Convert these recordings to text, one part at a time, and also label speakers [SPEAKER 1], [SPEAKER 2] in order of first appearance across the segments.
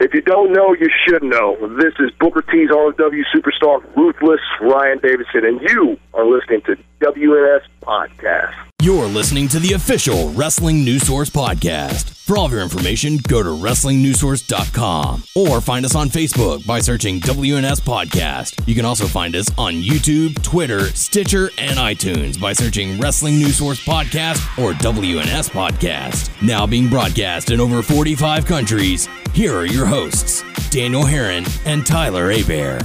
[SPEAKER 1] If you don't know, you should know. This is Booker T's RW superstar, Ruthless Ryan Davidson, and you are listening to WNS Podcast.
[SPEAKER 2] You're listening to the official Wrestling News Source podcast. For all of your information, go to WrestlingNewsSource.com or find us on Facebook by searching WNS Podcast. You can also find us on YouTube, Twitter, Stitcher, and iTunes by searching Wrestling News Source Podcast or WNS Podcast. Now being broadcast in over 45 countries, here are your hosts, Daniel Herron and Tyler Abear.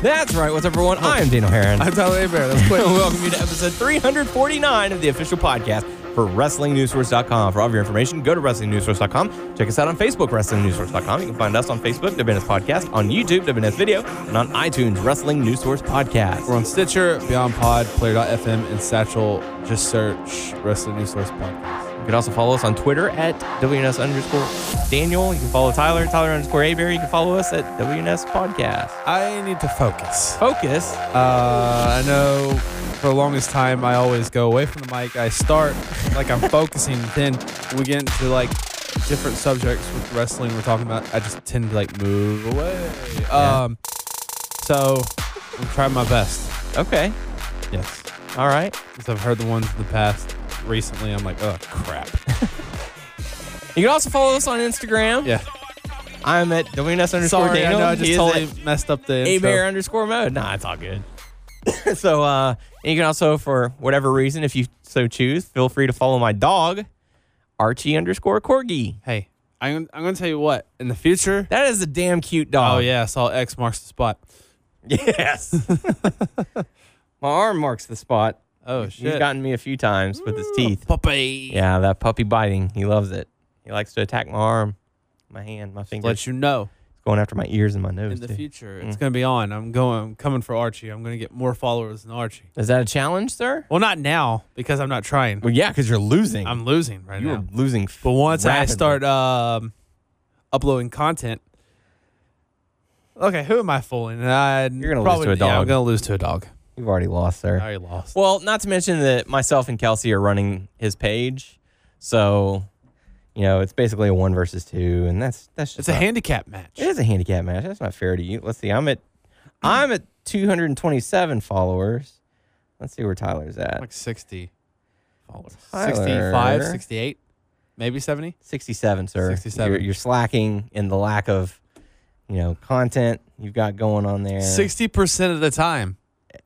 [SPEAKER 3] That's right. What's up, everyone? I am Daniel Herron.
[SPEAKER 4] I'm Tyler Bear. That's quick.
[SPEAKER 3] And welcome you to episode 349 of the official podcast for WrestlingNewsSource.com. For all of your information, go to WrestlingNewsSource.com. Check us out on Facebook, WrestlingNewsSource.com. You can find us on Facebook, WNS Podcast, on YouTube, WNS Video, and on iTunes, Wrestling News Source
[SPEAKER 4] We're
[SPEAKER 3] Podcast.
[SPEAKER 4] on Stitcher, Beyond Pod, Player.fm, and Satchel. Just search Wrestling News Source Podcast.
[SPEAKER 3] You can also follow us on Twitter at WNS underscore Daniel. You can follow Tyler, Tyler underscore Abear. You can follow us at WNS Podcast.
[SPEAKER 4] I need to focus.
[SPEAKER 3] Focus.
[SPEAKER 4] Uh, I know for the longest time I always go away from the mic. I start like I'm focusing, then we get into like different subjects with wrestling we're talking about. I just tend to like move away. Um, so I'm trying my best.
[SPEAKER 3] Okay.
[SPEAKER 4] Yes.
[SPEAKER 3] All right.
[SPEAKER 4] Since I've heard the ones in the past recently, I'm like, oh crap.
[SPEAKER 3] You can also follow us on Instagram.
[SPEAKER 4] Yeah.
[SPEAKER 3] I'm at WNS underscore
[SPEAKER 4] Sorry, I
[SPEAKER 3] Daniel.
[SPEAKER 4] know I
[SPEAKER 3] He
[SPEAKER 4] just
[SPEAKER 3] is
[SPEAKER 4] totally
[SPEAKER 3] at-
[SPEAKER 4] messed up the
[SPEAKER 3] A
[SPEAKER 4] intro.
[SPEAKER 3] bear underscore mode. Nah, it's all good. so uh and you can also for whatever reason, if you so choose, feel free to follow my dog, Archie underscore corgi.
[SPEAKER 4] Hey, I'm, I'm going to tell you what. In the future,
[SPEAKER 3] That is a damn cute dog.
[SPEAKER 4] oh yeah, I saw X marks the spot.
[SPEAKER 3] Yes. my arm marks the spot.
[SPEAKER 4] Oh
[SPEAKER 3] He's
[SPEAKER 4] shit,
[SPEAKER 3] gotten me a few times with his teeth.
[SPEAKER 4] puppy.
[SPEAKER 3] Yeah, that puppy biting. He loves it. He likes to attack my arm, my hand, my fingers.
[SPEAKER 4] Let you know
[SPEAKER 3] It's going after my ears and my nose.
[SPEAKER 4] in the
[SPEAKER 3] too.
[SPEAKER 4] future it's going to be on. I'm going. I'm coming for Archie. I'm going to get more followers than Archie.
[SPEAKER 3] Is that a challenge, sir?
[SPEAKER 4] Well, not now because I'm not trying.
[SPEAKER 3] Well, yeah, because you're losing.
[SPEAKER 4] I'm losing right
[SPEAKER 3] you are
[SPEAKER 4] now.
[SPEAKER 3] losing.
[SPEAKER 4] But once
[SPEAKER 3] rapidly.
[SPEAKER 4] I start um, uploading content, okay, who am I fooling? I
[SPEAKER 3] You're gonna lose
[SPEAKER 4] probably,
[SPEAKER 3] to a
[SPEAKER 4] Yeah, I'm
[SPEAKER 3] dog.
[SPEAKER 4] going to lose to a dog.
[SPEAKER 3] you've already lost, sir.
[SPEAKER 4] I already lost.
[SPEAKER 3] Well, not to mention that myself and Kelsey are running his page, so you know it's basically a one versus two, and that's that's just
[SPEAKER 4] it's a
[SPEAKER 3] not-
[SPEAKER 4] handicap match.
[SPEAKER 3] It is a handicap match. That's not fair to you. Let's see. I'm at I'm at 227 followers. Let's see where Tyler's at.
[SPEAKER 4] like 60 followers.
[SPEAKER 3] Tyler.
[SPEAKER 4] 65, 68, maybe 70.
[SPEAKER 3] 67, sir.
[SPEAKER 4] 67.
[SPEAKER 3] You're, you're slacking in the lack of you know content you've got going on there.
[SPEAKER 4] 60% of the time.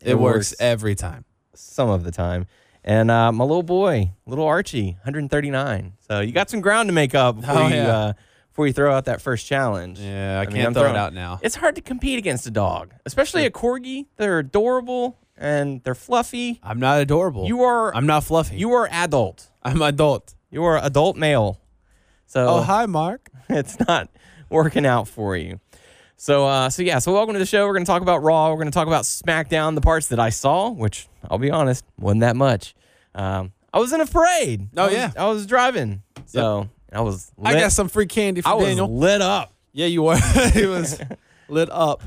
[SPEAKER 4] It,
[SPEAKER 3] It
[SPEAKER 4] works.
[SPEAKER 3] works.
[SPEAKER 4] every time.
[SPEAKER 3] some of the time. And uh, my little boy, little Archie, 139. So you got some ground to make up before,
[SPEAKER 4] Oh,
[SPEAKER 3] you,
[SPEAKER 4] yeah.
[SPEAKER 3] uh, before you throw out that first challenge.
[SPEAKER 4] Yeah, I
[SPEAKER 3] mean,
[SPEAKER 4] can't
[SPEAKER 3] I'm
[SPEAKER 4] throw it
[SPEAKER 3] throwing-
[SPEAKER 4] out now.
[SPEAKER 3] It's hard to compete against a dog, especially a corgi. They're adorable and they're fluffy.
[SPEAKER 4] I'm not adorable.
[SPEAKER 3] You are
[SPEAKER 4] Oh, I'm not fluffy.
[SPEAKER 3] you are adult.
[SPEAKER 4] I'm adult.
[SPEAKER 3] You are adult male. So
[SPEAKER 4] Oh, hi, Mark.
[SPEAKER 3] it's not working out for you. So, uh, so yeah. So, welcome to the show. We're going to talk about Raw. We're going to talk about SmackDown. The parts that I saw, which I'll be honest, wasn't that much. Um, I was in a parade.
[SPEAKER 4] Oh,
[SPEAKER 3] I was-
[SPEAKER 4] yeah.
[SPEAKER 3] I was driving. So I was. Lit.
[SPEAKER 4] I got some free candy for
[SPEAKER 3] I was
[SPEAKER 4] Daniel.
[SPEAKER 3] lit up.
[SPEAKER 4] yeah, you were. it was lit up.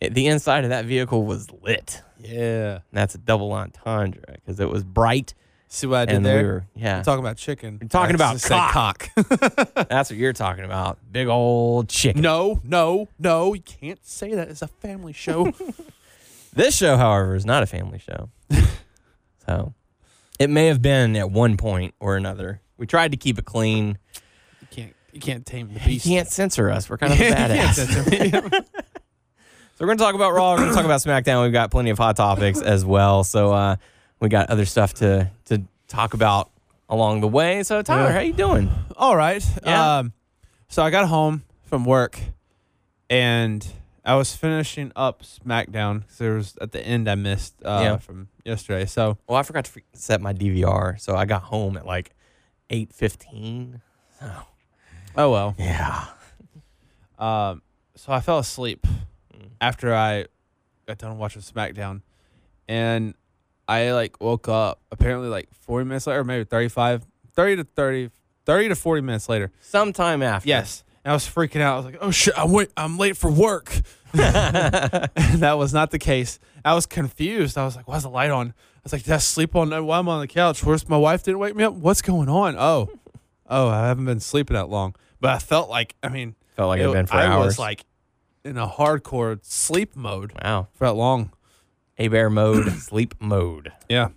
[SPEAKER 3] It- The inside of that vehicle was lit.
[SPEAKER 4] Yeah.
[SPEAKER 3] And that's a double entendre because it was bright
[SPEAKER 4] See what I did
[SPEAKER 3] and
[SPEAKER 4] there?
[SPEAKER 3] we were yeah.
[SPEAKER 4] I'm talking about chicken. You're
[SPEAKER 3] talking about
[SPEAKER 4] cock.
[SPEAKER 3] that's what you're talking about. Big old chicken.
[SPEAKER 4] no, no, no. You can't say that. It's a family show.
[SPEAKER 3] This show, however, is not a family show. so it may have been at one point or another. We tried to keep it clean.
[SPEAKER 4] you can't. You can't tame the
[SPEAKER 3] You
[SPEAKER 4] beast.
[SPEAKER 3] can't censor us. We're kind of a
[SPEAKER 4] You can't
[SPEAKER 3] badass. so
[SPEAKER 4] censor me.
[SPEAKER 3] we're going to talk about Raw. We're going to talk about SmackDown. We've got plenty of hot topics as well. So uh, we got other stuff to to talk about along the way. So Tyler,
[SPEAKER 4] Yeah.
[SPEAKER 3] how you doing?
[SPEAKER 4] All right.
[SPEAKER 3] Yeah.
[SPEAKER 4] Um, so I got home from work, and I was finishing up SmackDown because there was at the end I missed uh,
[SPEAKER 3] Yeah.
[SPEAKER 4] from yesterday. So
[SPEAKER 3] Well, Oh, I forgot to fre- set my DVR, so I got home at like eight fifteen.
[SPEAKER 4] oh well.
[SPEAKER 3] Yeah.
[SPEAKER 4] Um, so I fell asleep Mm. after I got done watching SmackDown, and I like woke up apparently like 40 minutes later, or maybe 35, 30 to 30, 30 to 40 minutes later.
[SPEAKER 3] Sometime after.
[SPEAKER 4] Yes. And I was freaking out. I was like, oh shit, I'm, wait- I'm late for work. and that was not the case. I was confused. I was like, why's the light on? I was like, did I sleep all night while I'm on the couch? Where's my wife didn't wake me up? What's going on? Oh, oh, I haven't been sleeping that long. But I felt like, I mean,
[SPEAKER 3] Felt like it'd been for
[SPEAKER 4] I
[SPEAKER 3] hours.
[SPEAKER 4] was like in a hardcore sleep mode
[SPEAKER 3] Wow.
[SPEAKER 4] for that long.
[SPEAKER 3] A bear mode, sleep mode.
[SPEAKER 4] Yeah.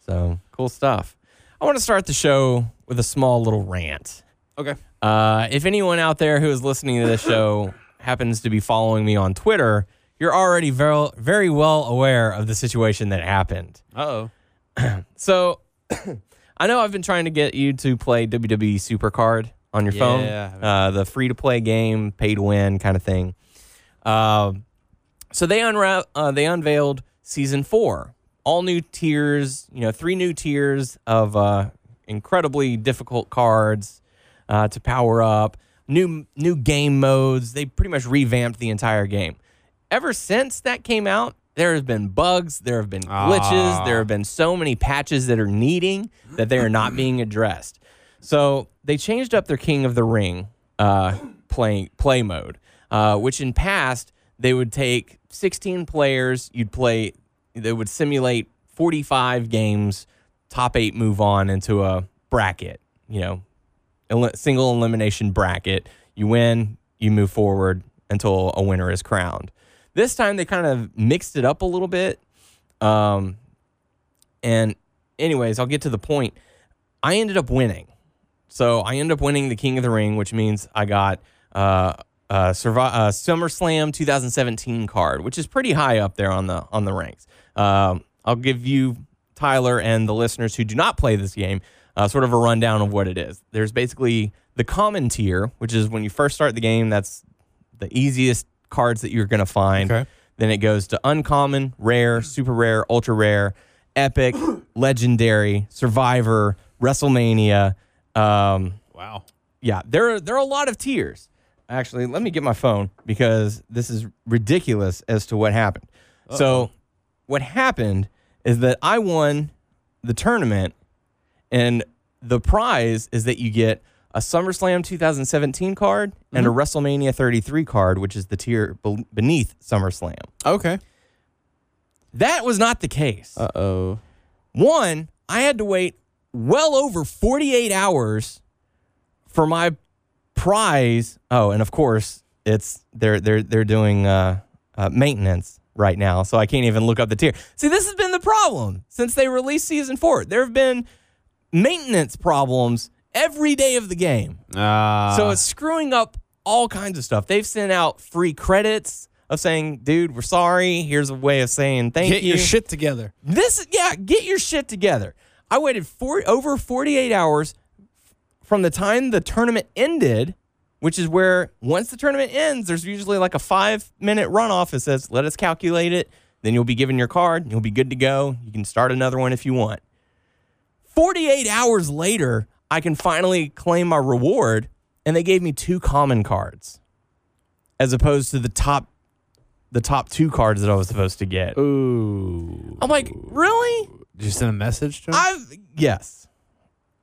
[SPEAKER 3] So cool stuff. I want to start the show with a small little rant.
[SPEAKER 4] Okay.
[SPEAKER 3] Uh, if anyone out there who is listening to this show happens to be following me on Twitter, you're already very, very well aware of the situation that happened.
[SPEAKER 4] Uh oh.
[SPEAKER 3] So I know I've been trying to get you to play WWE Supercard on your phone,
[SPEAKER 4] Yeah.
[SPEAKER 3] uh, the free to play game, pay to win kind of thing. Um, so they unra- uh, they unveiled season four, all new tiers. You know, three new tiers of uh, incredibly difficult cards uh, to power up. New new game modes. They pretty much revamped the entire game. Ever since that came out, there has been bugs. There have been glitches.
[SPEAKER 4] Ah.
[SPEAKER 3] There have been so many patches that are needing that they are not being addressed. So they changed up their King of the Ring uh, play play mode, uh, which in past they would take 16 players. You'd play. They would simulate 45 games. Top eight move on into a bracket. You know, ele- single elimination bracket. You win, you move forward until a winner is crowned. This time they kind of mixed it up a little bit. Um, and, anyways, I'll get to the point. I ended up winning. So I ended up winning the King of the Ring, which means I got uh, a Survi- uh, SummerSlam 2017 card, which is pretty high up there on the on the ranks. Um, I'll give you Tyler and the listeners who do not play this game uh, sort of a rundown of what it is. There's basically the common tier, which is when you first start the game. That's the easiest cards that you're going to find.
[SPEAKER 4] Okay.
[SPEAKER 3] Then it goes to uncommon, rare, super rare, ultra rare, epic, legendary, survivor, WrestleMania. Um,
[SPEAKER 4] Wow.
[SPEAKER 3] yeah, there are there are a lot of tiers. Actually, let me get my phone because this is ridiculous as to what happened. So, what happened is that I won the tournament, and the prize is that you get a SummerSlam 2017 card and a WrestleMania 33 card, which is the tier be- beneath SummerSlam.
[SPEAKER 4] Okay.
[SPEAKER 3] That was not the case.
[SPEAKER 4] Uh oh.
[SPEAKER 3] One, I had to wait well over 48 hours for my prize. Oh, and of course, it's they're they're they're doing uh, uh, maintenance right now, so I can't even look up the tier. See, this has been the problem since they released season four. There have been maintenance problems every day of the game.
[SPEAKER 4] Ah.
[SPEAKER 3] So it's screwing up all kinds of stuff. They've sent out free credits of saying, "Dude, we're sorry. Here's a way of saying thank
[SPEAKER 4] get
[SPEAKER 3] you."
[SPEAKER 4] your shit together.
[SPEAKER 3] This, yeah, get your shit together. I waited for over 48 hours from the time the tournament ended, which is where once the tournament ends, there's usually like a five minute runoff that says, let us calculate it. Then you'll be given your card. You'll be good to go. You can start another one if you want. 48 hours later, I can finally claim my reward, and they gave me two common cards as opposed to the top the top two cards that I was supposed to get.
[SPEAKER 4] Ooh.
[SPEAKER 3] I'm like, really?
[SPEAKER 4] Did you send a message to him?
[SPEAKER 3] I've yes.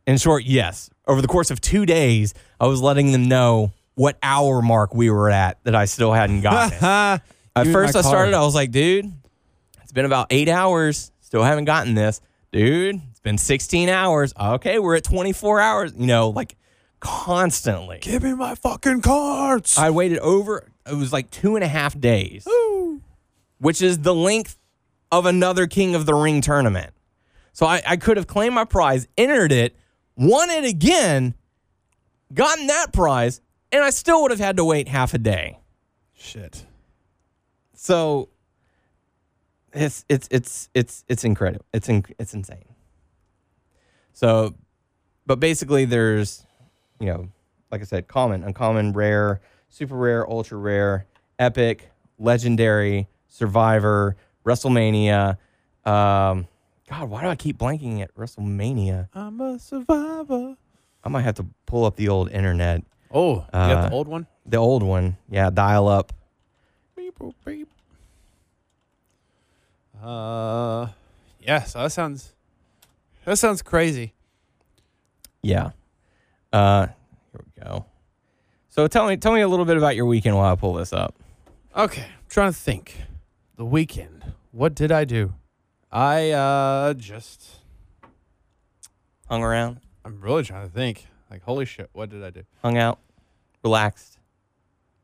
[SPEAKER 3] In short, yes. Over the course of two days, I was letting them know what hour mark we were at that I still hadn't gotten. it.
[SPEAKER 4] Ha!
[SPEAKER 3] at
[SPEAKER 4] You and
[SPEAKER 3] first,
[SPEAKER 4] my
[SPEAKER 3] I started.
[SPEAKER 4] car.
[SPEAKER 3] I was like, dude, it's been about eight hours. Still haven't gotten this, dude. It's been 16 hours. Okay, we're at 24 hours. You know, like constantly.
[SPEAKER 4] Give me my fucking cards.
[SPEAKER 3] I waited over. It was like two and a half days
[SPEAKER 4] Ooh.
[SPEAKER 3] which is the length of another King of the Ring tournament. So I, I could have claimed my prize, entered it, won it again, gotten that prize, and I still would have had to wait half a day.
[SPEAKER 4] Shit.
[SPEAKER 3] So it's it's it's it's it's incredible. It's in, it's insane. So, but basically, there's you know, like I said, common, uncommon, rare, super rare, ultra rare, epic, legendary, survivor, WrestleMania. Um, God, why do I keep blanking at WrestleMania?
[SPEAKER 4] I'm a survivor.
[SPEAKER 3] I might have to pull up the old internet,
[SPEAKER 4] Oh, you got
[SPEAKER 3] Uh,
[SPEAKER 4] the old one?
[SPEAKER 3] the old one. Yeah, dial up.
[SPEAKER 4] Beep, boop, beep. Uh, yeah. So that sounds that sounds crazy.
[SPEAKER 3] Yeah. Uh, here we go. So tell me, tell me a little bit about your weekend while I pull this up.
[SPEAKER 4] Okay, I'm trying to think. The weekend. What did I do? I uh just
[SPEAKER 3] Hung around.
[SPEAKER 4] I'm really trying to think. Like, holy shit, what did I do?
[SPEAKER 3] hung out, relaxed,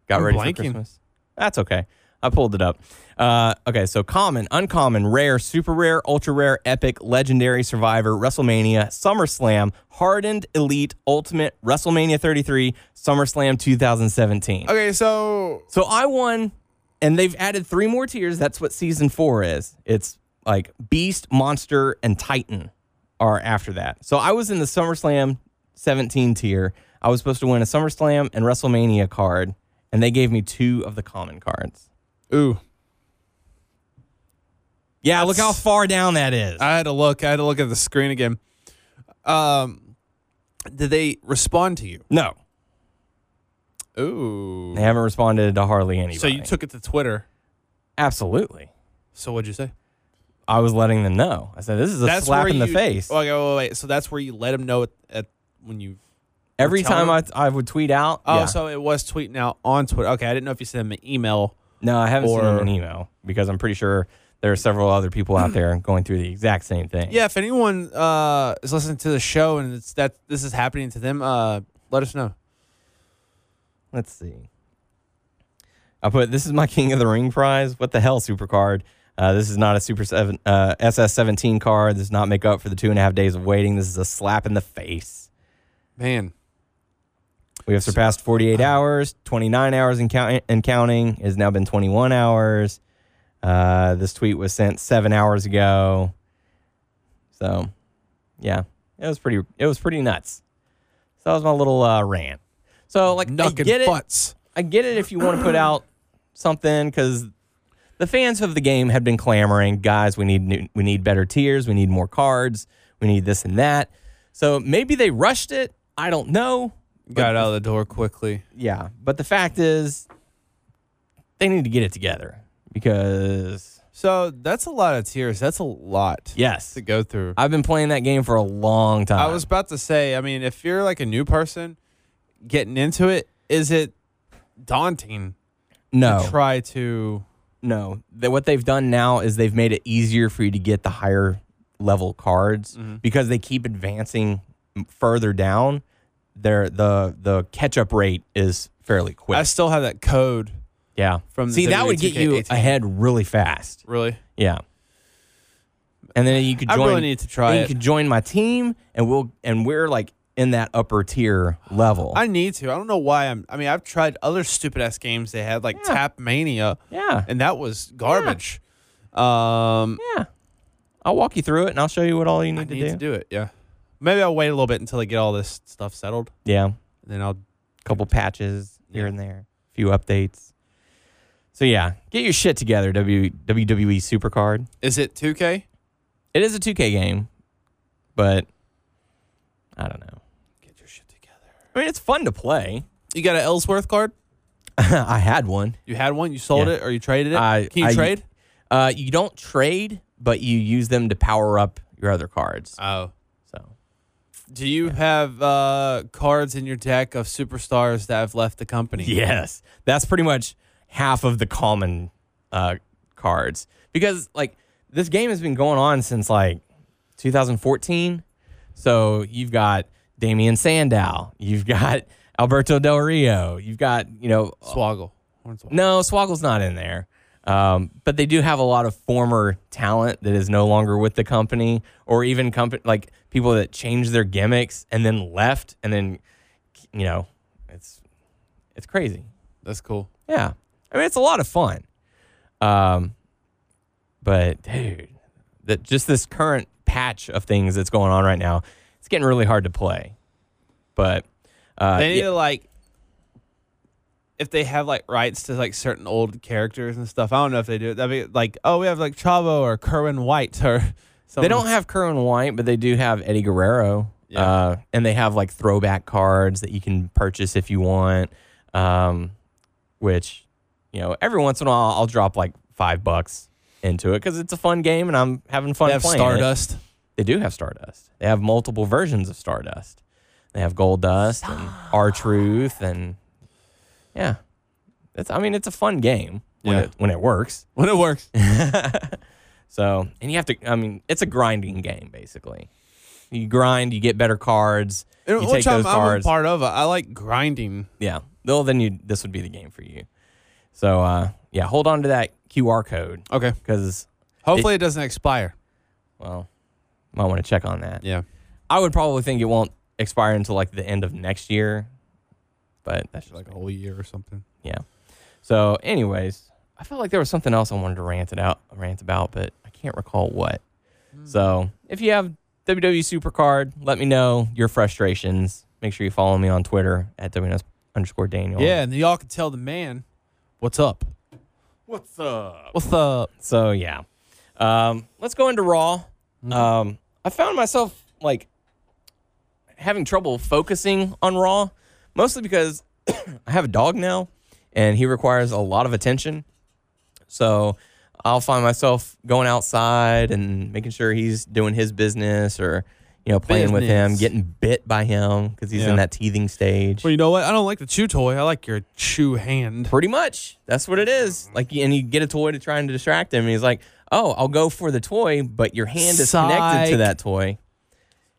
[SPEAKER 3] got
[SPEAKER 4] You're
[SPEAKER 3] ready
[SPEAKER 4] blanking.
[SPEAKER 3] for Christmas. That's okay. I pulled it up. Uh, okay, so common, uncommon, rare, super rare, ultra rare, epic, legendary, survivor, WrestleMania, SummerSlam, hardened, elite, ultimate, WrestleMania 33, SummerSlam 2017.
[SPEAKER 4] Okay, so
[SPEAKER 3] So I won, and they've added three more tiers. That's what season four is. It's like Beast, Monster, and Titan are after that. So I was in the SummerSlam 17 tier. I was supposed to win a SummerSlam and WrestleMania card, and they gave me two of the common cards.
[SPEAKER 4] ooh,
[SPEAKER 3] Yeah, look how far down that is.
[SPEAKER 4] I had to look. I had to look at the screen again. Um, did they respond to you?
[SPEAKER 3] no,
[SPEAKER 4] Ooh.
[SPEAKER 3] they haven't responded to hardly anybody.
[SPEAKER 4] So you took it to Twitter.
[SPEAKER 3] absolutely.
[SPEAKER 4] So what'd you say?
[SPEAKER 3] I was letting them know. I said, "This is a slap
[SPEAKER 4] where
[SPEAKER 3] in the
[SPEAKER 4] you-
[SPEAKER 3] face."
[SPEAKER 4] Okay, wait, wait. So that's where you let them know at, at when you.
[SPEAKER 3] Every
[SPEAKER 4] telling
[SPEAKER 3] time I, I would tweet out,
[SPEAKER 4] Oh,
[SPEAKER 3] yeah.
[SPEAKER 4] so it was tweeting out on Twitter. Okay, I didn't know if you sent them an email.
[SPEAKER 3] No, I haven't seen
[SPEAKER 4] or-
[SPEAKER 3] them an email because I'm pretty sure there are several other people out there going through the exact same thing.
[SPEAKER 4] Yeah, if anyone uh, is listening to the show and it's that this is happening to them, uh, let us know.
[SPEAKER 3] Let's see. I put this is my King of the Ring prize. What the hell, supercard? Uh, this is not a Super Seven uh, SS Seventeen card. This does not make up for the two and a half days of waiting. This is a slap in the face.
[SPEAKER 4] Man,
[SPEAKER 3] We have surpassed 48 hours, 29 hours and, count- and counting. It has now been 21 hours. Uh, this tweet was sent seven hours ago. So, yeah, it was pretty. It was pretty nuts. So that was my little uh, rant. So, like, I
[SPEAKER 4] knucking
[SPEAKER 3] get it.
[SPEAKER 4] butts.
[SPEAKER 3] I get it if you want to put out something because the fans of the game had been clamoring, guys, we need new, we need better tiers, we need more cards, we need this and that. So maybe they rushed it. I don't know.
[SPEAKER 4] Got out of the door quickly.
[SPEAKER 3] Yeah, but the fact is, they need to get it together because
[SPEAKER 4] So that's a lot of tears. That's a lot
[SPEAKER 3] yes,
[SPEAKER 4] to go through.
[SPEAKER 3] I've been playing that game for a long time.
[SPEAKER 4] I was about to say, I mean, if you're like a new person getting into it, is it daunting
[SPEAKER 3] no,
[SPEAKER 4] to try to
[SPEAKER 3] no. That what they've done now is they've made it easier for you to get the higher level cards
[SPEAKER 4] Mm-hmm.
[SPEAKER 3] because they keep advancing m- further down. Their the the catch up rate is fairly quick.
[SPEAKER 4] I still have that code.
[SPEAKER 3] yeah,
[SPEAKER 4] from the
[SPEAKER 3] see that would
[SPEAKER 4] WWE
[SPEAKER 3] get you
[SPEAKER 4] 2K18.
[SPEAKER 3] ahead really fast.
[SPEAKER 4] Really?
[SPEAKER 3] Yeah. And then you could
[SPEAKER 4] I
[SPEAKER 3] join.
[SPEAKER 4] really need to try
[SPEAKER 3] then
[SPEAKER 4] it.
[SPEAKER 3] You could join my team, and we'll and we're like in that upper tier level.
[SPEAKER 4] I need to. I don't know why I'm I mean, I've tried other stupid ass games they had like Tap Mania
[SPEAKER 3] yeah,
[SPEAKER 4] and that was garbage. Um
[SPEAKER 3] yeah. I'll walk you through it, and I'll show you what all you need,
[SPEAKER 4] I
[SPEAKER 3] to,
[SPEAKER 4] need
[SPEAKER 3] do.
[SPEAKER 4] to do it, yeah. Maybe I'll wait a little bit until I get all this stuff settled
[SPEAKER 3] Yeah,
[SPEAKER 4] and then I'll
[SPEAKER 3] couple patches here and there, a few updates. So yeah, get your shit together, w, WWE Supercard.
[SPEAKER 4] Is it 2K?
[SPEAKER 3] It is a 2K game, but I don't know.
[SPEAKER 4] Get your shit together.
[SPEAKER 3] I mean, it's fun to play.
[SPEAKER 4] You got an Ellsworth card?
[SPEAKER 3] I had one.
[SPEAKER 4] You had one, you sold
[SPEAKER 3] Yeah.
[SPEAKER 4] it or you traded it?
[SPEAKER 3] I-
[SPEAKER 4] Can you
[SPEAKER 3] I-
[SPEAKER 4] trade?
[SPEAKER 3] Uh, you don't trade, but you use them to power up your other cards.
[SPEAKER 4] Oh.
[SPEAKER 3] So
[SPEAKER 4] Do you have uh, cards in your deck of superstars that have left the company?
[SPEAKER 3] yes, that's pretty much half of the common uh, cards because like this game has been going on since like 2014. So you've got Damian Sandow, you've got Alberto Del Rio, you've got you know
[SPEAKER 4] Swoggle. Hornswoggle.
[SPEAKER 3] no Swaggle's not in there. Um, but they do have a lot of former talent that is no longer with the company, or even company like people that changed their gimmicks and then left, and then you know, it's it's crazy.
[SPEAKER 4] That's cool.
[SPEAKER 3] Yeah. I mean, it's a lot of fun. Um, but dude, that just this current patch of things that's going on right now, it's getting really hard to play. But uh,
[SPEAKER 4] They need
[SPEAKER 3] yeah,
[SPEAKER 4] to like if they have like rights to like certain old characters and stuff. I don't know if they do it. That'd be like, oh, we have like Chavo or Kerwin White or something.
[SPEAKER 3] they don't have Curran White, but they do have Eddie Guerrero.
[SPEAKER 4] Yeah.
[SPEAKER 3] Uh, and they have like throwback cards that you can purchase if you want. Um, which, you know, every once in a while I'll drop like five bucks into it because it's a fun game and I'm having fun
[SPEAKER 4] They have
[SPEAKER 3] playing it.
[SPEAKER 4] Stardust.
[SPEAKER 3] They do have Stardust. They have multiple versions of Stardust. They have Gold Dust and R Truth and yeah. It's I mean it's a fun game when
[SPEAKER 4] Yeah.
[SPEAKER 3] it when it works.
[SPEAKER 4] When it works.
[SPEAKER 3] So and you have to I mean it's a grinding game basically. stuff. You grind, you get better cards. You
[SPEAKER 4] And
[SPEAKER 3] take
[SPEAKER 4] which I'm,
[SPEAKER 3] those
[SPEAKER 4] I'm a
[SPEAKER 3] cards.
[SPEAKER 4] part of. I like grinding.
[SPEAKER 3] yeah. Well, then you this would be the game for you. So uh, yeah, hold on to that QR code
[SPEAKER 4] Okay.
[SPEAKER 3] because
[SPEAKER 4] Hopefully it, doesn't expire.
[SPEAKER 3] well, might want to check on that.
[SPEAKER 4] Yeah.
[SPEAKER 3] I would probably think it won't expire until like the end of next year, but that's just
[SPEAKER 4] Like a whole year or something.
[SPEAKER 3] yeah. So, anyways, I felt like there was something else I wanted to rant it out, rant about, but I can't recall what. So, if you have WWE Supercard, let me know your frustrations. Make sure you follow me on Twitter at WNS underscore Daniel.
[SPEAKER 4] Yeah, and y'all can tell the man what's up. What's up?
[SPEAKER 3] What's up? So yeah, um, let's go into Raw.
[SPEAKER 4] Mm-hmm.
[SPEAKER 3] Um, I found myself like having trouble focusing on Raw, mostly because I have a dog now, and he requires a lot of attention. So I'll find myself going outside and making sure he's doing his business, or you know, playing with him,
[SPEAKER 4] Business.
[SPEAKER 3] getting bit by him because he's in
[SPEAKER 4] Yeah.
[SPEAKER 3] that teething stage.
[SPEAKER 4] Well, you know what? I don't like the chew toy. I like your chew hand.
[SPEAKER 3] Pretty much. That's what it is. Like, and you get a toy to try and distract him. And he's like, oh, I'll go for the toy, but your hand is connected to
[SPEAKER 4] Psych.
[SPEAKER 3] that toy.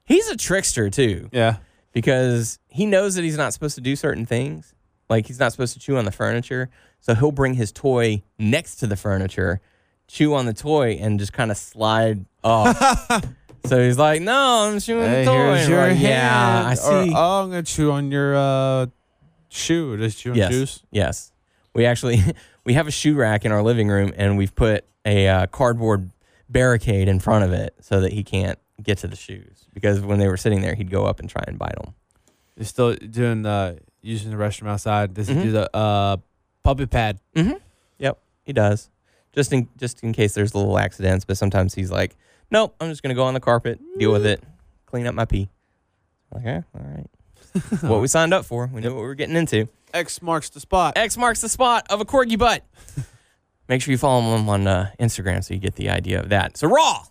[SPEAKER 3] He's a trickster, too,
[SPEAKER 4] Yeah.
[SPEAKER 3] because he knows that he's not supposed to do certain things. Like, he's not supposed to chew on the furniture. So he'll bring his toy next to the furniture, chew on the toy, and just kind of slide off. so he's like, no, I'm chewing the toy. And we're like, yeah, I see.
[SPEAKER 4] Or, oh, I'm gonna chew on your uh, shoe. Just chew on
[SPEAKER 3] yes.
[SPEAKER 4] juice.
[SPEAKER 3] Yes. We actually we have a shoe rack in our living room, and we've put a uh, cardboard barricade in front of it so that he can't get to the shoes. Because when they were sitting there, he'd go up and try and bite them.
[SPEAKER 4] You're still doing uh, using the restroom outside. Does he do the uh, puppy pad?
[SPEAKER 3] Yep, he does. Just in just in case there's little accidents, but sometimes he's like, "Nope, I'm just gonna go on the carpet, deal with it, clean up my pee." Like, yeah, all right. It's what we signed up for. We knew what we were getting into.
[SPEAKER 4] X marks the spot.
[SPEAKER 3] X marks the spot of a corgi butt. Make sure you follow him on uh, Instagram so you get the idea of that. So Raw,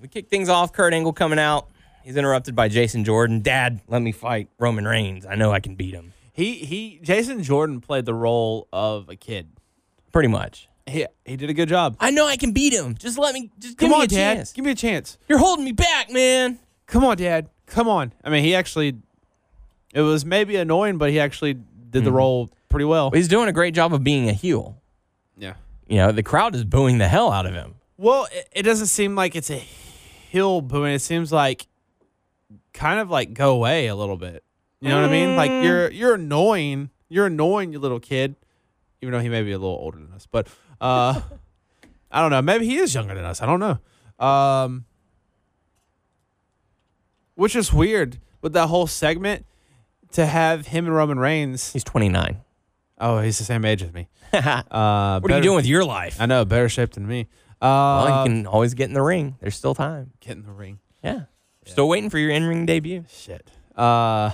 [SPEAKER 3] we kick things off. Kurt Angle coming out. He's interrupted by Jason Jordan. Dad, let me fight Roman Reigns. I know I can beat him.
[SPEAKER 4] He he. Jason Jordan played the role of a kid.
[SPEAKER 3] Pretty much.
[SPEAKER 4] He he did a good job.
[SPEAKER 3] I know I can beat him. Just let me. Just give
[SPEAKER 4] Come
[SPEAKER 3] me
[SPEAKER 4] on,
[SPEAKER 3] a
[SPEAKER 4] Dad.
[SPEAKER 3] chance.
[SPEAKER 4] Give me a chance.
[SPEAKER 3] You're holding me back, man.
[SPEAKER 4] Come on, Dad. Come on. I mean, he actually. It was maybe annoying, but he actually did the role pretty well.
[SPEAKER 3] He's doing a great job of being a heel.
[SPEAKER 4] Yeah.
[SPEAKER 3] You know, the crowd is booing the hell out of him.
[SPEAKER 4] Well, it, it doesn't seem like it's a hill boom. It seems like kind of like go away a little bit. You know what I mean? Like
[SPEAKER 3] Mm.
[SPEAKER 4] you're you're annoying. You're annoying, you little kid. Even though he may be a little older than us, but uh, I don't know. Maybe he is younger than us. I don't know. Um, which is weird with that whole segment to have him and Roman Reigns.
[SPEAKER 3] He's 29.
[SPEAKER 4] Oh, he's the same age as me.
[SPEAKER 3] what
[SPEAKER 4] Uh,
[SPEAKER 3] are you doing with your life?
[SPEAKER 4] I know, better shape than me. Uh,
[SPEAKER 3] well, you can always get in the ring. There's still time.
[SPEAKER 4] get in the ring.
[SPEAKER 3] Yeah. Still waiting for your in ring debut.
[SPEAKER 4] Shit. Uh,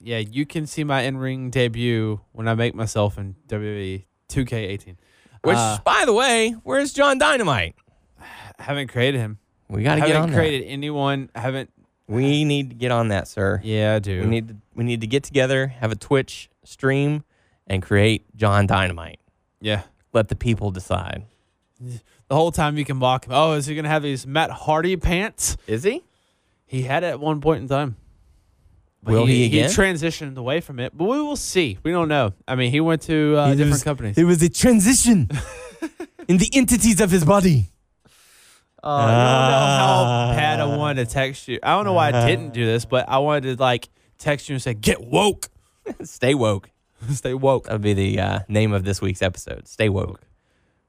[SPEAKER 4] yeah, you can see my in-ring debut when I make myself in E WWE 2K18.
[SPEAKER 3] Which,
[SPEAKER 4] Uh,
[SPEAKER 3] by the way, where's John Dynamite?
[SPEAKER 4] I haven't created him.
[SPEAKER 3] We got
[SPEAKER 4] I
[SPEAKER 3] to get on
[SPEAKER 4] haven't
[SPEAKER 3] that.
[SPEAKER 4] created anyone. I haven't.
[SPEAKER 3] We need to get on that, sir.
[SPEAKER 4] Yeah, I do.
[SPEAKER 3] We need to, we need to get together, have a Twitch stream, and create John Dynamite.
[SPEAKER 4] yeah.
[SPEAKER 3] Let the people decide.
[SPEAKER 4] The whole time you can mock him. Oh, is he gonna have these Matt Hardy pants?
[SPEAKER 3] Is he?
[SPEAKER 4] He had it at one point in time. But
[SPEAKER 3] Will he again?
[SPEAKER 4] He transitioned away from it, but we will see. We don't know. I mean, he went to uh, different companies.
[SPEAKER 3] There was a transition in the entities of his body.
[SPEAKER 4] Uh, I don't know how bad I wanted to text you. I don't know why I didn't do this, but I wanted to like text you and say, "Get woke,
[SPEAKER 3] Stay woke.
[SPEAKER 4] stay woke."
[SPEAKER 3] That would be the uh, name of this week's episode. Stay woke.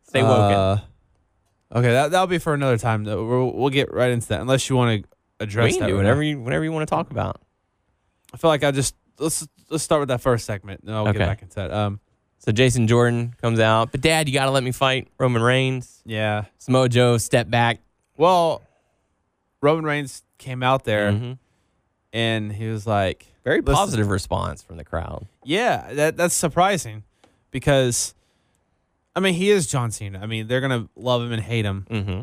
[SPEAKER 3] Stay woke.
[SPEAKER 4] Uh, okay, that that'll be for another time. Though we'll, we'll get right into that, unless you want to address
[SPEAKER 3] we can
[SPEAKER 4] that.
[SPEAKER 3] do
[SPEAKER 4] right now.
[SPEAKER 3] whatever you, whatever you want to talk about.
[SPEAKER 4] I feel like I just let's let's start with that first segment, and I'll
[SPEAKER 3] Okay.
[SPEAKER 4] get back into that. Um,
[SPEAKER 3] So Jason Jordan comes out, but Dad, you got to let me fight Roman Reigns.
[SPEAKER 4] yeah.
[SPEAKER 3] Samoa Joe step back.
[SPEAKER 4] Well, Roman Reigns came out there,
[SPEAKER 3] Mhm.
[SPEAKER 4] and he was like,
[SPEAKER 3] Very
[SPEAKER 4] "Listen,
[SPEAKER 3] positive response from the crowd.
[SPEAKER 4] Yeah, that that's surprising because I mean he is John Cena. I mean they're gonna love him and hate him,
[SPEAKER 3] Mm-hmm.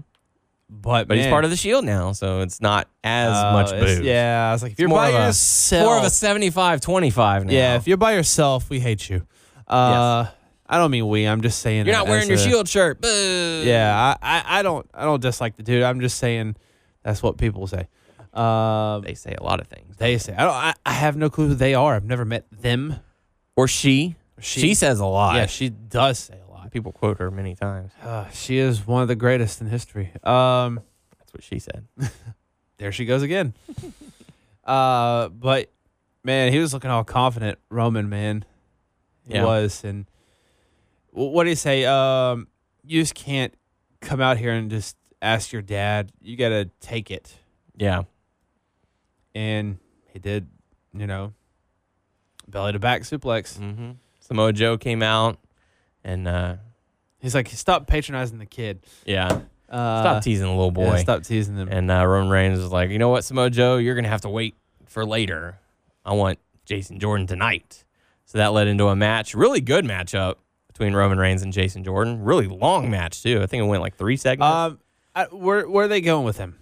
[SPEAKER 4] but uh,
[SPEAKER 3] But he's part of the Shield now, so it's not as much booze.
[SPEAKER 4] Oh, Yeah, I was like if you're
[SPEAKER 3] more
[SPEAKER 4] by
[SPEAKER 3] of a-
[SPEAKER 4] yourself,
[SPEAKER 3] More of a 75 25 now.
[SPEAKER 4] yeah, if you're by yourself, we hate you. Uh, I don't mean we. I'm just saying
[SPEAKER 3] you're
[SPEAKER 4] it
[SPEAKER 3] not wearing
[SPEAKER 4] as
[SPEAKER 3] your
[SPEAKER 4] a-
[SPEAKER 3] Shield shirt. Boo.
[SPEAKER 4] Yeah, I, I I don't I don't dislike the dude. I'm just saying that's what people say. Um,
[SPEAKER 3] They say a lot of things.
[SPEAKER 4] they say I, don't, I I have no clue who they are. I've never met them.
[SPEAKER 3] Or she. She,
[SPEAKER 4] She.
[SPEAKER 3] says a lot.
[SPEAKER 4] yeah, she does say a lot.
[SPEAKER 3] People quote her many times.
[SPEAKER 4] Uh, she is one of the greatest in history. Um,
[SPEAKER 3] That's what she said.
[SPEAKER 4] there she goes again. uh, but man, he was looking all confident, Roman man. He
[SPEAKER 3] Yeah.
[SPEAKER 4] was, and wh- what do you say? Um, you just can't come out here and just ask your dad. You got to take it,
[SPEAKER 3] Yeah.
[SPEAKER 4] and he did. You know, belly to back suplex.
[SPEAKER 3] Mm-hmm. Samoa Joe came out and, uh,
[SPEAKER 4] He's like, stop patronizing the kid.
[SPEAKER 3] yeah,
[SPEAKER 4] Uh,
[SPEAKER 3] stop teasing the little boy.
[SPEAKER 4] yeah, stop teasing them.
[SPEAKER 3] And uh, Roman Reigns was like, you know what, Samoa Joe, you're going to have to wait for later. I want Jason Jordan tonight. So that led into a match, really good matchup between Roman Reigns and Jason Jordan. Really long match, too. I think it went like three seconds.
[SPEAKER 4] Um, I, where where are they going with him?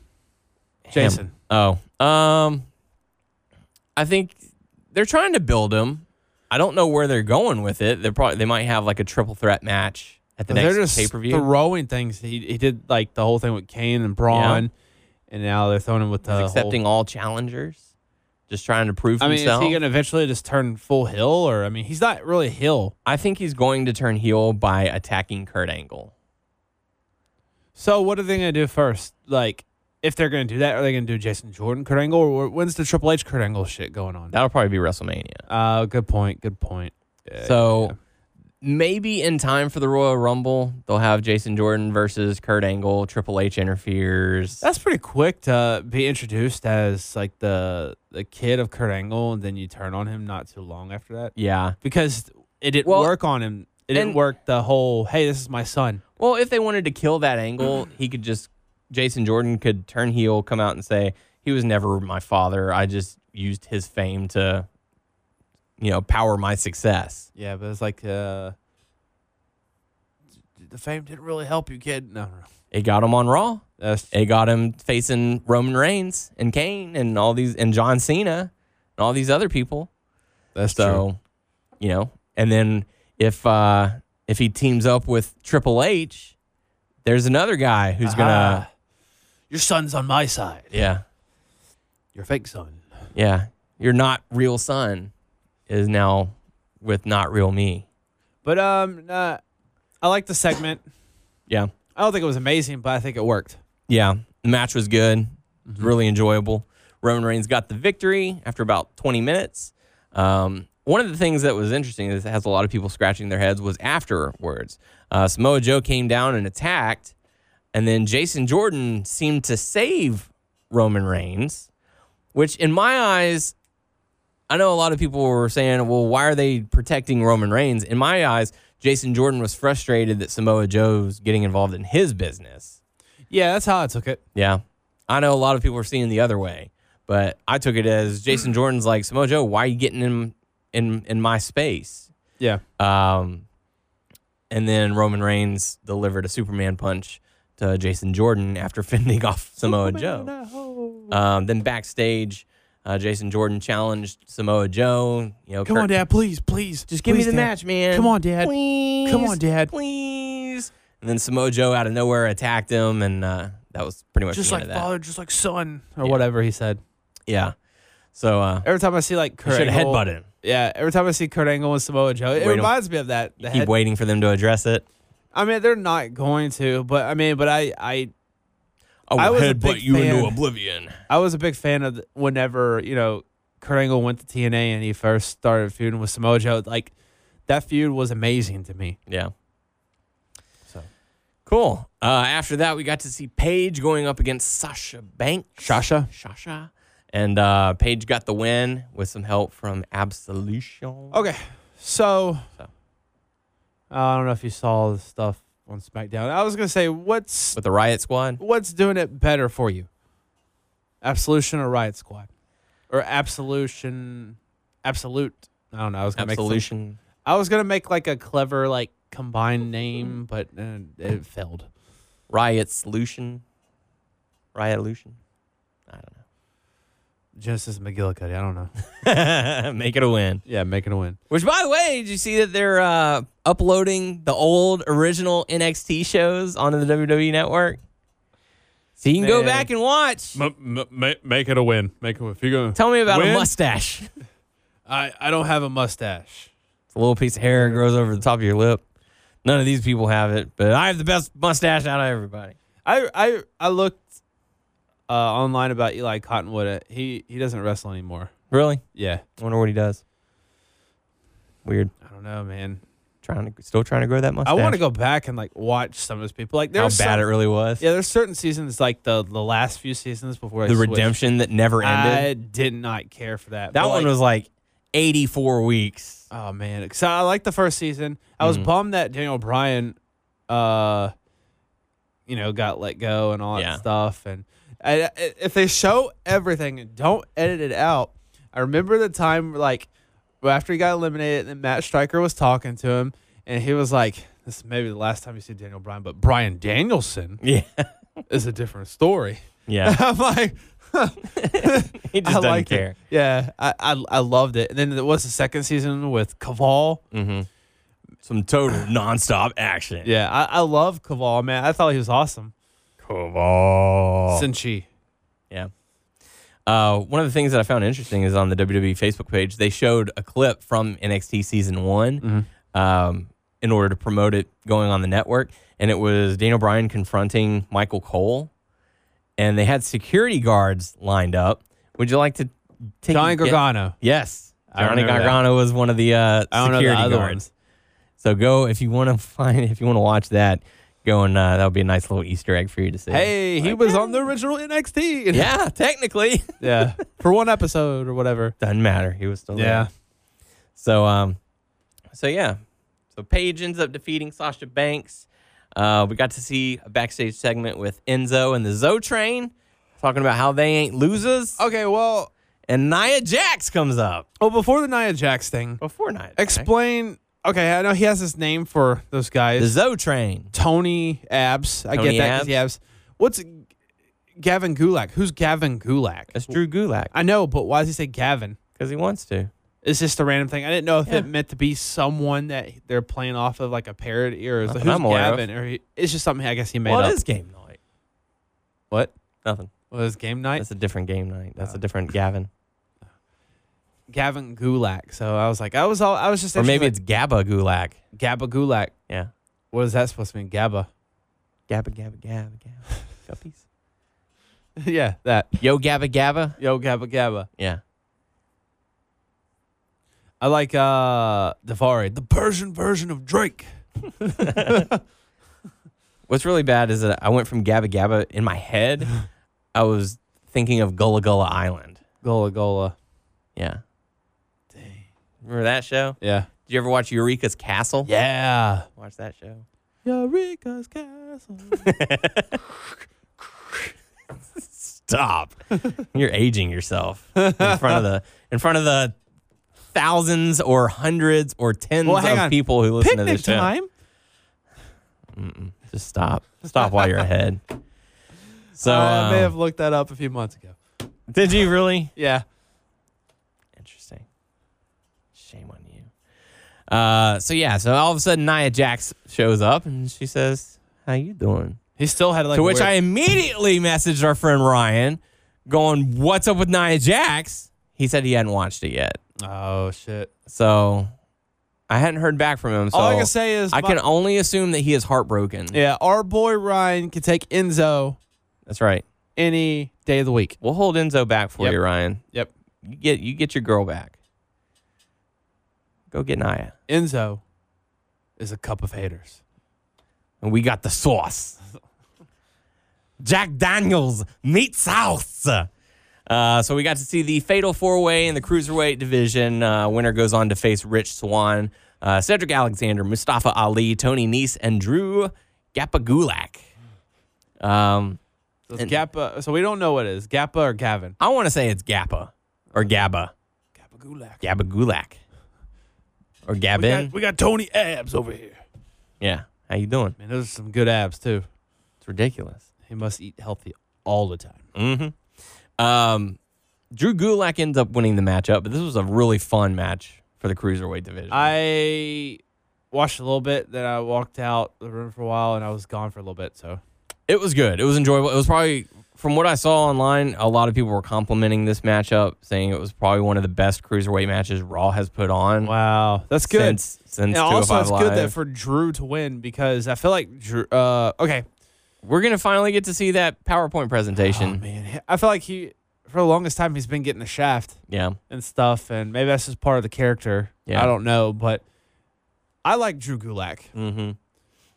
[SPEAKER 4] Jason.
[SPEAKER 3] Oh, um, I think they're trying to build him. I don't know where they're going with it. They're probably they might have like a triple threat match at the
[SPEAKER 4] they're
[SPEAKER 3] next
[SPEAKER 4] just
[SPEAKER 3] pay per view.
[SPEAKER 4] throwing things. He he did like the whole thing with Kane and Braun, and now they're throwing him with the
[SPEAKER 3] accepting all challengers, just trying to prove
[SPEAKER 4] Whole, I mean,
[SPEAKER 3] himself.
[SPEAKER 4] is he gonna eventually just turn full hill, or I mean, he's not really hill.
[SPEAKER 3] I think he's going to turn heel by attacking Kurt Angle.
[SPEAKER 4] So what are they gonna do first? Like, if they're gonna do that, are they gonna do Jason Jordan Kurt Angle, or when's the Triple H Kurt Angle shit going on?
[SPEAKER 3] That'll probably be WrestleMania.
[SPEAKER 4] Uh, good point. Good point. Yeah,
[SPEAKER 3] so maybe in time for the Royal Rumble, they'll have Jason Jordan versus Kurt Angle. Triple H interferes.
[SPEAKER 4] That's pretty quick to be introduced as like the the kid of Kurt Angle, and then you turn on him not too long after that
[SPEAKER 3] yeah.
[SPEAKER 4] because it didn't
[SPEAKER 3] Well,
[SPEAKER 4] work on him. It didn't
[SPEAKER 3] and-
[SPEAKER 4] work the whole "Hey, this is my son."
[SPEAKER 3] Well, if they wanted to kill that angle, he could just Jason Jordan could turn heel, come out and say he was never my father. I just used his fame to, you know, power my success.
[SPEAKER 4] Yeah, but it's like uh, the fame didn't really help you, kid. No, no, no.
[SPEAKER 3] It got him on Raw.
[SPEAKER 4] that's
[SPEAKER 3] It got him facing Roman Reigns and Kane and all these and John Cena and all these other people.
[SPEAKER 4] that's
[SPEAKER 3] So, you know, and then if uh if he teams up with Triple H, there's another guy who's
[SPEAKER 4] Ah.
[SPEAKER 3] gonna
[SPEAKER 4] Your son's on my side.
[SPEAKER 3] yeah.
[SPEAKER 4] Your fake son.
[SPEAKER 3] Yeah. Your not real son is now with not real me.
[SPEAKER 4] But um, nah, I like the segment.
[SPEAKER 3] Yeah.
[SPEAKER 4] I don't think it was amazing, but I think it worked.
[SPEAKER 3] Yeah. The match was good. It was really enjoyable. Roman Reigns got the victory after about 20 minutes. Um, one of the things that was interesting is it has a lot of people scratching their heads was afterwards. Uh, Samoa Joe came down and attacked, and then Jason Jordan seemed to save Roman Reigns, which in my eyes, I know a lot of people were saying, well, why are they protecting Roman Reigns? In my eyes, Jason Jordan was frustrated that Samoa Joe's getting involved in his business.
[SPEAKER 4] Yeah, that's how I took it.
[SPEAKER 3] Yeah. I know a lot of people are seeing the other way, but I took it as Jason
[SPEAKER 4] Mm.
[SPEAKER 3] Jordan's like, Samoa Joe, why are you getting in in in my space?
[SPEAKER 4] Yeah.
[SPEAKER 3] Um and then Roman Reigns delivered a Superman punch to Jason Jordan after fending off Samoa Joe. Um, then backstage, uh, Jason Jordan challenged Samoa Joe. You know,
[SPEAKER 4] Come
[SPEAKER 3] Kurt-
[SPEAKER 4] on, Dad, please, please.
[SPEAKER 3] just give me
[SPEAKER 4] please,
[SPEAKER 3] the
[SPEAKER 4] Dad.
[SPEAKER 3] match, man.
[SPEAKER 4] Come on, Dad.
[SPEAKER 3] Please.
[SPEAKER 4] Come on, Dad.
[SPEAKER 3] Please. And then Samoa Joe out of nowhere attacked him, and uh, that was pretty much
[SPEAKER 4] Just
[SPEAKER 3] the end
[SPEAKER 4] like
[SPEAKER 3] of that.
[SPEAKER 4] father, just like son, or
[SPEAKER 3] Yeah.
[SPEAKER 4] whatever he said.
[SPEAKER 3] Yeah. So uh,
[SPEAKER 4] Every time I see like
[SPEAKER 3] you
[SPEAKER 4] Kurt
[SPEAKER 3] should have
[SPEAKER 4] Angle,
[SPEAKER 3] headbutted him.
[SPEAKER 4] Yeah, every time I see Kurt Angle and Samoa Joe, it
[SPEAKER 3] Wait a-
[SPEAKER 4] reminds me of that. the
[SPEAKER 3] You keep
[SPEAKER 4] head-
[SPEAKER 3] waiting for them to address it.
[SPEAKER 4] I mean, they're not going to, but I mean, but I, I,
[SPEAKER 3] I
[SPEAKER 4] I
[SPEAKER 3] will
[SPEAKER 4] was a
[SPEAKER 3] Oh, headbutt
[SPEAKER 4] big
[SPEAKER 3] you into
[SPEAKER 4] fan.
[SPEAKER 3] oblivion.
[SPEAKER 4] I was a big fan of the- whenever you know Kurt Angle went to TNA and he first started feuding with Samoa Joe. Like that feud was amazing to me.
[SPEAKER 3] Yeah.
[SPEAKER 4] So
[SPEAKER 3] Cool. Uh, after that, we got to see Paige going up against Sasha Banks.
[SPEAKER 4] Sasha.
[SPEAKER 3] Sasha. And uh, Paige got the win with some help from Absolution.
[SPEAKER 4] okay, so,
[SPEAKER 3] So.
[SPEAKER 4] I don't know if you saw the stuff on SmackDown. I was gonna say what's
[SPEAKER 3] With the Riot Squad.
[SPEAKER 4] what's doing it better for you, Absolution or Riot Squad, or Absolution, Absolute. I don't know. I was gonna make some-
[SPEAKER 3] Absolution.
[SPEAKER 4] I was gonna make like a clever like combined name, but uh, it failed.
[SPEAKER 3] Riot Solution. Riot Lution. I
[SPEAKER 4] Genesis McGillicuddy. I don't know.
[SPEAKER 3] don't know. Make it a win.
[SPEAKER 4] Yeah, making a win.
[SPEAKER 3] Which, by the way, did you see that they're uh, uploading the old original NXT shows onto the WWE network? E So you can go
[SPEAKER 4] Man.
[SPEAKER 3] back and watch.
[SPEAKER 5] M- m- ma- make it a win. Make it. If you're gonna
[SPEAKER 3] Tell me about
[SPEAKER 5] win,
[SPEAKER 3] a mustache. It's
[SPEAKER 4] I, I don't have a mustache.
[SPEAKER 3] a little piece of hair that grows over the top of your lip. None of these people have it, but I have the best mustache out of everybody.
[SPEAKER 4] I I I looked uh, online about Eli Cottonwood. Uh, He he doesn't wrestle anymore.
[SPEAKER 3] Really?
[SPEAKER 4] Yeah.
[SPEAKER 3] I wonder what he does. Weird.
[SPEAKER 4] I don't know, man.
[SPEAKER 3] Trying to still trying to grow that mustache.
[SPEAKER 4] I want to go back and like watch some of those people. Like
[SPEAKER 3] How bad
[SPEAKER 4] there's some-
[SPEAKER 3] it really was.
[SPEAKER 4] Yeah, there's certain seasons like the the last few seasons before I
[SPEAKER 3] the
[SPEAKER 4] switched.
[SPEAKER 3] redemption that never ended.
[SPEAKER 4] I did not care for that.
[SPEAKER 3] that
[SPEAKER 4] But,
[SPEAKER 3] one
[SPEAKER 4] like,
[SPEAKER 3] was like 84 weeks.
[SPEAKER 4] Oh man, so I liked the first season. I
[SPEAKER 3] Mm-hmm.
[SPEAKER 4] was bummed that Daniel Bryan, uh, you know, got let go and all that
[SPEAKER 3] Yeah.
[SPEAKER 4] stuff. And I, I- if they show everything and don't edit it out, I remember the time like after he got eliminated, and Matt Stryker was talking to him, and he was like, "This is maybe the last time you see Daniel Bryan, but Brian Danielson
[SPEAKER 3] Yeah.
[SPEAKER 4] is a different story."
[SPEAKER 3] Yeah.
[SPEAKER 4] I'm like.
[SPEAKER 3] he just doesn't
[SPEAKER 4] liked it.
[SPEAKER 3] care.
[SPEAKER 4] Yeah, I, I I loved it. And then there was the second season with Caval.
[SPEAKER 3] Some total nonstop action.
[SPEAKER 4] Yeah, I, I love Caval, man. I thought he was awesome.
[SPEAKER 3] Caval.
[SPEAKER 4] Sinchi.
[SPEAKER 3] Yeah. Uh, one of the things that I found interesting is on the WWE Facebook page, they showed a clip from NXT season one
[SPEAKER 4] Mm-hmm.
[SPEAKER 3] um, in order to promote it going on the network. And it was Daniel Bryan confronting Michael Cole. And they had security guards lined up. Would you like to take
[SPEAKER 4] Johnny
[SPEAKER 3] get-
[SPEAKER 4] Gargano.
[SPEAKER 3] Yes.
[SPEAKER 4] don't
[SPEAKER 3] Johnny
[SPEAKER 4] remember that.
[SPEAKER 3] Gargano was one of the uh,
[SPEAKER 4] I don't know the
[SPEAKER 3] security
[SPEAKER 4] other
[SPEAKER 3] guards. So go if you want to find if you want to watch that. Go and uh, that would be a nice little Easter egg for you to see.
[SPEAKER 4] Hey, he
[SPEAKER 3] Like,
[SPEAKER 4] was
[SPEAKER 3] yeah.
[SPEAKER 4] on the original NXT.
[SPEAKER 3] Yeah, technically
[SPEAKER 4] yeah. For one episode or whatever.
[SPEAKER 3] doesn't matter. He was still there. So um, so yeah, so Paige ends up defeating Sasha Banks. Uh, we got to see a backstage segment with Enzo and the Zo Train talking about how they ain't losers.
[SPEAKER 4] Okay, well,
[SPEAKER 3] And Nia Jax comes up Oh,
[SPEAKER 4] well, before the Nia Jax thing,
[SPEAKER 3] before Nia. Jax.
[SPEAKER 4] explain. Okay, I know he has this name for those guys.
[SPEAKER 3] the Zo Train.
[SPEAKER 4] Tony Abs. I
[SPEAKER 3] Tony
[SPEAKER 4] get that. 'cause he Abs. What's Gavin Gulak? Who's Gavin Gulak?
[SPEAKER 3] That's Drew Gulak
[SPEAKER 4] I know, but why does he say Gavin?
[SPEAKER 3] because he wants to.
[SPEAKER 4] It's just a random thing. I didn't know if
[SPEAKER 3] Yeah.
[SPEAKER 4] it meant to be someone that they're playing off of, like a parody, or is
[SPEAKER 3] Not
[SPEAKER 4] like,
[SPEAKER 3] that
[SPEAKER 4] who's
[SPEAKER 3] I'm aware of.
[SPEAKER 4] Gavin, or he, it's just something I guess he made
[SPEAKER 3] Well,
[SPEAKER 4] up.
[SPEAKER 3] it is game night.
[SPEAKER 4] What
[SPEAKER 3] Nothing.
[SPEAKER 4] was game night?
[SPEAKER 3] That's a different game night. That's a different Gavin.
[SPEAKER 4] Gavin Gulak. So I was like, I was all, I was just,
[SPEAKER 3] Or maybe
[SPEAKER 4] interested,
[SPEAKER 3] it's Gabba Gulak.
[SPEAKER 4] like, Gabba Gulak.
[SPEAKER 3] Yeah.
[SPEAKER 4] What is that supposed to mean? Gabba.
[SPEAKER 3] Gabba Gabba Gabba Gabba. Guppies.
[SPEAKER 4] yeah, that.
[SPEAKER 3] Yo Gabba Gabba.
[SPEAKER 4] Yo, Gabba Gabba.
[SPEAKER 3] Yeah.
[SPEAKER 4] I like uh Davari, the Persian version of Drake.
[SPEAKER 3] What's really bad is that I went from Gabba Gabba in my head. I was thinking of Gullah Gullah Island.
[SPEAKER 4] Gola Gola.
[SPEAKER 3] Yeah. Dang. Remember that show?
[SPEAKER 4] Yeah.
[SPEAKER 3] Did you ever watch Eureka's Castle?
[SPEAKER 4] Yeah.
[SPEAKER 3] Watch that show.
[SPEAKER 4] Eureka's Castle.
[SPEAKER 3] Stop. You're aging yourself in front of the in front of the thousands or hundreds or tens
[SPEAKER 4] Well, hang
[SPEAKER 3] of
[SPEAKER 4] on.
[SPEAKER 3] people who listen to
[SPEAKER 4] Picnic
[SPEAKER 3] this show.
[SPEAKER 4] time.
[SPEAKER 3] Just stop. Stop while you're ahead. So
[SPEAKER 4] I may
[SPEAKER 3] um,
[SPEAKER 4] have looked that up a few months ago.
[SPEAKER 3] did you really?
[SPEAKER 4] Yeah.
[SPEAKER 3] Interesting. Shame on you. Uh, so yeah, so all of a sudden Nia Jax shows up and she says, "How you doing?"
[SPEAKER 4] He still had like
[SPEAKER 3] to which
[SPEAKER 4] weird-
[SPEAKER 3] I immediately messaged our friend Ryan, going, "What's up with Nia Jax?" He said he hadn't watched it yet,
[SPEAKER 4] Oh shit!
[SPEAKER 3] so I hadn't heard back from him. So
[SPEAKER 4] All I can say is
[SPEAKER 3] I
[SPEAKER 4] my-
[SPEAKER 3] can only assume that he is heartbroken.
[SPEAKER 4] Yeah, our boy Ryan can take Enzo
[SPEAKER 3] that's right.
[SPEAKER 4] any day of the week.
[SPEAKER 3] We'll hold Enzo back for
[SPEAKER 4] Yep.
[SPEAKER 3] you, Ryan.
[SPEAKER 4] Yep,
[SPEAKER 3] You get you get your girl back. Go get Nia,
[SPEAKER 4] Enzo is a cup of haters.
[SPEAKER 3] and we got the sauce. Jack Daniels meat sauce. Uh, so we got to see the fatal four way in the cruiserweight division. Uh, winner goes on to face Rich Swan, uh, Cedric Alexander, Mustafa Ali, Tony Nese, and Drew Gapagulak. Um,
[SPEAKER 4] So it's Gappa. So we don't know what it is Gappa or Gavin.
[SPEAKER 3] I want to say it's Gappa or Gabba,
[SPEAKER 4] Gappa Gulak.
[SPEAKER 3] Gabagulak or Gabin.
[SPEAKER 4] We got Tony abs over here.
[SPEAKER 3] yeah, how you doing?
[SPEAKER 4] Man, those are some good abs too.
[SPEAKER 3] It's ridiculous.
[SPEAKER 4] He must eat healthy all the time.
[SPEAKER 3] Um, Drew Gulak ends up winning the matchup, but this was a really fun match for the cruiserweight division.
[SPEAKER 4] I watched a little bit, then I walked out the room for a while, and I was gone for a little bit. So
[SPEAKER 3] It was good. It was enjoyable. It was probably, from what I saw online, a lot of people were complimenting this matchup, saying it was probably one of the best cruiserweight matches Raw has put on.
[SPEAKER 4] Wow, that's good.
[SPEAKER 3] Since, since
[SPEAKER 4] and also,
[SPEAKER 3] 205
[SPEAKER 4] it's good that
[SPEAKER 3] Live.
[SPEAKER 4] for Drew to win because I feel like Drew. Uh, okay, Oh,
[SPEAKER 3] we're gonna finally get to see that PowerPoint presentation.
[SPEAKER 4] man, I feel like he for the longest time he's been getting the shaft
[SPEAKER 3] yeah,
[SPEAKER 4] and stuff, and maybe that's just part of the character.
[SPEAKER 3] Yeah.
[SPEAKER 4] I don't know, but I like Drew Gulak.
[SPEAKER 3] mm-hmm.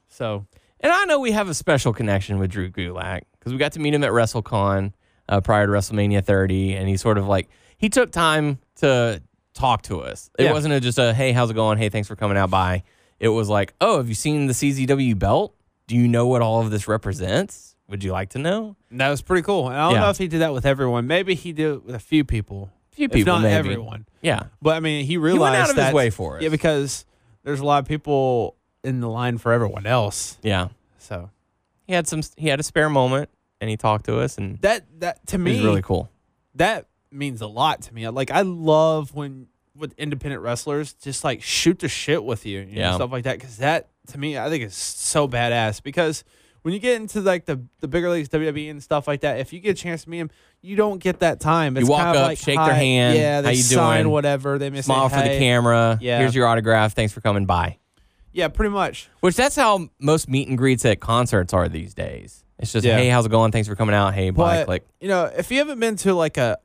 [SPEAKER 4] So
[SPEAKER 3] and I know we have a special connection with Drew Gulak because we got to meet him at WrestleCon uh, prior to WrestleMania 30, and he sort of like he took time to talk to us. It
[SPEAKER 4] Yeah.
[SPEAKER 3] wasn't a, just a hey, how's it going? Hey, thanks for coming out. Bye. It was like, oh, have you seen the CZW belt? Do you know what all of this represents? Would you like to know?
[SPEAKER 4] that was pretty cool. And I don't
[SPEAKER 3] Yeah.
[SPEAKER 4] know if he did that with everyone. Maybe he did it with a few people.
[SPEAKER 3] A few
[SPEAKER 4] if
[SPEAKER 3] people,
[SPEAKER 4] not
[SPEAKER 3] maybe.
[SPEAKER 4] everyone.
[SPEAKER 3] Yeah,
[SPEAKER 4] But I mean, he
[SPEAKER 3] he
[SPEAKER 4] realized
[SPEAKER 3] went out of
[SPEAKER 4] that
[SPEAKER 3] his way for it.
[SPEAKER 4] yeah, because there's a lot of people in the line for everyone else.
[SPEAKER 3] yeah,
[SPEAKER 4] So
[SPEAKER 3] he had some. He had a spare moment, and he talked to us, and
[SPEAKER 4] that that to
[SPEAKER 3] it
[SPEAKER 4] me
[SPEAKER 3] was really cool.
[SPEAKER 4] that means a lot to me. Like I love when with independent wrestlers just like shoot the shit with you, you know,
[SPEAKER 3] Yeah.
[SPEAKER 4] stuff like that. Because that to me, I think is so badass. Because when you get into like the the bigger leagues, WWE and stuff like that, if you get a chance to meet them, you don't get that time. It's
[SPEAKER 3] walk
[SPEAKER 4] kind of
[SPEAKER 3] up,
[SPEAKER 4] like,
[SPEAKER 3] shake their
[SPEAKER 4] hi,
[SPEAKER 3] hand,
[SPEAKER 4] yeah, they
[SPEAKER 3] how you
[SPEAKER 4] sign
[SPEAKER 3] doing?
[SPEAKER 4] whatever. They may say,
[SPEAKER 3] Smile for the
[SPEAKER 4] "Hey."
[SPEAKER 3] camera.
[SPEAKER 4] Yeah.
[SPEAKER 3] Here's your autograph. Thanks for coming by.
[SPEAKER 4] Yeah, pretty much.
[SPEAKER 3] Which that's how most meet and greets at concerts are these days. It's just,
[SPEAKER 4] Yeah.
[SPEAKER 3] hey, how's it going? Thanks for coming out. Hey, bye.
[SPEAKER 4] But,
[SPEAKER 3] Click.
[SPEAKER 4] You know, if you haven't been to like a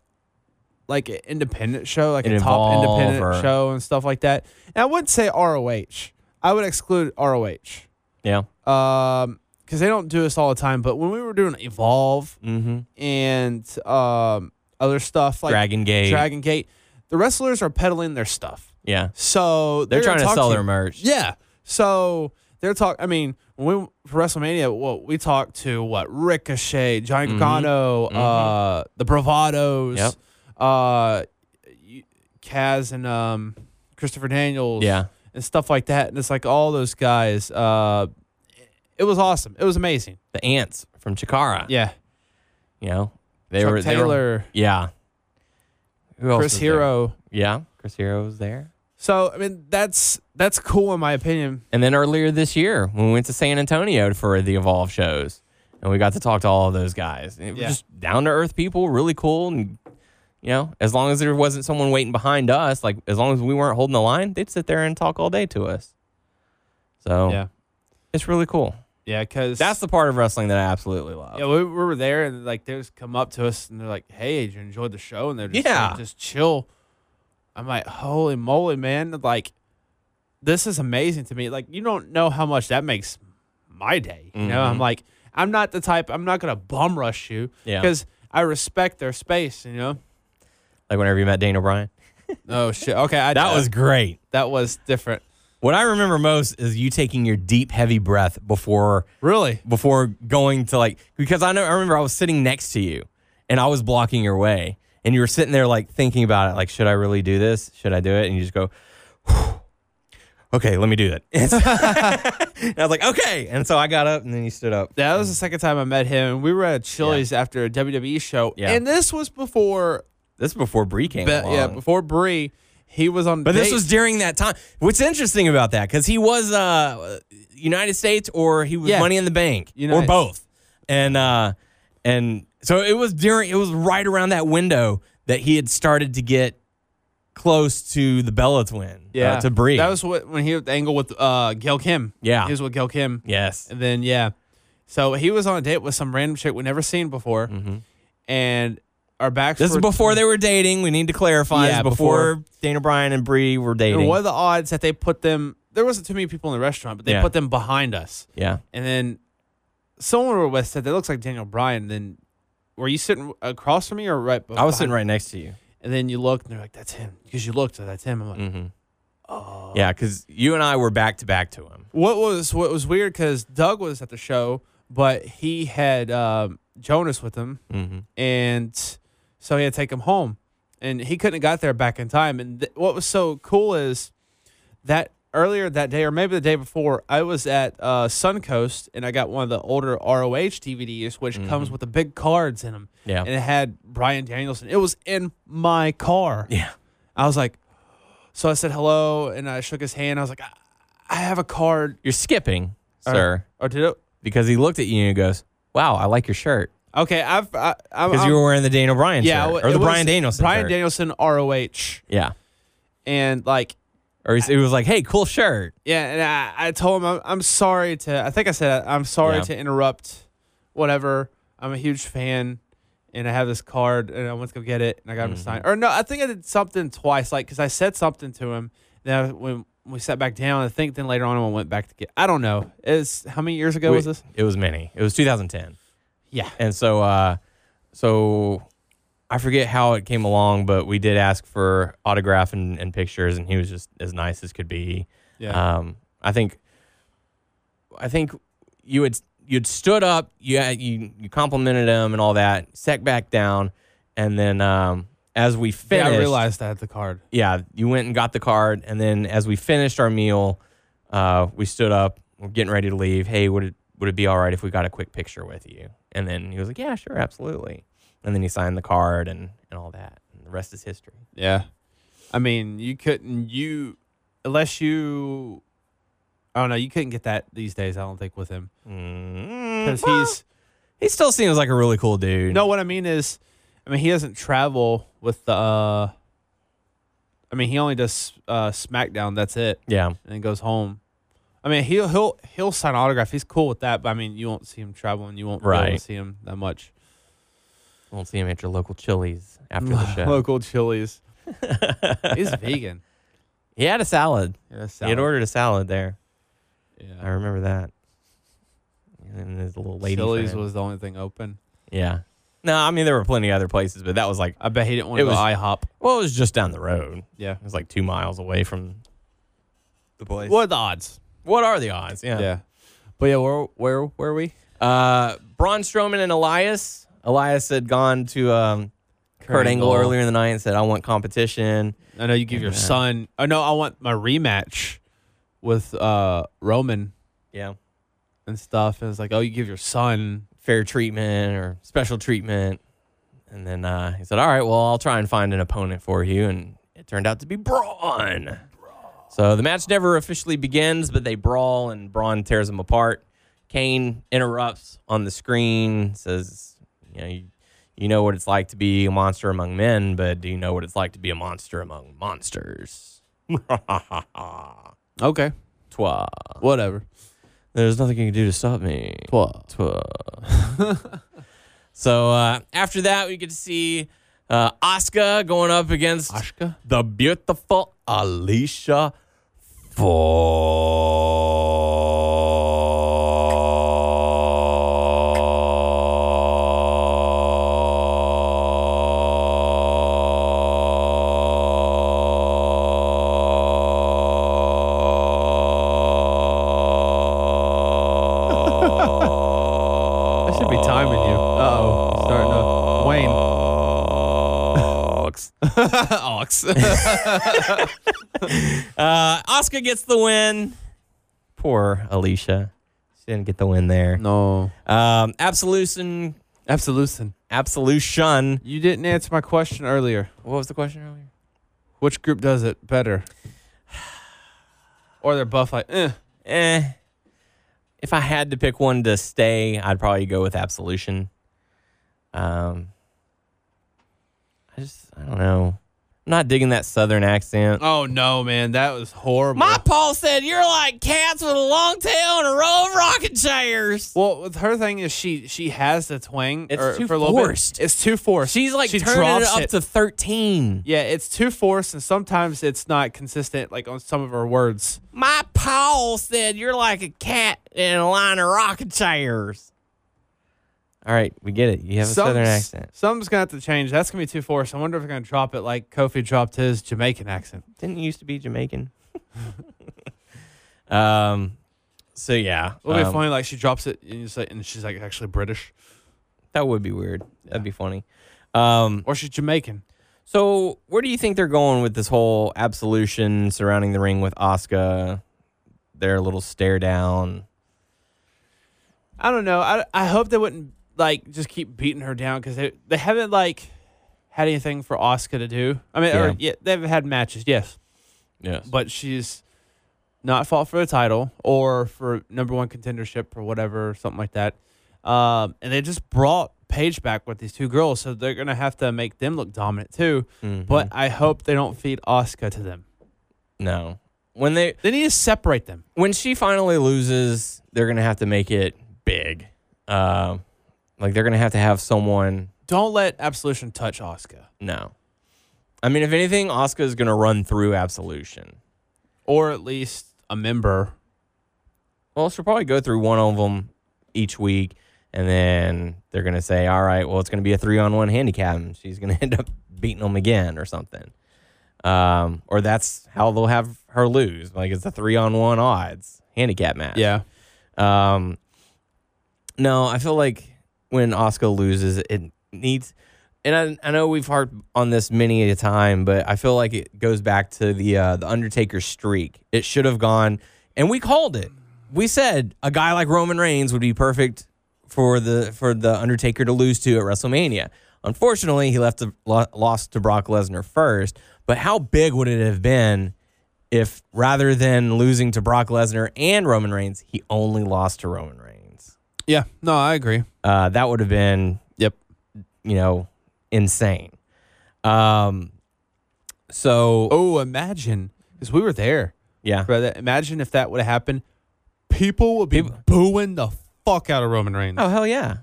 [SPEAKER 4] like an independent show, like
[SPEAKER 3] An
[SPEAKER 4] a top
[SPEAKER 3] Evolve
[SPEAKER 4] independent
[SPEAKER 3] or-
[SPEAKER 4] show and stuff like that, and I wouldn't say ROH. I would exclude ROH.
[SPEAKER 3] Yeah.
[SPEAKER 4] um because they don't do this all the time but when we were doing evolve
[SPEAKER 3] Mm-hmm.
[SPEAKER 4] and um other stuff like
[SPEAKER 3] Dragon Gate.
[SPEAKER 4] Dragon Gate, the wrestlers are peddling their stuff
[SPEAKER 3] Yeah.
[SPEAKER 4] so
[SPEAKER 3] They're, trying to
[SPEAKER 4] talk
[SPEAKER 3] sell
[SPEAKER 4] you.
[SPEAKER 3] their merch.
[SPEAKER 4] yeah so they're talk i mean when we for wrestlemania what we talked to what ricochet Johnny Gargano, uh the
[SPEAKER 3] Mm-hmm.
[SPEAKER 4] bravados
[SPEAKER 3] Yep.
[SPEAKER 4] uh you- kaz and um christopher daniels
[SPEAKER 3] Yeah.
[SPEAKER 4] and stuff like that. And it's like all those guys. Uh, it was awesome. It was amazing.
[SPEAKER 3] The ants from Chikara.
[SPEAKER 4] Yeah,
[SPEAKER 3] You know, they
[SPEAKER 4] Chuck
[SPEAKER 3] were. they were-
[SPEAKER 4] Taylor,
[SPEAKER 3] yeah. Who else
[SPEAKER 4] Chris
[SPEAKER 3] was there?
[SPEAKER 4] Hero.
[SPEAKER 3] Yeah. Chris Hero was there.
[SPEAKER 4] So I mean, that's that's cool in my opinion.
[SPEAKER 3] And then earlier this year, when we went to San Antonio for the Evolve shows, and we got to talk to all of those guys. And It was
[SPEAKER 4] Yeah.
[SPEAKER 3] just down to earth people, really cool. And, you know, as long as there wasn't someone waiting behind us, like as long as we weren't holding the line, they'd sit there and talk all day to us. So
[SPEAKER 4] Yeah,
[SPEAKER 3] it's really cool.
[SPEAKER 4] yeah, because
[SPEAKER 3] Oh. That's the part of wrestling that I absolutely love.
[SPEAKER 4] yeah. We, we were there, and like they just come up to us, and they're like, "Hey, did you enjoy the show?" And they're just like,
[SPEAKER 3] Yeah.
[SPEAKER 4] just chill. I'm like, holy moly, man! Like, this is amazing to me. Like, you don't know how much that makes my day. You know, I'm like, I'm not the type. I'm not gonna bum rush you.
[SPEAKER 3] Mm-hmm. Yeah.
[SPEAKER 4] Because I respect their space. You know.
[SPEAKER 3] Like whenever you met Dane O'Brien,
[SPEAKER 4] Oh shit. Okay. I,
[SPEAKER 3] that was great.
[SPEAKER 4] that was different.
[SPEAKER 3] What I remember most is you taking your deep, heavy breath before
[SPEAKER 4] Really.
[SPEAKER 3] before going to like because I know I remember I was sitting next to you and I was blocking your way and you were sitting there like thinking about it like should I really do this should I do it and you just go okay let me do that and I was like okay and so I got up and then you stood up
[SPEAKER 4] That was the second time I met him. We were at a Chili's after a WWE show,
[SPEAKER 3] Yeah.
[SPEAKER 4] and this was before.
[SPEAKER 3] this is before Bree came
[SPEAKER 4] Be-
[SPEAKER 3] along
[SPEAKER 4] yeah, before Bree, he was on.
[SPEAKER 3] but this
[SPEAKER 4] dates.
[SPEAKER 3] was uh, during that time what's interesting about that because he was uh United States or he was
[SPEAKER 4] Yeah.
[SPEAKER 3] Money in the Bank or
[SPEAKER 4] United-
[SPEAKER 3] both and uh and so it was during it was right around that window that he had started to get close to the Bella twin.
[SPEAKER 4] yeah
[SPEAKER 3] uh, to Bree.
[SPEAKER 4] That was what, when he was the angle with uh, Gail Kim.
[SPEAKER 3] Yeah.
[SPEAKER 4] he was with Gail Kim,
[SPEAKER 3] yes.
[SPEAKER 4] and then yeah, so he was on a date with some random chick we never seen before, and our backs.
[SPEAKER 3] Mm-hmm. This is
[SPEAKER 4] were-
[SPEAKER 3] before they were dating. We need to clarify.
[SPEAKER 4] Yeah,
[SPEAKER 3] this is before, Dana Bryan and Bree were dating.
[SPEAKER 4] And what are the odds that they put them? There wasn't too many people in the restaurant, but they
[SPEAKER 3] Yeah.
[SPEAKER 4] put them behind us.
[SPEAKER 3] Yeah.
[SPEAKER 4] And then someone over with said that looks like Daniel Bryan. Then were you sitting across from me or right?
[SPEAKER 3] I was sitting right next to you.
[SPEAKER 4] And then you looked and they're like, "That's him," because you looked, so that's him. I'm like,
[SPEAKER 3] Yeah, because you and I were back to back to him.
[SPEAKER 4] what was what was weird? Because Doug was at the show, but he had um, Jonas with him,
[SPEAKER 3] Mm-hmm.
[SPEAKER 4] and so he had to take him home, and he couldn't have got there back in time. And th- what was so cool is that earlier that day, or maybe the day before, I was at uh, Suncoast and I got one of the older ROH DVDs, which comes with the big cards in them.
[SPEAKER 3] Mm-hmm. Yeah.
[SPEAKER 4] And it had Brian Danielson. It was in my car.
[SPEAKER 3] Yeah.
[SPEAKER 4] I was like, so I said hello and I shook his hand. I was like, I, I have a card,
[SPEAKER 3] You're skipping, sir,
[SPEAKER 4] Or Uh, oh, did it?
[SPEAKER 3] because he looked at you and goes, wow, I like your shirt.
[SPEAKER 4] Okay, I've I, I'm,
[SPEAKER 3] Because
[SPEAKER 4] I'm-
[SPEAKER 3] you were wearing the Daniel Bryan
[SPEAKER 4] Uh-huh. yeah,
[SPEAKER 3] shirt.
[SPEAKER 4] it
[SPEAKER 3] Or the
[SPEAKER 4] was
[SPEAKER 3] Brian Danielson
[SPEAKER 4] Brian
[SPEAKER 3] shirt.
[SPEAKER 4] Danielson ROH,
[SPEAKER 3] yeah.
[SPEAKER 4] and like
[SPEAKER 3] Or it was like, hey, cool shirt.
[SPEAKER 4] yeah, and I, I told him I'm, I'm sorry to I think I said I'm sorry
[SPEAKER 3] Yeah.
[SPEAKER 4] to interrupt, whatever. I'm a huge fan, and I have this card, and I went to go get it, and I got him to
[SPEAKER 3] Mm-hmm.
[SPEAKER 4] sign. Or no, I think I did something twice, like because I said something to him. Then I- when we sat back down, I think then later on I went back to get. I don't know. Is how many years ago
[SPEAKER 3] We-
[SPEAKER 4] was this?
[SPEAKER 3] It was many. It was 2010.
[SPEAKER 4] Yeah.
[SPEAKER 3] And so, uh, so I forget how it came along, but we did ask for autograph and, and pictures, and he was just as nice as could be.
[SPEAKER 4] Yeah.
[SPEAKER 3] Um, I think, I think you had you'd stood up, you had, you you complimented him and all that, sat back down, and then um, as we
[SPEAKER 4] Yeah,
[SPEAKER 3] finished,
[SPEAKER 4] I realized I had the card.
[SPEAKER 3] yeah, you went and got the card, and then as we finished our meal, uh, we stood up, we're getting ready to leave. Hey, would it would it be all right if we got a quick picture with you? And then he was like, Yeah, sure, absolutely. And then he signed the card and and all that. And the rest is history.
[SPEAKER 4] Yeah. I mean, you couldn't you unless you I don't know, you couldn't get that these days, I don't think with him.
[SPEAKER 3] Mm,
[SPEAKER 4] Cuz
[SPEAKER 3] well,
[SPEAKER 4] he's
[SPEAKER 3] he still seems like a really cool dude.
[SPEAKER 4] No, what I mean is I mean, he doesn't travel with the uh I mean, he only does uh SmackDown, that's it,
[SPEAKER 3] yeah,
[SPEAKER 4] and then goes home. I mean, he'll he'll he'll sign autograph. He's cool with that, but I mean, you won't see him traveling. You won't be able to
[SPEAKER 3] Right.
[SPEAKER 4] see him that much.
[SPEAKER 3] won't see him at your local Chili's after the show.
[SPEAKER 4] Local Chili's. He's vegan.
[SPEAKER 3] he had a salad.
[SPEAKER 4] Yeah,
[SPEAKER 3] He had
[SPEAKER 4] salad.
[SPEAKER 3] ordered a salad there. I
[SPEAKER 4] Yeah.
[SPEAKER 3] remember that. And his little lady
[SPEAKER 4] Chili's
[SPEAKER 3] friend.
[SPEAKER 4] was the only thing open.
[SPEAKER 3] yeah. No, I mean there were plenty of other places, but that was like
[SPEAKER 4] I bet he didn't want
[SPEAKER 3] It
[SPEAKER 4] to go
[SPEAKER 3] was-
[SPEAKER 4] IHOP.
[SPEAKER 3] Well, it was just down the road.
[SPEAKER 4] Yeah.
[SPEAKER 3] It was like two miles away from the place.
[SPEAKER 4] What are the odds?
[SPEAKER 3] What are the odds? Yeah.
[SPEAKER 4] But yeah, where where were we?
[SPEAKER 3] Uh, Braun Strowman and Elias. Elias had gone to um, Kurt Angle earlier in the night and said, "I want competition."
[SPEAKER 4] I know you give your son. Oh no, I want my rematch with uh Roman
[SPEAKER 3] Yeah.
[SPEAKER 4] and stuff. And it's like, oh, you give your son.
[SPEAKER 3] Fair treatment or special treatment. And then uh, he said, "All right, well, I'll try and find an opponent for you." And it turned out to be Braun. So the match never officially begins, but they brawl and Braun tears them apart. Kane interrupts on the screen, says, "You know, you, you know what it's like to be a monster among men, but do you know what it's like to be a monster among monsters?"
[SPEAKER 4] Okay,
[SPEAKER 3] Twa.
[SPEAKER 4] whatever.
[SPEAKER 3] There's nothing you can do to stop me.
[SPEAKER 4] Well,
[SPEAKER 3] Twa. so uh, after that, we get to see uh, Asuka going up against
[SPEAKER 4] Asuka?
[SPEAKER 3] the beautiful Alicia
[SPEAKER 4] I should be timing you. Uh oh, starting to Wayne.
[SPEAKER 3] Fox.
[SPEAKER 4] Ox.
[SPEAKER 3] Uh, Oscar gets the win. Poor Alicia. She didn't get the win there.
[SPEAKER 4] no,
[SPEAKER 3] Um, absolution.
[SPEAKER 4] Absolution.
[SPEAKER 3] Absolution.
[SPEAKER 4] You didn't answer my question earlier.
[SPEAKER 3] What was the question earlier?
[SPEAKER 4] Which group does it better? Or they're both like, eh.
[SPEAKER 3] Eh. If I had to pick one to stay, I'd probably go with Absolution. Um, I just, I don't know. I'm not digging that southern accent.
[SPEAKER 4] Oh no, man, that was horrible.
[SPEAKER 3] My Paul said, You're like cats with a long tail and a row of rocking chairs.
[SPEAKER 4] Well, with her thing is she she has the twang.
[SPEAKER 3] It's
[SPEAKER 4] or,
[SPEAKER 3] too
[SPEAKER 4] for a little bit.
[SPEAKER 3] forced.
[SPEAKER 4] It's too forced.
[SPEAKER 3] She's like
[SPEAKER 4] She
[SPEAKER 3] turning it
[SPEAKER 4] drops
[SPEAKER 3] up to 13.
[SPEAKER 4] yeah, it's too forced, and sometimes it's not consistent, like on some of her words.
[SPEAKER 3] My Paul said you're like a cat in a line of rocking chairs. All right, we get it. You have a southern
[SPEAKER 4] Something's-
[SPEAKER 3] accent.
[SPEAKER 4] Something's gonna have to change. That's gonna be too forced. I wonder if they're gonna drop it like Kofi dropped his Jamaican accent.
[SPEAKER 3] Didn't you used to be Jamaican? um, so yeah,
[SPEAKER 4] It'll be
[SPEAKER 3] um,
[SPEAKER 4] funny, like she drops it, and you say, and she's like actually British,
[SPEAKER 3] that would be weird. That'd be funny. Um,
[SPEAKER 4] or she's Jamaican.
[SPEAKER 3] so where do you think they're going with this whole absolution surrounding the ring with Oscar? Their little stare down.
[SPEAKER 4] I don't know. I, I hope they wouldn't like just keep beating her down because they they haven't like had anything for Oscar to do. I mean,
[SPEAKER 3] Yeah.
[SPEAKER 4] or, yeah, they've had matches, yes,
[SPEAKER 3] Yes.
[SPEAKER 4] but she's not fought for a title or for number one contendership or whatever, something like that. Um, and they just brought Paige back with these two girls, so they're gonna have to make them look dominant too. But I hope they don't feed Oscar to them.
[SPEAKER 3] No. When they
[SPEAKER 4] They need to separate them.
[SPEAKER 3] when she finally loses, they're gonna have to make it big. Uh, like they're gonna have to have someone.
[SPEAKER 4] Don't let Absolution touch Oscar
[SPEAKER 3] No, I mean, if anything, Oscar is gonna run through Absolution.
[SPEAKER 4] or at least a member.
[SPEAKER 3] Well, she'll probably go through one of them each week, and then they're gonna say, "All right, well, it's gonna be a three-on-one handicap." And she's gonna end up beating them again or something. Um, or that's how they'll have her lose. Like it's a three-on-one odds handicap match.
[SPEAKER 4] Yeah.
[SPEAKER 3] Um, no, I feel like when Oscar loses, it needs, and I, I know we've harped on this many a time, but I feel like it goes back to the uh, the Undertaker streak. It should have gone, and we called it. We said a guy like Roman Reigns would be perfect for the for the Undertaker to lose to at WrestleMania. Unfortunately, he left the, lo- lost to Brock Lesnar first. But how big would it have been if rather than losing to Brock Lesnar and Roman Reigns, he only lost to Roman Reigns.
[SPEAKER 4] Yeah. No, I agree.
[SPEAKER 3] Uh, that would have been,
[SPEAKER 4] Yep.
[SPEAKER 3] you know, insane. Um, so
[SPEAKER 4] Oh, imagine because we were there.
[SPEAKER 3] yeah,
[SPEAKER 4] Brother, imagine if that would have happened. People would be booing the fuck out of Roman Reigns.
[SPEAKER 3] oh hell yeah,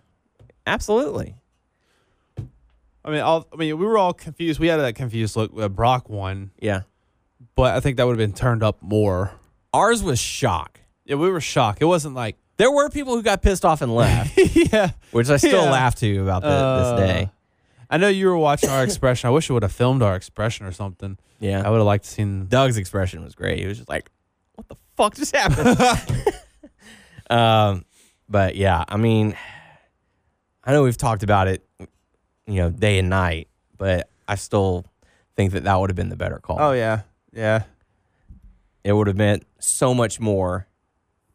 [SPEAKER 3] absolutely.
[SPEAKER 4] I mean, all, I mean, we were all confused. We had that confused look. Uh, Brock won,
[SPEAKER 3] Yeah,
[SPEAKER 4] but I think that would have been turned up more.
[SPEAKER 3] ours was shock.
[SPEAKER 4] Yeah, we were shocked. It wasn't like,
[SPEAKER 3] There were people who got pissed off and left,
[SPEAKER 4] yeah.
[SPEAKER 3] which I still
[SPEAKER 4] Yeah.
[SPEAKER 3] laugh to about the,
[SPEAKER 4] Uh,
[SPEAKER 3] this day.
[SPEAKER 4] I know you were watching our expression. I wish you would have filmed our expression or something.
[SPEAKER 3] Yeah,
[SPEAKER 4] I would have liked to seen.
[SPEAKER 3] Doug's expression was great. He was just like, "What the fuck just happened?" um, but yeah, I mean, I know we've talked about it, you know, day and night, but I still think that that would have been the better call.
[SPEAKER 4] Oh, yeah, yeah.
[SPEAKER 3] It would have meant so much more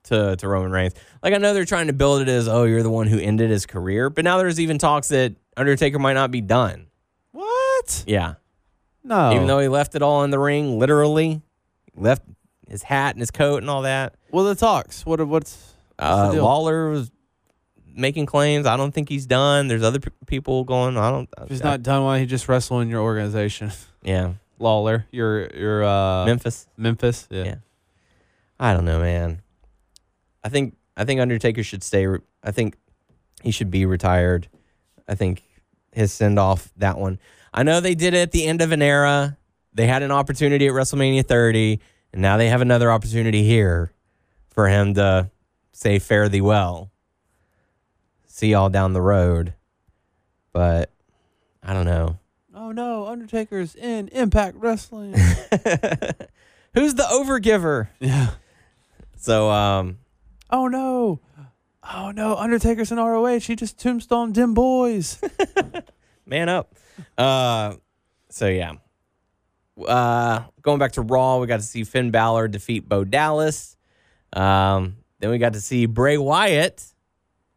[SPEAKER 3] to to Roman Reigns. Like I know they're trying to build it as, "Oh, you're the one who ended his career," but now there's even talks that Undertaker might not be done.
[SPEAKER 4] What?
[SPEAKER 3] Yeah.
[SPEAKER 4] No.
[SPEAKER 3] Even though he left it all in the ring, literally, left his hat and his coat and all that.
[SPEAKER 4] well, the talks. What? What's?
[SPEAKER 3] Uh,
[SPEAKER 4] deal?
[SPEAKER 3] Lawler was making claims. I don't think he's done. There's other p- people going. I don't.
[SPEAKER 4] If he's
[SPEAKER 3] I-
[SPEAKER 4] not done, why he just wrestle in your organization,
[SPEAKER 3] Yeah,
[SPEAKER 4] Lawler? Your your uh,
[SPEAKER 3] Memphis.
[SPEAKER 4] Memphis.
[SPEAKER 3] Yeah. I don't know, man. I think I think Undertaker should stay. re- I think he should be retired. I think his send off that one. I know they did it at the end of an era. They had an opportunity at WrestleMania 30, and now they have another opportunity here for him to say fare thee well. See y'all down the road. But I don't know.
[SPEAKER 4] Oh no, Undertaker's in Impact Wrestling.
[SPEAKER 3] Who's the overgiver?
[SPEAKER 4] yeah.
[SPEAKER 3] So um
[SPEAKER 4] Oh no. Oh no, Undertaker's in ROH. He just tombstone dim boys.
[SPEAKER 3] man up. Uh, so yeah. Uh, going back to Raw, we got to see Finn Balor defeat Bo Dallas. Um, then we got to see Bray Wyatt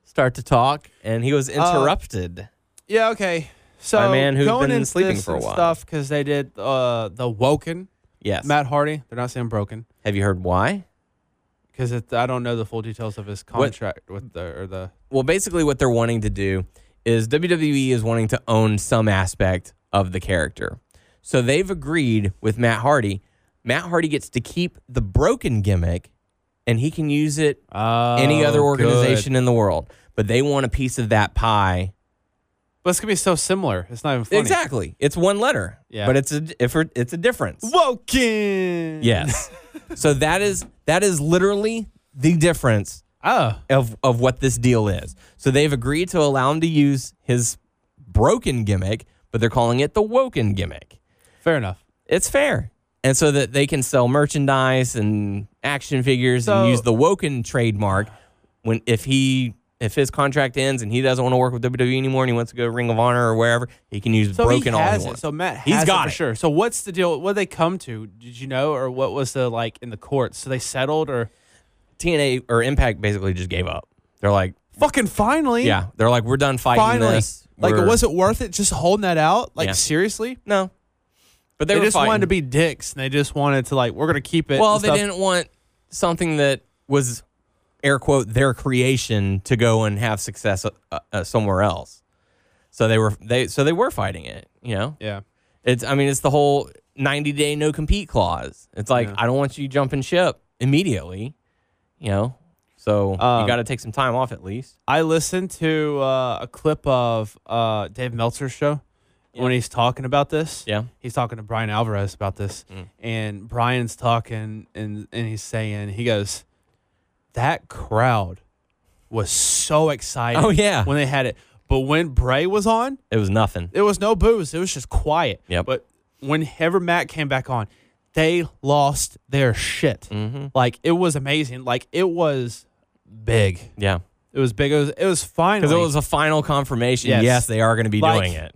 [SPEAKER 3] start to talk, and he was interrupted.
[SPEAKER 4] yeah, okay. So
[SPEAKER 3] By a man who's
[SPEAKER 4] going
[SPEAKER 3] been
[SPEAKER 4] into
[SPEAKER 3] sleeping
[SPEAKER 4] this
[SPEAKER 3] for a
[SPEAKER 4] and
[SPEAKER 3] while.
[SPEAKER 4] stuff because they did uh, the Woken
[SPEAKER 3] yes.
[SPEAKER 4] Matt Hardy. They're not saying broken
[SPEAKER 3] Have you heard why?
[SPEAKER 4] because I don't know the full details of his contract with the or the
[SPEAKER 3] Well, basically, what they're wanting to do is WWE is wanting to own some aspect of the character. So they've agreed with Matt Hardy. Matt Hardy gets to keep the broken gimmick, and he can use it any
[SPEAKER 4] Oh,
[SPEAKER 3] other organization in the world, but they want a piece of that pie.
[SPEAKER 4] But it's gonna be so similar. It's not even funny.
[SPEAKER 3] Exactly. It's one letter.
[SPEAKER 4] Yeah.
[SPEAKER 3] But it's a if it- it's a difference.
[SPEAKER 4] Woken.
[SPEAKER 3] Yes. so that is that is literally the difference
[SPEAKER 4] Oh.
[SPEAKER 3] of of what this deal is. So they've agreed to allow him to use his broken gimmick, but they're calling it the woken gimmick.
[SPEAKER 4] Fair enough.
[SPEAKER 3] It's fair. And so that they can sell merchandise and action figures
[SPEAKER 4] So-
[SPEAKER 3] and use the Woken trademark when if he if his contract ends and he doesn't want to work with WWE anymore and he wants to go to Ring of Honor or wherever, he can use
[SPEAKER 4] So
[SPEAKER 3] Broken all
[SPEAKER 4] he
[SPEAKER 3] he
[SPEAKER 4] has it.
[SPEAKER 3] wants.
[SPEAKER 4] So Matt has
[SPEAKER 3] He's got
[SPEAKER 4] it for
[SPEAKER 3] it.
[SPEAKER 4] sure. So what's the deal? What did they come to? Did you know, or what was the like in the courts? So they settled, or
[SPEAKER 3] TNA or Impact basically just gave up. They're like,
[SPEAKER 4] fucking finally,
[SPEAKER 3] yeah, they're like, we're done fighting
[SPEAKER 4] finally.
[SPEAKER 3] this.
[SPEAKER 4] Like
[SPEAKER 3] We're-
[SPEAKER 4] it wasn't worth it just holding that out. Like
[SPEAKER 3] Yeah.
[SPEAKER 4] seriously,
[SPEAKER 3] no, but they,
[SPEAKER 4] they,
[SPEAKER 3] were
[SPEAKER 4] just wanted
[SPEAKER 3] fighting.
[SPEAKER 4] to be dicks, and they just wanted to like we're gonna keep it.
[SPEAKER 3] Well,
[SPEAKER 4] and
[SPEAKER 3] they
[SPEAKER 4] stuff.
[SPEAKER 3] didn't want something that was air quote their creation to go and have success uh, uh, somewhere else. So they were they so they were fighting it. You know,
[SPEAKER 4] Yeah.
[SPEAKER 3] it's I mean it's the whole ninety day no compete clause. It's like
[SPEAKER 4] Yeah.
[SPEAKER 3] I don't want you jumping ship immediately. You know, so you
[SPEAKER 4] Um,
[SPEAKER 3] got to take some time off at least.
[SPEAKER 4] I listened to uh, a clip of uh, Dave Meltzer's show when he's talking about this.
[SPEAKER 3] Yeah. Mm.
[SPEAKER 4] He's talking to Brian Alvarez about this. And Brian's talking and, and he's saying, he goes, that crowd was so excited
[SPEAKER 3] Oh, yeah.
[SPEAKER 4] when they had it. But when Bray was on,
[SPEAKER 3] It was nothing.
[SPEAKER 4] there was no booze. It was just quiet.
[SPEAKER 3] Yep.
[SPEAKER 4] But whenever Matt came back on, they lost their shit.
[SPEAKER 3] Mm-hmm.
[SPEAKER 4] Like it was amazing. Like it was big.
[SPEAKER 3] Yeah.
[SPEAKER 4] It was big. It was, it was fine.
[SPEAKER 3] Because it was a final confirmation. Yes,
[SPEAKER 4] Yes.
[SPEAKER 3] they are going to be
[SPEAKER 4] Like-
[SPEAKER 3] doing it.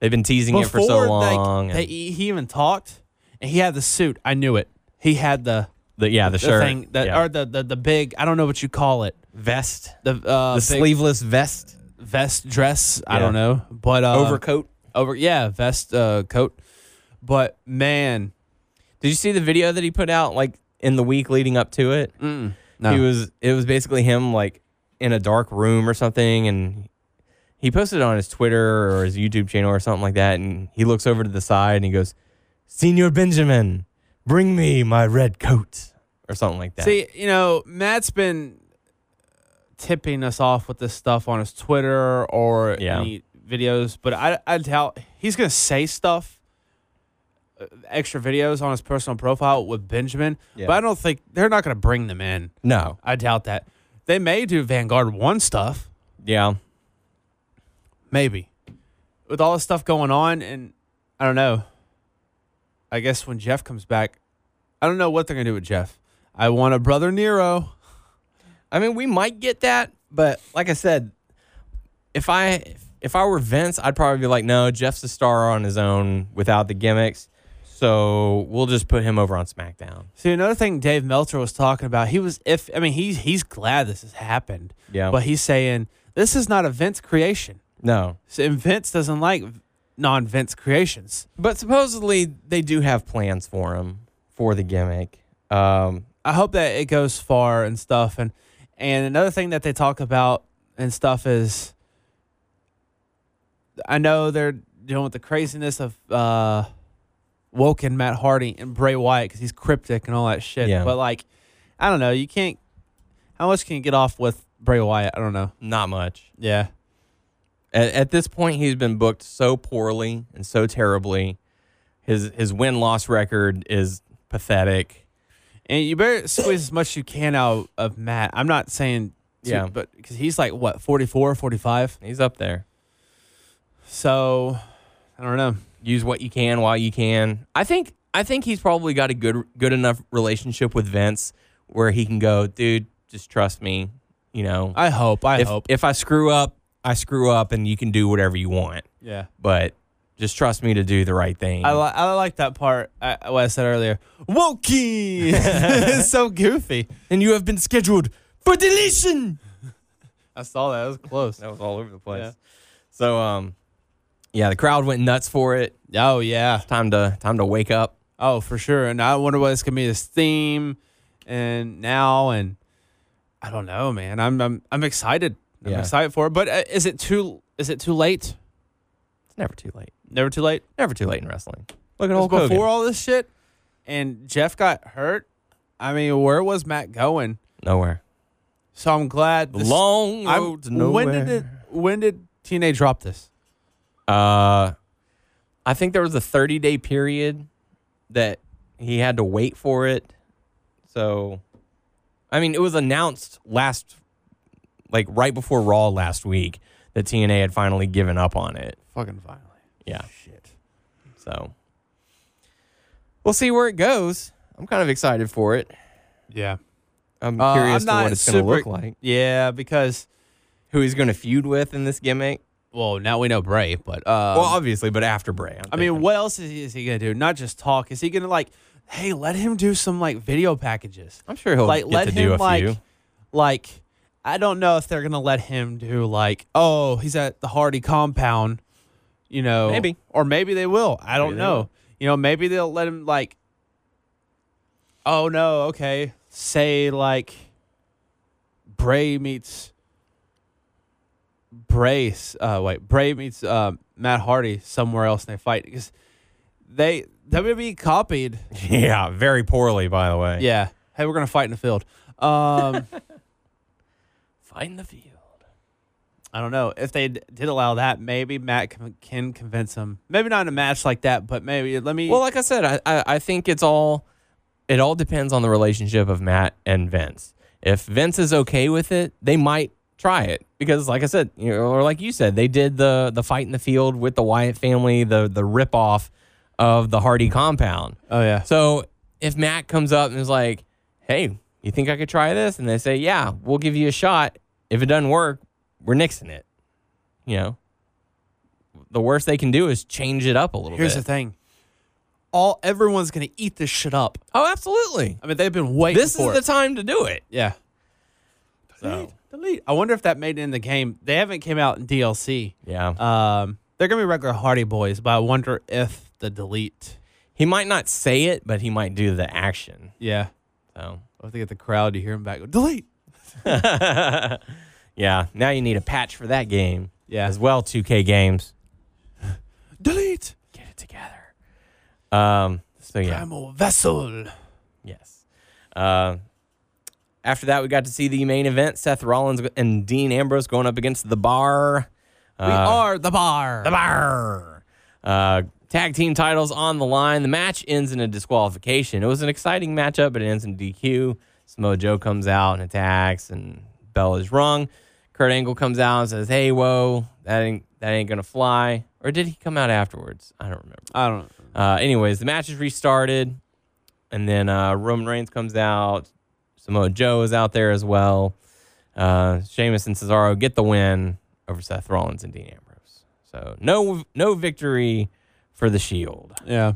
[SPEAKER 3] They've been teasing
[SPEAKER 4] before
[SPEAKER 3] it for so
[SPEAKER 4] like,
[SPEAKER 3] long. and
[SPEAKER 4] they- he even talked, and he had the suit. I knew it. He had the
[SPEAKER 3] the, yeah, the,
[SPEAKER 4] the
[SPEAKER 3] shirt,
[SPEAKER 4] thing that
[SPEAKER 3] yeah.
[SPEAKER 4] or the, the the big. I don't know what you call it.
[SPEAKER 3] vest,
[SPEAKER 4] The uh,
[SPEAKER 3] the
[SPEAKER 4] big
[SPEAKER 3] sleeveless vest,
[SPEAKER 4] vest dress.
[SPEAKER 3] Yeah.
[SPEAKER 4] I don't know, but uh,
[SPEAKER 3] overcoat.
[SPEAKER 4] over yeah vest uh, coat. But man,
[SPEAKER 3] Did you see the video that he put out like in the week leading up to it?
[SPEAKER 4] no.
[SPEAKER 3] He was it was basically him like in a dark room or something and he posted it on his Twitter or his YouTube channel or something like that and he looks over to the side and he goes, "Senior Benjamin, bring me my red coat." Or something like that.
[SPEAKER 4] See, you know, Matt's been tipping us off with this stuff on his Twitter or
[SPEAKER 3] Yeah.
[SPEAKER 4] any videos, but I, I doubt he's going to say stuff, uh, extra videos on his personal profile with Benjamin,
[SPEAKER 3] Yeah.
[SPEAKER 4] but I don't think they're not going to bring them in.
[SPEAKER 3] no.
[SPEAKER 4] I doubt that. They may do Vanguard 1 stuff,
[SPEAKER 3] Yeah.
[SPEAKER 4] maybe. With all this stuff going on, and I don't know. I guess when Jeff comes back, I don't know what they're going to do with Jeff. I want a brother Nero.
[SPEAKER 3] I mean, we might get that, but like I said, if I if I were Vince, I'd probably be like, no, Jeff's a star on his own without the gimmicks, so we'll just put him over on SmackDown.
[SPEAKER 4] See, another thing Dave Meltzer was talking about, he was if I mean he's he's glad this has happened.
[SPEAKER 3] Yeah.
[SPEAKER 4] But he's saying this is not a Vince creation.
[SPEAKER 3] No,
[SPEAKER 4] So, and Vince doesn't like non Vince creations.
[SPEAKER 3] but supposedly they do have plans for him for the gimmick. Um,
[SPEAKER 4] I hope that it goes far and stuff and and another thing that they talk about and stuff is I know they're dealing with the craziness of uh Woken Matt Hardy and Bray Wyatt because he's cryptic and all that shit.
[SPEAKER 3] Yeah.
[SPEAKER 4] But like, I don't know. You can't. How much can you get off with Bray Wyatt? I don't know.
[SPEAKER 3] not much.
[SPEAKER 4] Yeah.
[SPEAKER 3] At, at this point, he's been booked so poorly and so terribly. His his win loss record is pathetic.
[SPEAKER 4] And you better squeeze as much as you can out of Matt. I'm not saying, to-
[SPEAKER 3] Yeah.
[SPEAKER 4] but because he's like, what, 44, 45?
[SPEAKER 3] He's up there.
[SPEAKER 4] So I don't know.
[SPEAKER 3] use what you can while you can. I think I think he's probably got a good good enough relationship with Vince where he can go, dude, just trust me. You know,
[SPEAKER 4] I hope. I
[SPEAKER 3] if
[SPEAKER 4] hope.
[SPEAKER 3] if I screw up, I screw up, and you can do whatever you want,
[SPEAKER 4] yeah.
[SPEAKER 3] but just trust me to do the right thing.
[SPEAKER 4] I, li- I like that part, I, what I said earlier. Wokey! it's so goofy.
[SPEAKER 3] and you have been scheduled for deletion.
[SPEAKER 4] I saw that. That was close.
[SPEAKER 3] That was all over the place.
[SPEAKER 4] Yeah.
[SPEAKER 3] So um, yeah, the crowd went nuts for it.
[SPEAKER 4] Oh, yeah.
[SPEAKER 3] Time to time to wake up.
[SPEAKER 4] Oh, for sure. And I wonder what it's going to be his theme and now. And I don't know, man. I'm, I'm, I'm excited. I'm
[SPEAKER 3] Yeah.
[SPEAKER 4] excited for it. But uh, is it too is it too late?
[SPEAKER 3] It's never too late.
[SPEAKER 4] Never too late?
[SPEAKER 3] Never too late in wrestling. Look at
[SPEAKER 4] It was
[SPEAKER 3] Hulk Hogan.
[SPEAKER 4] before all this shit, and Jeff got hurt. I mean, where was Matt going?
[SPEAKER 3] Nowhere.
[SPEAKER 4] So I'm glad. This,
[SPEAKER 3] Long
[SPEAKER 4] I'm-
[SPEAKER 3] road to nowhere.
[SPEAKER 4] When did it? When did TNA drop this?
[SPEAKER 3] Uh, I think there was a 30 day period that he had to wait for it. So, I mean, it was announced last, like right before Raw last week, that TNA had finally given up on it.
[SPEAKER 4] Fucking finally.
[SPEAKER 3] Yeah.
[SPEAKER 4] Shit.
[SPEAKER 3] So, we'll see where it goes. I'm kind of excited for it.
[SPEAKER 4] Yeah.
[SPEAKER 3] I'm
[SPEAKER 4] Uh,
[SPEAKER 3] curious
[SPEAKER 4] I'm
[SPEAKER 3] to
[SPEAKER 4] not
[SPEAKER 3] what it's going to
[SPEAKER 4] super-
[SPEAKER 3] look like,
[SPEAKER 4] Yeah, because
[SPEAKER 3] who he's going to feud with in this gimmick. Um,
[SPEAKER 4] well, now we know Bray, but uh,
[SPEAKER 3] well, obviously, but after Bray. I'm
[SPEAKER 4] I
[SPEAKER 3] thinking.
[SPEAKER 4] mean, what else is he, is he gonna do? Not just talk. Is he gonna like, hey, let him do some like video packages?
[SPEAKER 3] I'm sure he'll
[SPEAKER 4] like
[SPEAKER 3] Oh, get
[SPEAKER 4] let
[SPEAKER 3] to
[SPEAKER 4] him
[SPEAKER 3] do a
[SPEAKER 4] like
[SPEAKER 3] few.
[SPEAKER 4] like I don't know if they're gonna let him do like oh he's at the Hardy compound, you know
[SPEAKER 3] Maybe.
[SPEAKER 4] or maybe they will I don't
[SPEAKER 3] they
[SPEAKER 4] know
[SPEAKER 3] will.
[SPEAKER 4] you know maybe they'll let him like oh no okay say like Bray meets Brace. Uh, wait, Bray meets uh, Matt Hardy somewhere else, and they fight because they WWE copied.
[SPEAKER 3] Yeah, very poorly, by the way.
[SPEAKER 4] Yeah, hey, we're gonna fight in the field. Um,
[SPEAKER 2] Find the field.
[SPEAKER 4] I don't know if they d- did allow that. Maybe Matt can, can convince him. Maybe not in a match like that, but maybe let me.
[SPEAKER 3] Well, like I said, I, I, I think it's all it all depends on the relationship of Matt and Vince. If Vince is okay with it, they might try it because, like I said, you know, or like you said, they did the the fight in the field with the Wyatt family, the the ripoff of the Hardy compound.
[SPEAKER 4] oh yeah,
[SPEAKER 3] So if Matt comes up and is like, "Hey, you think I could try this?" and they say, "Yeah, we'll give you a shot. If it doesn't work, we're nixing it." You know, the worst they can do is change it up a little
[SPEAKER 4] here's
[SPEAKER 3] bit.
[SPEAKER 4] the thing. All everyone's gonna eat this shit up.
[SPEAKER 3] oh, absolutely.
[SPEAKER 4] I mean, they've been waiting.
[SPEAKER 3] This
[SPEAKER 4] for
[SPEAKER 3] is
[SPEAKER 4] it.
[SPEAKER 3] the time to do it.
[SPEAKER 4] Yeah. Delete. Delete. I wonder if that made it in the game. They haven't came out in DLC.
[SPEAKER 3] Yeah.
[SPEAKER 4] Um, they're gonna be regular Hardy Boys, but I wonder if the delete.
[SPEAKER 3] he might not say it, but he might do the action.
[SPEAKER 4] Yeah.
[SPEAKER 3] So,
[SPEAKER 4] I have to get the crowd to hear him back. Go, delete.
[SPEAKER 3] yeah. Now you need a patch for that game.
[SPEAKER 4] Yeah.
[SPEAKER 3] As well, 2K games.
[SPEAKER 4] Delete.
[SPEAKER 3] Get it together. Um, so, yeah.
[SPEAKER 4] Primal vessel.
[SPEAKER 3] Yes. Uh, after that, we got to see the main event Seth Rollins and Dean Ambrose going up against the bar.
[SPEAKER 4] We are Uh, the bar.
[SPEAKER 3] The bar. Uh, tag team titles on the line. The match ends in a disqualification. It was an exciting matchup, but it ends in DQ. Samoa Joe comes out and attacks, and bell is rung. Kurt Angle comes out and says, "Hey, whoa, that ain't that ain't gonna fly." Or did he come out afterwards? I don't remember.
[SPEAKER 4] I don't. know.
[SPEAKER 3] Uh, anyways, the match is restarted, and then uh, Roman Reigns comes out. Samoa Joe is out there as well. Uh, Sheamus and Cesaro get the win over Seth Rollins and Dean Ambrose. So no, no victory for the Shield.
[SPEAKER 4] Yeah.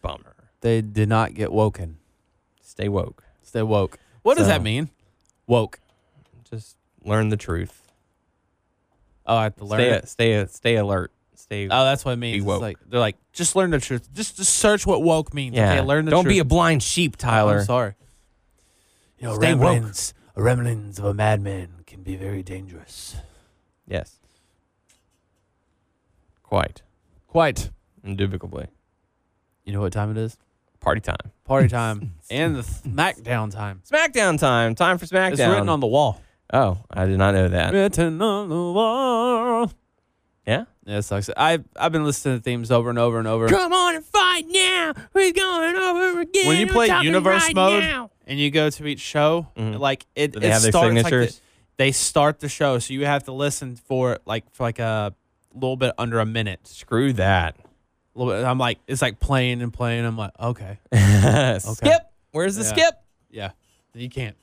[SPEAKER 3] Bummer.
[SPEAKER 4] They did not get woken.
[SPEAKER 3] Stay woke.
[SPEAKER 4] Stay woke. What does
[SPEAKER 3] So-
[SPEAKER 4] that mean? Woke.
[SPEAKER 3] Just learn the truth.
[SPEAKER 4] Oh, I have to learn.
[SPEAKER 3] Stay,
[SPEAKER 4] it.
[SPEAKER 3] stay, stay alert. Stay.
[SPEAKER 4] Oh, that's what it means.
[SPEAKER 3] Be
[SPEAKER 4] It's
[SPEAKER 3] woke.
[SPEAKER 4] like- they're like, just learn the truth. Just, just search what woke means. Okay, learn the
[SPEAKER 3] Don't
[SPEAKER 4] truth.
[SPEAKER 3] be a blind sheep, Tyler.
[SPEAKER 4] I'm sorry. You know,
[SPEAKER 3] Stay woke.
[SPEAKER 4] remnants, remnants of a madman can be very dangerous.
[SPEAKER 3] Yes. Quite
[SPEAKER 4] Quite.
[SPEAKER 3] indubitably.
[SPEAKER 4] You know what time it is?
[SPEAKER 3] Party time.
[SPEAKER 4] Party time and the SmackDown time.
[SPEAKER 3] SmackDown time. Time for SmackDown.
[SPEAKER 4] It's written on the wall.
[SPEAKER 3] Oh, I did not know that.
[SPEAKER 4] Written on the wall.
[SPEAKER 3] Yeah.
[SPEAKER 4] Yeah, it sucks. I've I've been listening to themes over and over and over.
[SPEAKER 3] Come on and fight now. We're going over again.
[SPEAKER 4] When you play universe mode
[SPEAKER 3] now.
[SPEAKER 4] and you go to each show,
[SPEAKER 3] Mhm.
[SPEAKER 4] like it,
[SPEAKER 3] Do they
[SPEAKER 4] it
[SPEAKER 3] have their
[SPEAKER 4] starts like the-
[SPEAKER 3] signatures?
[SPEAKER 4] they start the show, so you have to listen for like for like a little bit under a minute.
[SPEAKER 3] screw that.
[SPEAKER 4] little bit. I'm like, it's like playing and playing. I'm like, okay,
[SPEAKER 3] Skip. Where's the
[SPEAKER 4] Yeah.
[SPEAKER 3] skip?
[SPEAKER 4] yeah, you can't.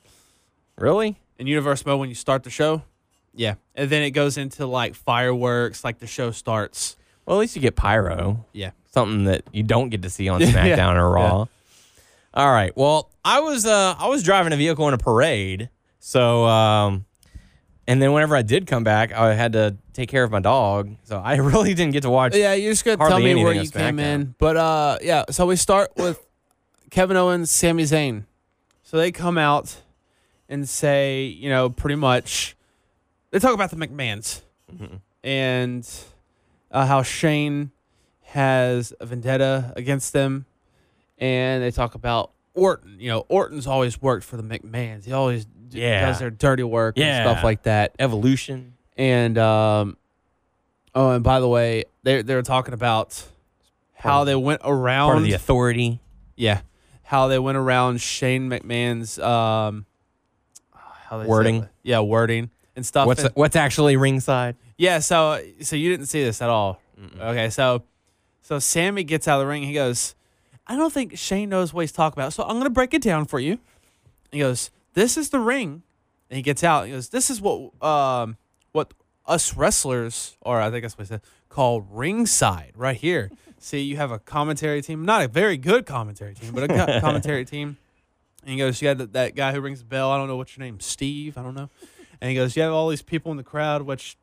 [SPEAKER 3] Really?
[SPEAKER 4] In universe mode, when you start the show, yeah, and then it goes into like fireworks, like the show starts.
[SPEAKER 3] Well, at least you get pyro.
[SPEAKER 4] Yeah,
[SPEAKER 3] Something that you don't get to see on
[SPEAKER 4] Yeah.
[SPEAKER 3] SmackDown or
[SPEAKER 4] Yeah.
[SPEAKER 3] Raw. All right. Well, I was uh I was driving a vehicle in a parade. So um and then whenever I did come back, I had to take care of my dog. So I really didn't get to watch
[SPEAKER 4] yeah. You're just gonna
[SPEAKER 3] Hardly
[SPEAKER 4] tell me where
[SPEAKER 3] anything on
[SPEAKER 4] you came
[SPEAKER 3] SmackDown.
[SPEAKER 4] in, but uh, yeah. So we start with Kevin Owens, Sami Zayn. So they come out and say, you know, pretty much, they talk about the McMahons
[SPEAKER 3] Mm-hmm.
[SPEAKER 4] and uh, how Shane has a vendetta against them, and they talk about Orton. You know, Orton's always worked for the McMahons. He always d-
[SPEAKER 3] Yeah.
[SPEAKER 4] does their dirty work
[SPEAKER 3] Yeah.
[SPEAKER 4] and stuff like that.
[SPEAKER 3] Evolution.
[SPEAKER 4] And um, oh, and by the way, they they were talking about how
[SPEAKER 3] of-
[SPEAKER 4] they went around
[SPEAKER 3] Part of the authority.
[SPEAKER 4] yeah. How they went around Shane McMahon's um how they say
[SPEAKER 3] Wording.
[SPEAKER 4] it? yeah, wording and stuff.
[SPEAKER 3] What's
[SPEAKER 4] And-
[SPEAKER 3] what's actually ringside?
[SPEAKER 4] yeah, so so you didn't see this at all. Okay, so so Sammy gets out of the ring. He goes, I don't think Shane knows what he's talking about. So I'm gonna break it down for you. He goes, This is the ring. And he gets out. He goes, This is what um what us wrestlers, or I think that's what he said, call ringside right here. see, you have a commentary team, not a very good commentary team, but a co- commentary team. And he goes, You got that, that guy who rings the bell. I don't know what's your name, Steve. I don't know. And he goes, You have all these people in the crowd, which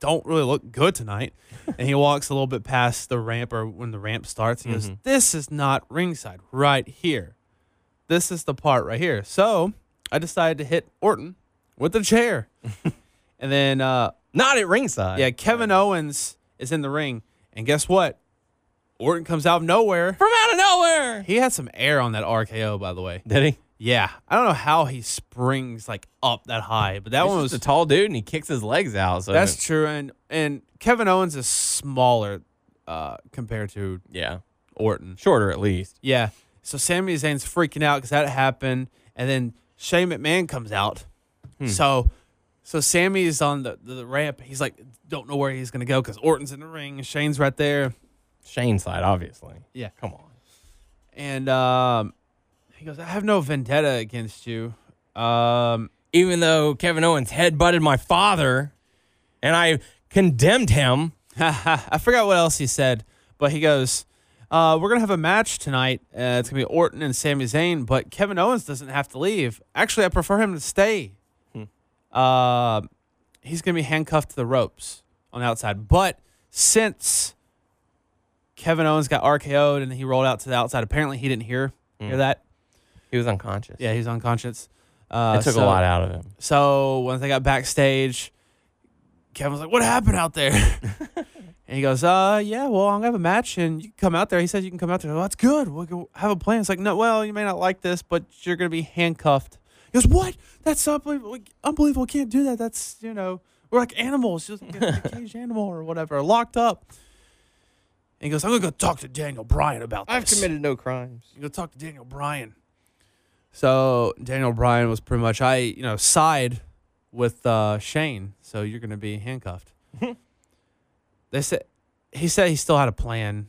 [SPEAKER 4] don't really look good tonight. and he walks a little bit past the ramp or when the ramp starts. He goes, This is not ringside right here. This is the part right here. So I decided to hit Orton with the chair. and then, uh,
[SPEAKER 3] Not at ringside.
[SPEAKER 4] yeah, Kevin Owens is in the ring. And guess what? Orton comes out of nowhere.
[SPEAKER 3] From out of nowhere.
[SPEAKER 4] He had some air on that RKO, by the way.
[SPEAKER 3] Did he?
[SPEAKER 4] Yeah. I don't know how he springs like up that high, but that
[SPEAKER 3] That
[SPEAKER 4] one
[SPEAKER 3] one
[SPEAKER 4] was
[SPEAKER 3] a tall dude and he kicks his legs out. So
[SPEAKER 4] that's true. And and Kevin Owens is smaller uh compared to
[SPEAKER 3] yeah.
[SPEAKER 4] Orton.
[SPEAKER 3] Shorter at least.
[SPEAKER 4] Yeah. So Sami Zayn's freaking out because that happened, and then Shane McMahon comes out.
[SPEAKER 3] Hmm.
[SPEAKER 4] So, so Sammy is on the, the, the ramp. He's like, don't know where he's gonna go because Orton's in the ring, Shane's right there,
[SPEAKER 3] Shane's side, obviously.
[SPEAKER 4] Yeah.
[SPEAKER 3] Come on.
[SPEAKER 4] and um, he goes, I have no vendetta against you. Um,
[SPEAKER 3] Even though Kevin Owens headbutted my father and I condemned him.
[SPEAKER 4] I forgot what else he said, but he goes, uh, "We're gonna have a match tonight. Uh, it's gonna be Orton and Sami Zayn, but Kevin Owens doesn't have to leave. Actually, I prefer him to stay.
[SPEAKER 3] Hmm.
[SPEAKER 4] Uh, he's gonna be handcuffed to the ropes on the outside. But since Kevin Owens got RKO'd and he rolled out to the outside, apparently he didn't hear
[SPEAKER 3] Hmm.
[SPEAKER 4] hear that.
[SPEAKER 3] He was unconscious.
[SPEAKER 4] Yeah, he's unconscious. Uh,
[SPEAKER 3] It took a
[SPEAKER 4] so-
[SPEAKER 3] lot out of him.
[SPEAKER 4] so once they got backstage, Kevin was like, "What happened out there?" and he goes, "Uh, yeah, well, I'm gonna have a match, and you can come out there." He says, "You can come out there." Well, that's good. We'll go have a plan. It's like, no, well, you may not like this, but you're gonna be handcuffed. He goes, "What? That's unbelievable! Unbelievable! Can't do that. That's you know, we're like animals, just like a caged animal or whatever, locked up." And he goes, "I'm gonna go talk to Daniel Bryan about this."
[SPEAKER 3] no crimes.
[SPEAKER 4] You go talk to Daniel Bryan. So Daniel Bryan was pretty much I, you know, side with uh, Shane. So you're gonna be handcuffed. they said he said he still had a plan,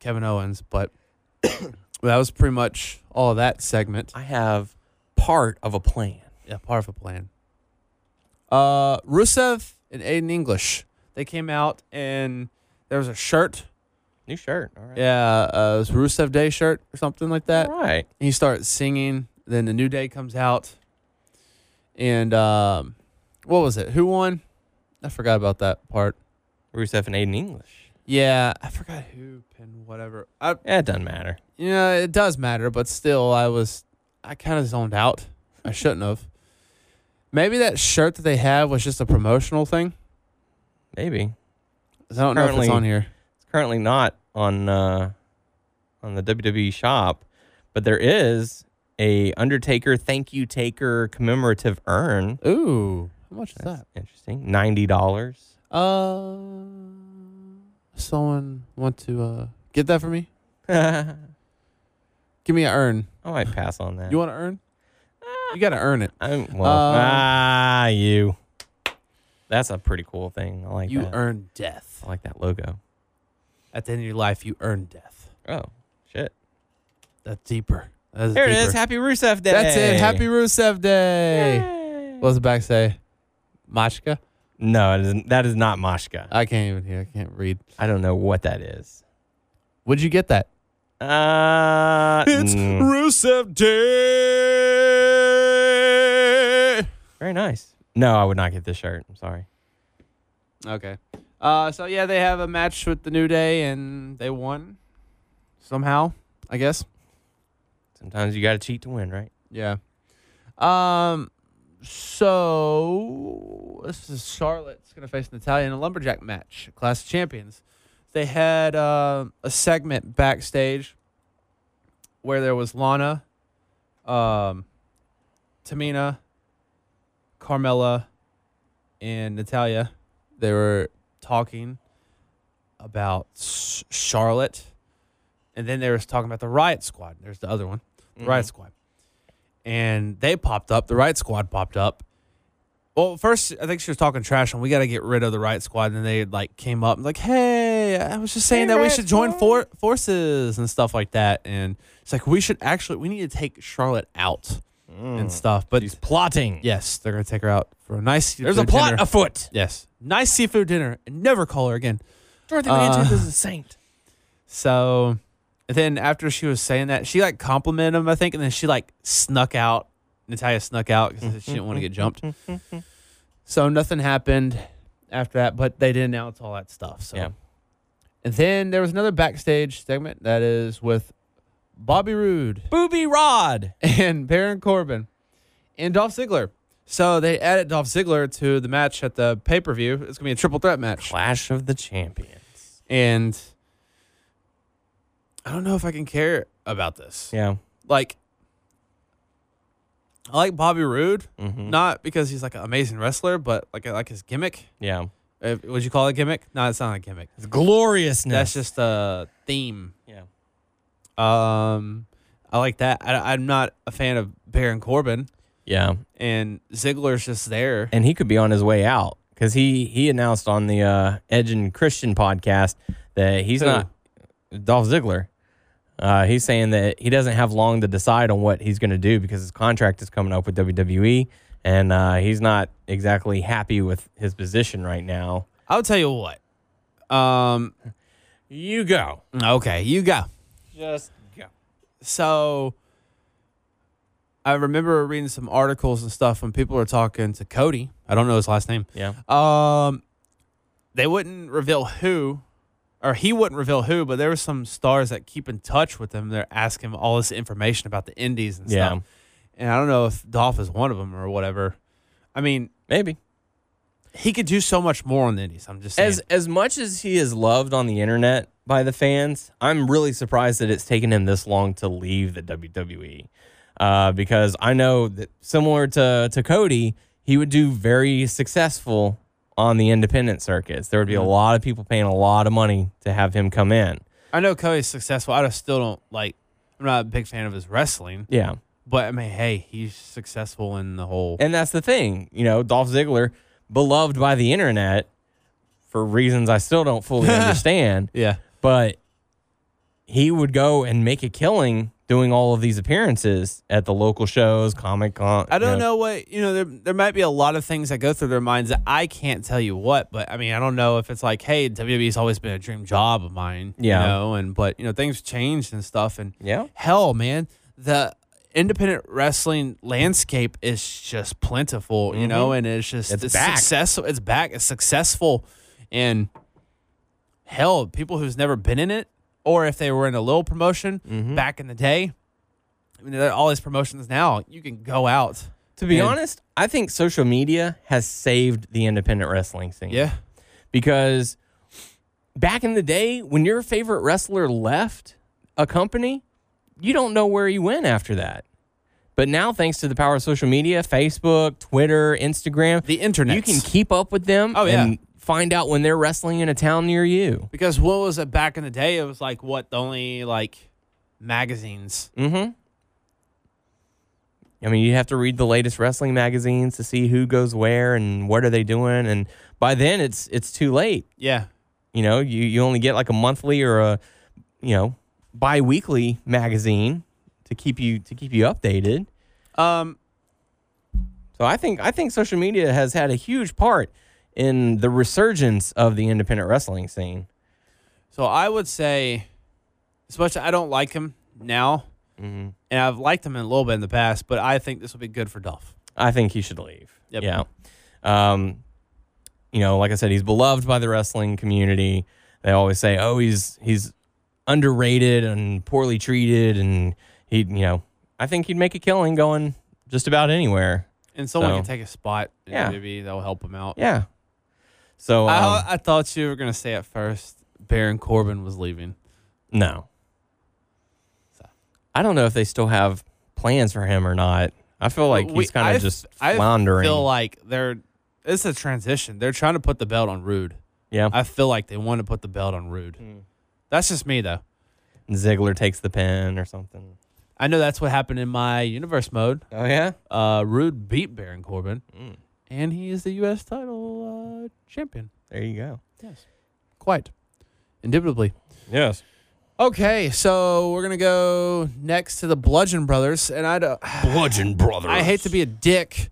[SPEAKER 4] Kevin Owens, but that was pretty much all of that segment.
[SPEAKER 3] I have part of a plan.
[SPEAKER 4] Yeah, part of a plan. Uh, Rusev and Aiden English. They came out and there was a shirt.
[SPEAKER 3] New shirt. All right.
[SPEAKER 4] Yeah, uh, it was Rusev Day shirt or something like that.
[SPEAKER 3] All right.
[SPEAKER 4] And he starts singing. Then the new day comes out, and um, what was it? Who won? I forgot about that part.
[SPEAKER 3] Rusev and Aiden English.
[SPEAKER 4] Yeah, I forgot who pinned whatever. I
[SPEAKER 3] Yeah, it doesn't matter.
[SPEAKER 4] you know it does matter, but still, I was I kind of zoned out. I shouldn't have. Maybe that shirt that they have was just a promotional thing.
[SPEAKER 3] Maybe.
[SPEAKER 4] 'Cause I don't know if
[SPEAKER 3] Currently-
[SPEAKER 4] it's on here.
[SPEAKER 3] It's currently not on uh, on the WWE shop, but there is a Undertaker thank you taker commemorative urn.
[SPEAKER 4] Ooh, how much is that?
[SPEAKER 3] Interesting. Ninety dollars.
[SPEAKER 4] Uh, someone want to uh get that for me?
[SPEAKER 3] I
[SPEAKER 4] Give me an urn.
[SPEAKER 3] might pass on that.
[SPEAKER 4] You want to earn? You got to earn it.
[SPEAKER 3] I'm, well,
[SPEAKER 4] Um,
[SPEAKER 3] ah, you. That's a pretty cool thing. I like
[SPEAKER 4] You
[SPEAKER 3] that.
[SPEAKER 4] earn death.
[SPEAKER 3] I like that logo.
[SPEAKER 4] At the end of your life, you earn death.
[SPEAKER 3] Oh shit!
[SPEAKER 4] That's deeper. That's
[SPEAKER 3] There it is.
[SPEAKER 4] deeper.
[SPEAKER 3] Happy Rusev Day.
[SPEAKER 4] That's it. Happy Rusev Day. What does the back say? Machka?
[SPEAKER 3] No, it isn't. that is not Moshka.
[SPEAKER 4] I can't even hear. I can't read.
[SPEAKER 3] I don't know what that is.
[SPEAKER 4] Would you get that?
[SPEAKER 3] Uh, mm,
[SPEAKER 4] Rusev Day.
[SPEAKER 3] very nice. No, I would not get this shirt. I'm sorry.
[SPEAKER 4] Okay. Uh, so yeah, they have a match with the New Day, and they won somehow. I guess.
[SPEAKER 3] Sometimes you got to cheat to win, right?
[SPEAKER 4] Yeah. Um. So this is Charlotte's gonna face Natalia in a lumberjack match, Class of Champions. They had uh, a segment backstage where there was Lana, um, Tamina, Carmella, and Natalia. They were talking about Sh- Charlotte, and then they was talking about the Riot Squad. There's the other one, the Riot
[SPEAKER 3] Mm-hmm.
[SPEAKER 4] Squad and they popped up. The right squad popped up. Well, first I think she was talking trash, and we got to get rid of the right squad. And then they like came up and like, hey, I was just saying that we should join for- forces and stuff like that. And it's like we should actually we need to take Charlotte out and stuff. But
[SPEAKER 3] He's Mm. plotting.
[SPEAKER 4] yes, they're gonna take her out for a nice.
[SPEAKER 3] There's a plot
[SPEAKER 4] Dinner.
[SPEAKER 3] afoot.
[SPEAKER 4] yes, nice seafood dinner, and never call her again.
[SPEAKER 3] Dorothy
[SPEAKER 4] Mantis
[SPEAKER 3] is a saint.
[SPEAKER 4] So and then after she was saying that, she like complimented him, I think, and then she like snuck out. Natalia snuck out because she didn't want to get jumped. So nothing happened after that, but they did announce all that stuff. So
[SPEAKER 3] Yeah.
[SPEAKER 4] and then there was another backstage segment that is with Bobby Roode
[SPEAKER 3] Booby Rod.
[SPEAKER 4] and Baron Corbin and Dolph Ziggler. So they added Dolph Ziggler to the match at the pay per view. It's gonna be a triple threat match,
[SPEAKER 3] Clash of the Champions.
[SPEAKER 4] and I don't know if I can care about this.
[SPEAKER 3] Yeah.
[SPEAKER 4] Like, I like Bobby Roode,
[SPEAKER 3] Mm-hmm.
[SPEAKER 4] not because he's like an amazing wrestler, but like I like his gimmick.
[SPEAKER 3] Yeah.
[SPEAKER 4] Uh, Would you call it a gimmick? No, it's not a gimmick.
[SPEAKER 3] It's gloriousness.
[SPEAKER 4] That's just a theme.
[SPEAKER 3] yeah.
[SPEAKER 4] Um, I like that. I, I'm not a fan of Baron Corbin,
[SPEAKER 3] Yeah.
[SPEAKER 4] and Ziggler's just there.
[SPEAKER 3] and he could be on his way out because he he announced on the uh, Edge and Christian podcast that he's
[SPEAKER 4] Who?
[SPEAKER 3] not Dolph Ziggler. Uh, he's saying that he doesn't have long to decide on what he's going to do because his contract is coming up with WWE, and uh, he's not exactly happy with his position right now.
[SPEAKER 4] I'll tell you what. Um,
[SPEAKER 3] You go,
[SPEAKER 4] okay, you go.
[SPEAKER 3] just go.
[SPEAKER 4] So I remember reading some articles and stuff when people were talking to Cody. I don't know his last name.
[SPEAKER 3] Yeah,
[SPEAKER 4] Um, they wouldn't reveal who, or he wouldn't reveal who, but there were some stars that keep in touch with him. They're asking him all this information about the indies and
[SPEAKER 3] Yeah.
[SPEAKER 4] stuff. And I don't know if Dolph is one of them or whatever. I mean,
[SPEAKER 3] maybe.
[SPEAKER 4] he could do so much more on the indies. I'm just saying.
[SPEAKER 3] As as much as he is loved on the internet by the fans, I'm really surprised that it's taken him this long to leave the WWE. Uh, because I know that similar to to Cody, he would do very successful on the independent circuits. There would be a lot of people paying a lot of money to have him come in.
[SPEAKER 4] I know Cody's successful. I just still don't like. I'm not a big fan of his wrestling,
[SPEAKER 3] Yeah.
[SPEAKER 4] but I mean, hey, he's successful in the whole.
[SPEAKER 3] And that's the thing, you know, Dolph Ziggler, beloved by the internet for reasons I still don't fully understand.
[SPEAKER 4] yeah,
[SPEAKER 3] but he would go and make a killing doing all of these appearances at the local shows, Comic Con.
[SPEAKER 4] I don't
[SPEAKER 3] you
[SPEAKER 4] know what you know. There, there might be a lot of things that go through their minds that I can't tell you what, but I mean, I don't know if it's like, hey, WWE's always been a dream job of mine,
[SPEAKER 3] Yeah.
[SPEAKER 4] you know, and but you know, things changed and stuff, and
[SPEAKER 3] Yeah.
[SPEAKER 4] hell, man, the independent wrestling landscape is just plentiful, you know, and it's just
[SPEAKER 3] It's
[SPEAKER 4] it's,
[SPEAKER 3] back.
[SPEAKER 4] successful. It's back. It's successful, and hell, people who's never been in it, or if they were in a little promotion
[SPEAKER 3] Mm-hmm.
[SPEAKER 4] back in the day. I mean, there are all these promotions now. You can go out.
[SPEAKER 3] To be
[SPEAKER 4] And-
[SPEAKER 3] honest, I think social media has saved the independent wrestling scene.
[SPEAKER 4] Yeah.
[SPEAKER 3] Because back in the day, when your favorite wrestler left a company, you don't know where he went after that. But now, thanks to the power of social media, Facebook, Twitter, Instagram,
[SPEAKER 4] The internet.
[SPEAKER 3] you can keep up with them
[SPEAKER 4] Oh, yeah.
[SPEAKER 3] and find out when they're wrestling in a town near you.
[SPEAKER 4] because what was it back in the day? It was like what the only like magazines.
[SPEAKER 3] Mm. I mean, you have to read the latest wrestling magazines to see who goes where and what are they doing. And by then, it's it's too late.
[SPEAKER 4] Yeah.
[SPEAKER 3] You know, you you only get like a monthly or a you know biweekly magazine to keep you to keep you updated.
[SPEAKER 4] Um.
[SPEAKER 3] So I think I think social media has had a huge part in the resurgence of the independent wrestling scene.
[SPEAKER 4] So I would say, as much as I don't like him now,
[SPEAKER 3] Mm-hmm.
[SPEAKER 4] and I've liked him a little bit in the past, but I think this will be good for Dolph.
[SPEAKER 3] I think he should leave.
[SPEAKER 4] Yep.
[SPEAKER 3] Yeah. Um, you know, like I said, he's beloved by the wrestling community. They always say, "Oh, he's he's underrated and poorly treated," and he, you know, I think he'd make a killing going just about anywhere.
[SPEAKER 4] And someone
[SPEAKER 3] So-
[SPEAKER 4] can take a spot. And
[SPEAKER 3] Yeah.
[SPEAKER 4] Maybe that'll help him out.
[SPEAKER 3] Yeah. So um,
[SPEAKER 4] I, I thought you were gonna say at first Baron Corbin was leaving.
[SPEAKER 3] no, I don't know if they still have plans for him or not. I feel like
[SPEAKER 4] We-
[SPEAKER 3] he's kind
[SPEAKER 4] I
[SPEAKER 3] of just
[SPEAKER 4] f-
[SPEAKER 3] floundering.
[SPEAKER 4] I feel like they're it's a transition. They're trying to put the belt on Rude.
[SPEAKER 3] yeah,
[SPEAKER 4] I feel like they want to put the belt on Rude. That's just me though.
[SPEAKER 3] Ziggler takes the pin or something.
[SPEAKER 4] I know that's what happened in my universe mode.
[SPEAKER 3] Oh yeah,
[SPEAKER 4] Uh, Rude beat Baron Corbin, and he is the U.S. title uh, champion.
[SPEAKER 3] there you go.
[SPEAKER 4] Yes, quite indubitably.
[SPEAKER 3] Yes.
[SPEAKER 4] Okay, so we're gonna go next to the Bludgeon Brothers, and I don't,
[SPEAKER 2] Bludgeon Brothers.
[SPEAKER 4] I hate to be a dick,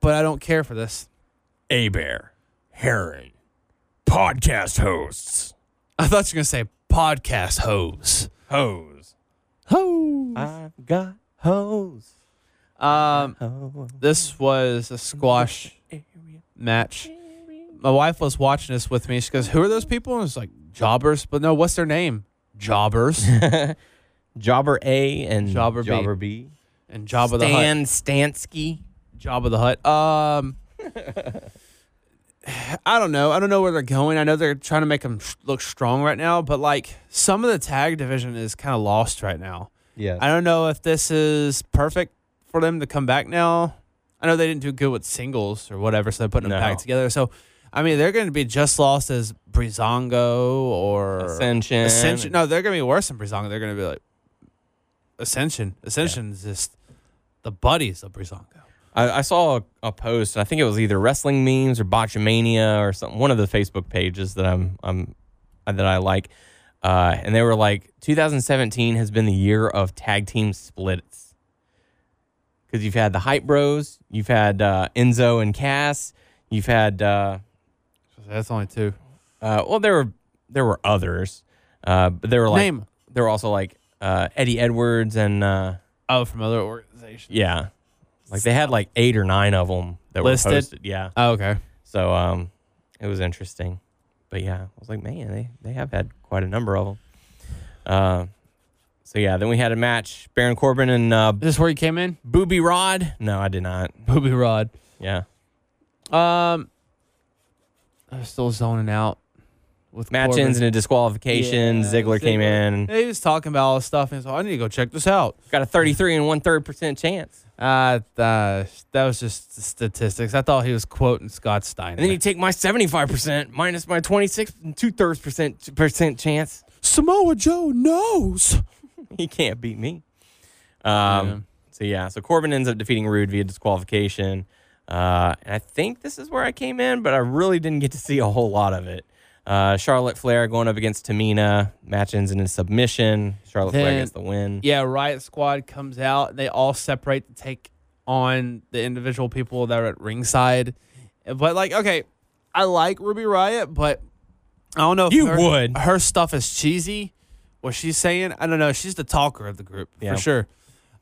[SPEAKER 4] but I don't care for this.
[SPEAKER 2] A Bear, Heron, podcast hosts.
[SPEAKER 4] I thought you were gonna say podcast hose.
[SPEAKER 2] Hose.
[SPEAKER 4] Hose.
[SPEAKER 3] I've got hoes.
[SPEAKER 4] Um,
[SPEAKER 3] Oh,
[SPEAKER 4] this was a squash match. My wife was watching this with me. She goes, "Who are those people?" And it's like jobbers, but no, what's their name? Jobbers
[SPEAKER 3] Jobber A and
[SPEAKER 4] Jobber B.
[SPEAKER 3] Jobber B.
[SPEAKER 4] and Jobber the Hutt.
[SPEAKER 3] Stan Stansky.
[SPEAKER 4] Jabba the Hutt. Um, I don't know. I don't know where they're going. I know they're trying to make them look strong right now, but like some of the tag division is kind of lost right now.
[SPEAKER 3] Yeah.
[SPEAKER 4] I don't know if this is perfect for them to come back now. I know they didn't do good with singles or whatever, so they're putting them
[SPEAKER 3] No.
[SPEAKER 4] back together. So, I mean, they're going to be just lost as Brizongo or
[SPEAKER 3] Ascension.
[SPEAKER 4] Ascension. No, they're going to be worse than Brizongo. They're going to be like Ascension. Ascension is just the buddies of Brizongo.
[SPEAKER 3] I, I saw a, a post. I think it was either wrestling memes or botchamania or something. One of the Facebook pages that I'm, I'm that I like, uh, and they were like, 2017 has been the year of tag team splits because you've had the hype bros, you've had uh, Enzo and Cass, you've had uh,
[SPEAKER 4] That's only two.
[SPEAKER 3] uh, well there were there were others, uh, but there were like
[SPEAKER 4] Name.
[SPEAKER 3] there were also like uh, Eddie Edwards and uh,
[SPEAKER 4] Oh, from other organizations.
[SPEAKER 3] yeah, like they had like eight or nine of them that
[SPEAKER 4] Listed?
[SPEAKER 3] were posted. Yeah.
[SPEAKER 4] Oh, okay.
[SPEAKER 3] So um, it was interesting. But yeah, I was like, man, they, they have had quite a number of them. Uh, so yeah, then we had a match Baron Corbin and uh,
[SPEAKER 4] Is this where you came in?
[SPEAKER 3] Booby Rod. No, I did not.
[SPEAKER 4] Booby Rod.
[SPEAKER 3] Yeah.
[SPEAKER 4] Um, I'm still zoning out with
[SPEAKER 3] Match
[SPEAKER 4] Corbin.
[SPEAKER 3] ends in a disqualification.
[SPEAKER 4] Yeah,
[SPEAKER 3] Ziggler came in,
[SPEAKER 4] He was talking about all this stuff, and so I need to go check this out.
[SPEAKER 3] got a 33 and one third percent chance.
[SPEAKER 4] Uh, uh, that was just statistics. I thought he was quoting Scott Steiner.
[SPEAKER 3] And then you take my 75% minus my 26 and two thirds percent, percent chance.
[SPEAKER 4] Samoa Joe knows.
[SPEAKER 3] he can't beat me. Um,
[SPEAKER 4] Yeah.
[SPEAKER 3] So yeah, so Corbin ends up defeating Rude via disqualification, uh, and I think this is where I came in, but I really didn't get to see a whole lot of it. Uh, Charlotte Flair going up against Tamina, match ends in a submission. Charlotte Flair
[SPEAKER 4] Then-
[SPEAKER 3] gets the win.
[SPEAKER 4] Yeah, Riot Squad comes out. and They all separate to take on the individual people that are at ringside. But like, okay, I like Ruby Riot, but I don't know. If
[SPEAKER 3] You
[SPEAKER 4] her,
[SPEAKER 3] would.
[SPEAKER 4] her stuff is cheesy. What she's saying, I don't know. She's the talker of the group
[SPEAKER 3] Yeah.
[SPEAKER 4] for sure.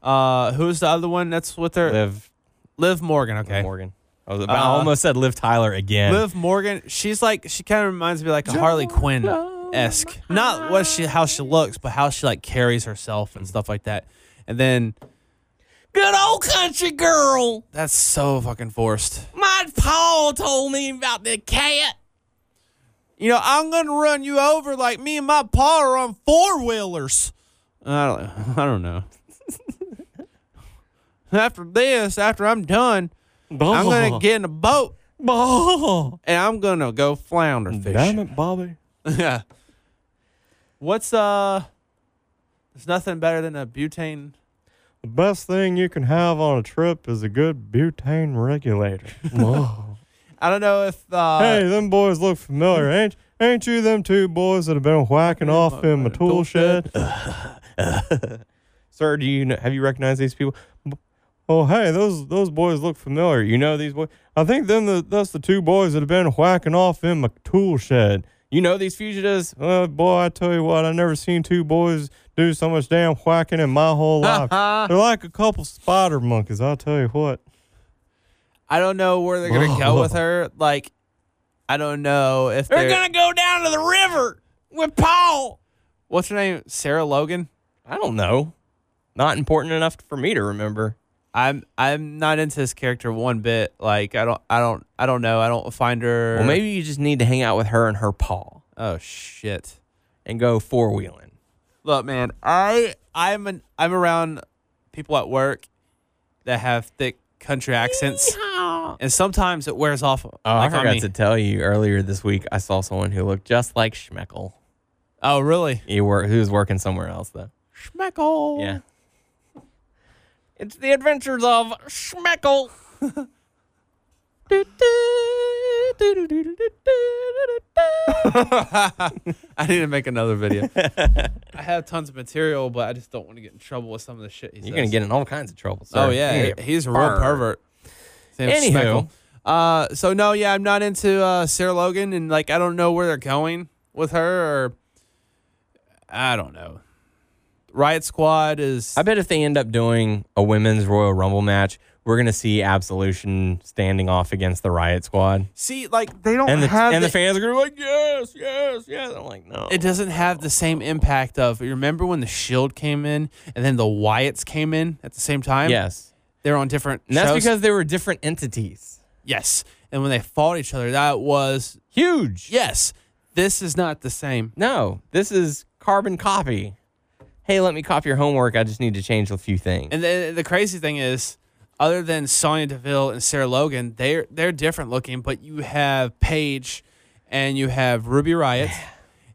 [SPEAKER 4] Uh, who's the other one that's with her? Liv,
[SPEAKER 3] Liv
[SPEAKER 4] Morgan. Okay,
[SPEAKER 3] Morgan. I, was, I
[SPEAKER 4] Uh,
[SPEAKER 3] almost said Liv Tyler again.
[SPEAKER 4] Liv Morgan, she's like she kind of reminds me like a Harley Quinn esque. Not what she how she looks, but how she like carries herself and stuff like that. And then
[SPEAKER 3] Good old country girl.
[SPEAKER 4] that's so fucking forced.
[SPEAKER 3] My Paul told me about the cat.
[SPEAKER 4] You know, I'm gonna run you over like me and my pa are on four wheelers. I don't, I don't know. after this, after I'm done, I'm gonna get in a boat and I'm gonna go flounder fish.
[SPEAKER 3] it, Bobby.
[SPEAKER 4] Yeah. What's uh? There's nothing better than a butane.
[SPEAKER 6] The best thing you can have on a trip is a good butane regulator.
[SPEAKER 4] I don't know if uh.
[SPEAKER 6] hey, them boys look familiar, ain't ain't you? Them two boys that have been whacking off in my tool shed.
[SPEAKER 3] Sir, do you know, have you recognized these people?
[SPEAKER 6] Oh, hey, those those boys look familiar. You know these boys? I think them the, that's the two boys that have been whacking off in my tool shed.
[SPEAKER 3] You know these fugitives?
[SPEAKER 6] Well, boy, I tell you what, I never seen two boys do so much damn whacking in my whole life. They're like a couple spider monkeys. I'll tell you what.
[SPEAKER 4] I don't know where they're gonna go with her. Like, I don't know if they're,
[SPEAKER 3] go down to the river with Paul.
[SPEAKER 4] What's her name? Sarah Logan.
[SPEAKER 3] I don't know. Not important enough for me to remember.
[SPEAKER 4] I'm I'm not into this character one bit. Like, I don't I don't I don't know. I don't find her.
[SPEAKER 3] Well, maybe you just need to hang out with her and her Paul
[SPEAKER 4] Oh shit.
[SPEAKER 3] and go four wheeling.
[SPEAKER 4] Look, man, I I'm an I'm around people at work that have thick country accents, and sometimes it wears off.
[SPEAKER 3] Oh, I
[SPEAKER 4] like, on
[SPEAKER 3] forgot
[SPEAKER 4] me.
[SPEAKER 3] to tell you earlier this week. I saw someone who looked just like Schmeckel.
[SPEAKER 4] Oh, really?
[SPEAKER 3] He wor- who was working somewhere else though.
[SPEAKER 4] Schmeckle.
[SPEAKER 3] Yeah. It's the adventures of Schmeckle.
[SPEAKER 4] I need to make another video. I have tons of material, but I just don't want to get in trouble with some of the shit he
[SPEAKER 3] You're gonna get in all kinds of trouble. Sir.
[SPEAKER 4] Oh
[SPEAKER 3] You're
[SPEAKER 4] yeah,
[SPEAKER 3] gonna get
[SPEAKER 4] he's a real
[SPEAKER 3] burned.
[SPEAKER 4] pervert. His name's
[SPEAKER 3] Anywho.
[SPEAKER 4] Schmeckle. uh, so no, yeah, I'm not into uh, Sarah Logan, and like I don't know where they're going with her, or I don't know. Riot Squad is
[SPEAKER 3] I bet if they end up doing a women's Royal Rumble match, we're gonna see Absolution standing off against the Riot Squad,
[SPEAKER 4] see like they don't
[SPEAKER 3] and the
[SPEAKER 4] have
[SPEAKER 3] and the,
[SPEAKER 4] the-
[SPEAKER 3] fans are gonna be like, yes, yes, yes. I'm like, no,
[SPEAKER 4] it doesn't have the same impact of remember when the Shield came in and then the Wyatts came in at the same time.
[SPEAKER 3] yes.
[SPEAKER 4] they're on different
[SPEAKER 3] And that's
[SPEAKER 4] shows.
[SPEAKER 3] because they were different entities.
[SPEAKER 4] yes, and when they fought each other, that was
[SPEAKER 3] Huge.
[SPEAKER 4] yes. This is not the same.
[SPEAKER 3] No, this is carbon copy. Hey, let me copy your homework. I just need to change a few things.
[SPEAKER 4] And the, the crazy thing is, other than Sonya Deville and Sarah Logan, they're they're different looking. But you have Paige, and you have Ruby Riot,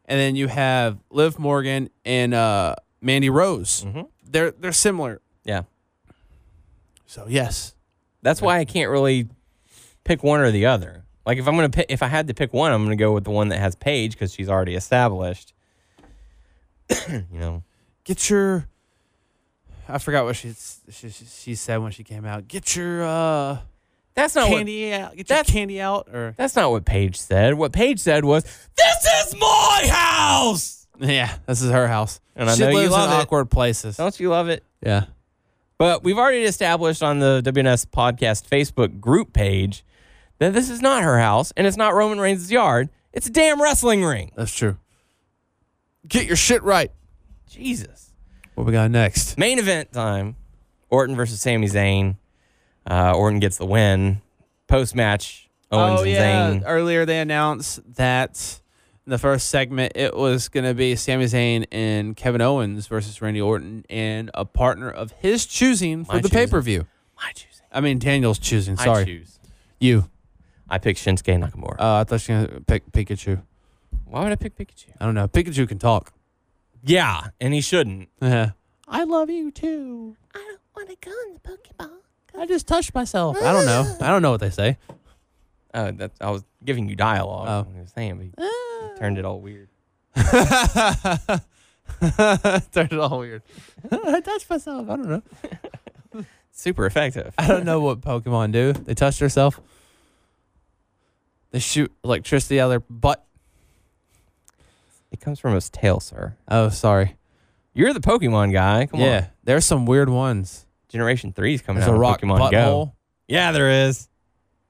[SPEAKER 4] and then you have Liv Morgan and uh, Mandy Rose.
[SPEAKER 3] Mm-hmm.
[SPEAKER 4] They're they're similar.
[SPEAKER 3] yeah.
[SPEAKER 4] So yes,
[SPEAKER 3] That's why I can't really pick one or the other. Like if I'm gonna pick, if I had to pick one, I'm gonna go with the one that has Paige because she's already established. you know,
[SPEAKER 4] get your. I forgot what she she, she said when she came out. Get your uh,
[SPEAKER 3] that's not what
[SPEAKER 4] candy out. Get your
[SPEAKER 3] that's-
[SPEAKER 4] candy out. Or
[SPEAKER 3] that's not what Paige said. What Paige said was, "This is my house."
[SPEAKER 4] yeah, this is her house.
[SPEAKER 3] And I
[SPEAKER 4] she
[SPEAKER 3] know you
[SPEAKER 4] lives
[SPEAKER 3] love
[SPEAKER 4] in
[SPEAKER 3] it.
[SPEAKER 4] awkward places.
[SPEAKER 3] Don't you love it?
[SPEAKER 4] Yeah.
[SPEAKER 3] But we've already established on the WNS podcast Facebook group page that this is not her house and it's not Roman Reigns' yard. It's a damn wrestling ring.
[SPEAKER 4] That's true. Get your shit right.
[SPEAKER 3] Jesus.
[SPEAKER 4] What we got next?
[SPEAKER 3] Main event time Orton versus Sami Zayn. Uh, Orton gets the win. Post match, Owens
[SPEAKER 4] oh
[SPEAKER 3] and
[SPEAKER 4] yeah!
[SPEAKER 3] Zayn.
[SPEAKER 4] Earlier they announced that in the first segment it was going to be Sami Zayn and Kevin Owens versus Randy Orton and a partner of his choosing for
[SPEAKER 3] My
[SPEAKER 4] the
[SPEAKER 3] choosing.
[SPEAKER 4] pay per view.
[SPEAKER 3] My choosing.
[SPEAKER 4] I mean Daniel's choosing. Sorry,
[SPEAKER 3] I choose.
[SPEAKER 4] you.
[SPEAKER 3] I pick Shinsuke Nakamura.
[SPEAKER 4] Uh, I thought you were going to pick Pikachu.
[SPEAKER 3] Why would I pick Pikachu?
[SPEAKER 4] I don't know. Pikachu can talk.
[SPEAKER 3] Yeah, and he shouldn't.
[SPEAKER 4] Yeah. I love you too. I don't want to go in the Pokeball. I just touched myself. I don't know. I don't know what they say.
[SPEAKER 3] Oh, that I was giving you dialogue.
[SPEAKER 4] Oh.
[SPEAKER 3] I was saying, but you- you turned it all weird.
[SPEAKER 4] Started all weird. I touched myself. I don't know.
[SPEAKER 3] Super effective.
[SPEAKER 4] I don't know what Pokemon do. They touch herself. They shoot electricity out of their butt.
[SPEAKER 3] It comes from his tail, sir.
[SPEAKER 4] Oh, sorry.
[SPEAKER 3] You're the Pokemon guy. Come
[SPEAKER 4] yeah,
[SPEAKER 3] on.
[SPEAKER 4] there's some weird ones.
[SPEAKER 3] Generation 3 is coming
[SPEAKER 4] There's
[SPEAKER 3] out.
[SPEAKER 4] a
[SPEAKER 3] with
[SPEAKER 4] rock
[SPEAKER 3] Pokemon
[SPEAKER 4] butthole.
[SPEAKER 3] Go. Yeah, there is.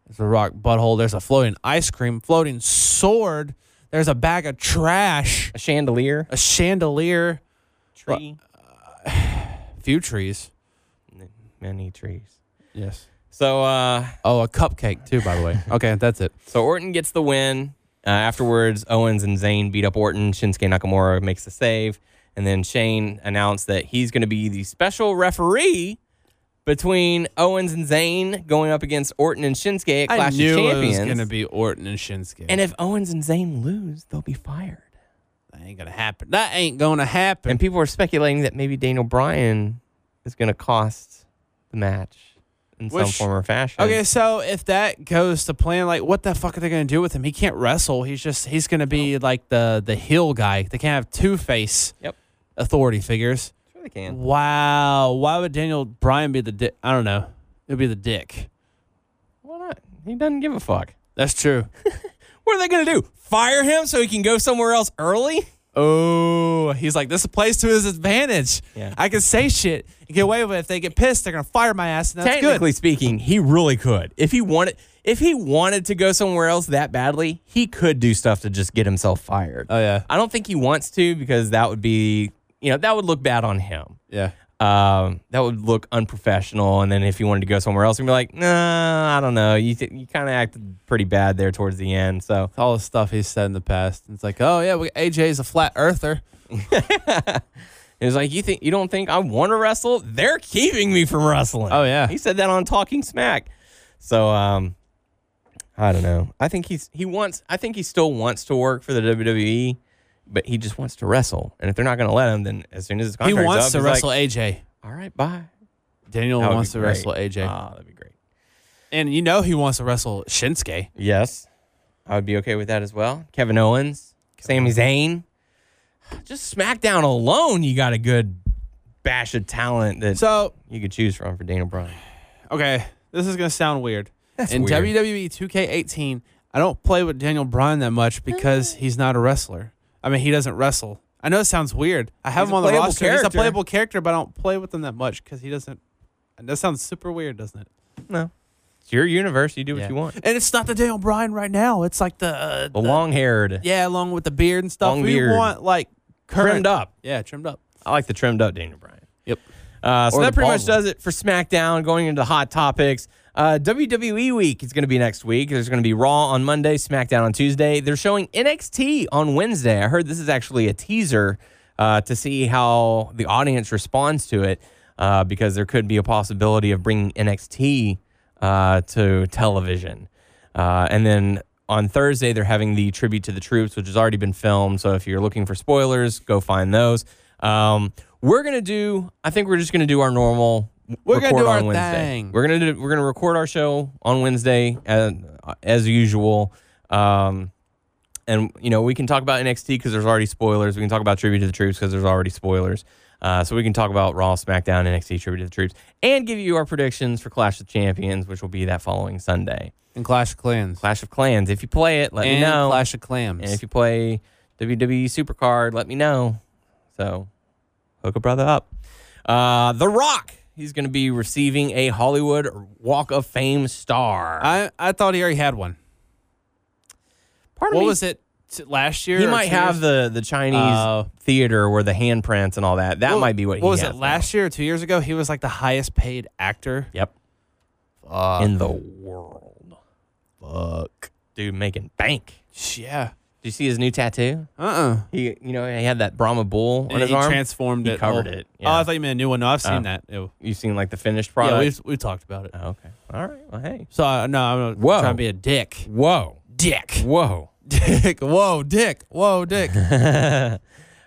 [SPEAKER 4] There's a rock butthole. There's a floating ice cream, floating sword. There's a bag of trash,
[SPEAKER 3] A chandelier.
[SPEAKER 4] a chandelier,
[SPEAKER 3] tree.
[SPEAKER 4] few trees.
[SPEAKER 3] Many trees.
[SPEAKER 4] Yes.
[SPEAKER 3] So, uh,
[SPEAKER 4] Oh, a cupcake too, by the way. okay, that's it.
[SPEAKER 3] so Orton gets the win. Uh, afterwards, Owens and Zayn beat up Orton. Shinsuke Nakamura makes the save. And then Shane announced that he's going to be the special referee between Owens and Zayn going up against Orton and Shinsuke at Clash of Champions.
[SPEAKER 4] it was gonna be Orton and Shinsuke.
[SPEAKER 3] and if Owens and Zayn lose, they'll be fired.
[SPEAKER 4] that ain't gonna happen. That ain't gonna happen.
[SPEAKER 3] And people are speculating that maybe Daniel Bryan is going to cost the match in some
[SPEAKER 4] Which-
[SPEAKER 3] form or fashion.
[SPEAKER 4] Okay, so if that goes to plan, like what the fuck are they gonna do with him? He can't wrestle. He's just he's gonna be like the the heel guy. They can't have two face
[SPEAKER 3] Yep.
[SPEAKER 4] authority figures.
[SPEAKER 3] Sure they can.
[SPEAKER 4] Wow. Why would Daniel Bryan be the dick? I don't know. It'd be the dick.
[SPEAKER 3] Why not? He doesn't give a fuck.
[SPEAKER 4] That's true.
[SPEAKER 3] What are they going to do? Fire him so he can go somewhere else early?
[SPEAKER 4] oh, he's like this plays to his advantage.
[SPEAKER 3] Yeah.
[SPEAKER 4] I can say shit and get away with it. If they get pissed, they're gonna fire my ass, and that's
[SPEAKER 3] Technically
[SPEAKER 4] good.
[SPEAKER 3] speaking, he really could. If he wanted if he wanted to go somewhere else that badly, he could do stuff to just get himself fired. Uh,
[SPEAKER 4] Oh yeah,
[SPEAKER 3] I don't think he wants to because that would be, you know, that would look bad on him.
[SPEAKER 4] yeah.
[SPEAKER 3] um, that would look unprofessional. And then if you wanted to go somewhere else, you'd be like, nah, I don't know. You th- you kind of acted pretty bad there towards the end. So
[SPEAKER 4] All the stuff he's said in the past. It's like, oh yeah, we, AJ's a flat earther.
[SPEAKER 3] it was like, you think you don't think I want to wrestle? They're keeping me from wrestling.
[SPEAKER 4] Oh, yeah.
[SPEAKER 3] he said that on Talking Smack. So um, I don't know. I think he's he wants. I think he still wants to work for the WWE. But he just wants to wrestle, and if they're not going to let him, then as soon as his
[SPEAKER 4] He
[SPEAKER 3] contract's
[SPEAKER 4] wants
[SPEAKER 3] up,
[SPEAKER 4] to
[SPEAKER 3] he's like,
[SPEAKER 4] wrestle AJ.
[SPEAKER 3] All right, bye.
[SPEAKER 4] Daniel
[SPEAKER 3] That would
[SPEAKER 4] wants
[SPEAKER 3] be
[SPEAKER 4] to
[SPEAKER 3] great.
[SPEAKER 4] wrestle AJ.
[SPEAKER 3] Ah, that'd be great.
[SPEAKER 4] and you know he wants to wrestle Shinsuke.
[SPEAKER 3] Yes. I would be okay with that as well. Kevin Owens, Sami Zayn. Just SmackDown alone, you got a good bash of talent that
[SPEAKER 4] So,
[SPEAKER 3] you could choose from for Daniel Bryan.
[SPEAKER 4] okay, this is going to sound weird. in E
[SPEAKER 3] weird.
[SPEAKER 4] WWE 2K18, I don't play with Daniel Bryan that much because he's not a wrestler. I mean, he doesn't wrestle. I know it sounds weird. I have
[SPEAKER 3] He's
[SPEAKER 4] him
[SPEAKER 3] a
[SPEAKER 4] on the
[SPEAKER 3] playable
[SPEAKER 4] roster. He's a
[SPEAKER 3] character.
[SPEAKER 4] playable character, but I don't play with him that much because he doesn't. And that sounds super weird, doesn't it?
[SPEAKER 3] No. It's your universe. You do what you want.
[SPEAKER 4] And it's not the Daniel Bryan right now. It's like the, uh,
[SPEAKER 3] The long haired,
[SPEAKER 4] yeah, along with the beard and stuff.
[SPEAKER 3] Long
[SPEAKER 4] we
[SPEAKER 3] beard.
[SPEAKER 4] want like current
[SPEAKER 3] trimmed up.
[SPEAKER 4] Yeah, trimmed up.
[SPEAKER 3] I like the trimmed up Daniel Bryan.
[SPEAKER 4] Yep.
[SPEAKER 3] Uh, so Or that the
[SPEAKER 4] bald
[SPEAKER 3] pretty much
[SPEAKER 4] one.
[SPEAKER 3] does it for SmackDown. Going into hot topics. Uh, WWE week is going to be next week. There's going to be Raw on Monday, SmackDown on Tuesday. They're showing NXT on Wednesday. I heard this is actually a teaser uh, to see how the audience responds to it uh, because there could be a possibility of bringing NXT uh, to television. Uh, and then on Thursday, they're having the tribute to the troops, which has already been filmed. So if you're looking for spoilers, go find those. Um, we're gonna do. I think we're just gonna do our normal.
[SPEAKER 4] We're gonna
[SPEAKER 3] record
[SPEAKER 4] do our
[SPEAKER 3] on Wednesday.
[SPEAKER 4] thing.
[SPEAKER 3] We're gonna do, we're gonna record our show on Wednesday as, as usual. Um, and you know we can talk about NXT because there's already spoilers. We can talk about Tribute to the Troops because there's already spoilers. Uh, so we can talk about Raw, SmackDown, NXT, Tribute to the Troops, and give you our predictions for Clash of Champions, which will be that following Sunday.
[SPEAKER 4] And Clash of Clans.
[SPEAKER 3] Clash of Clans. If you play it, let me
[SPEAKER 4] and
[SPEAKER 3] know.
[SPEAKER 4] Clash of Clams.
[SPEAKER 3] and if you play WWE Supercard, let me know. So hook a brother up. Uh, the Rock. He's going to be receiving a Hollywood Walk of Fame star.
[SPEAKER 4] I, I thought he already had one.
[SPEAKER 3] Pardon
[SPEAKER 4] What
[SPEAKER 3] me.
[SPEAKER 4] was it t- last year?
[SPEAKER 3] He
[SPEAKER 4] or
[SPEAKER 3] might
[SPEAKER 4] two
[SPEAKER 3] have the
[SPEAKER 4] years-
[SPEAKER 3] the Chinese
[SPEAKER 4] Uh,
[SPEAKER 3] theater where the handprints and all that. That
[SPEAKER 4] Well,
[SPEAKER 3] might be what, he
[SPEAKER 4] was
[SPEAKER 3] has
[SPEAKER 4] it
[SPEAKER 3] now.
[SPEAKER 4] last year or two years ago? He was like the highest paid actor.
[SPEAKER 3] Yep. In the world. Fuck. Dude, making bank.
[SPEAKER 4] Yeah.
[SPEAKER 3] Do you see his new tattoo?
[SPEAKER 4] Uh uh
[SPEAKER 3] He, you know, he had that Brahma bull on
[SPEAKER 4] And
[SPEAKER 3] his
[SPEAKER 4] he
[SPEAKER 3] arm.
[SPEAKER 4] transformed
[SPEAKER 3] He
[SPEAKER 4] it.
[SPEAKER 3] covered
[SPEAKER 4] oh.
[SPEAKER 3] it,
[SPEAKER 4] Oh,
[SPEAKER 3] yeah.
[SPEAKER 4] I thought you meant a new one. No, I've seen
[SPEAKER 3] Oh.
[SPEAKER 4] that. Ew.
[SPEAKER 3] You've seen like the finished
[SPEAKER 4] Yeah,
[SPEAKER 3] product.
[SPEAKER 4] we've, we've talked about it.
[SPEAKER 3] Oh, okay. All right. Well, hey.
[SPEAKER 4] So uh, no, I'm not
[SPEAKER 3] Whoa.
[SPEAKER 4] trying to be a dick.
[SPEAKER 3] Whoa.
[SPEAKER 4] Dick.
[SPEAKER 3] Whoa.
[SPEAKER 4] Dick. Whoa, dick. Whoa, dick.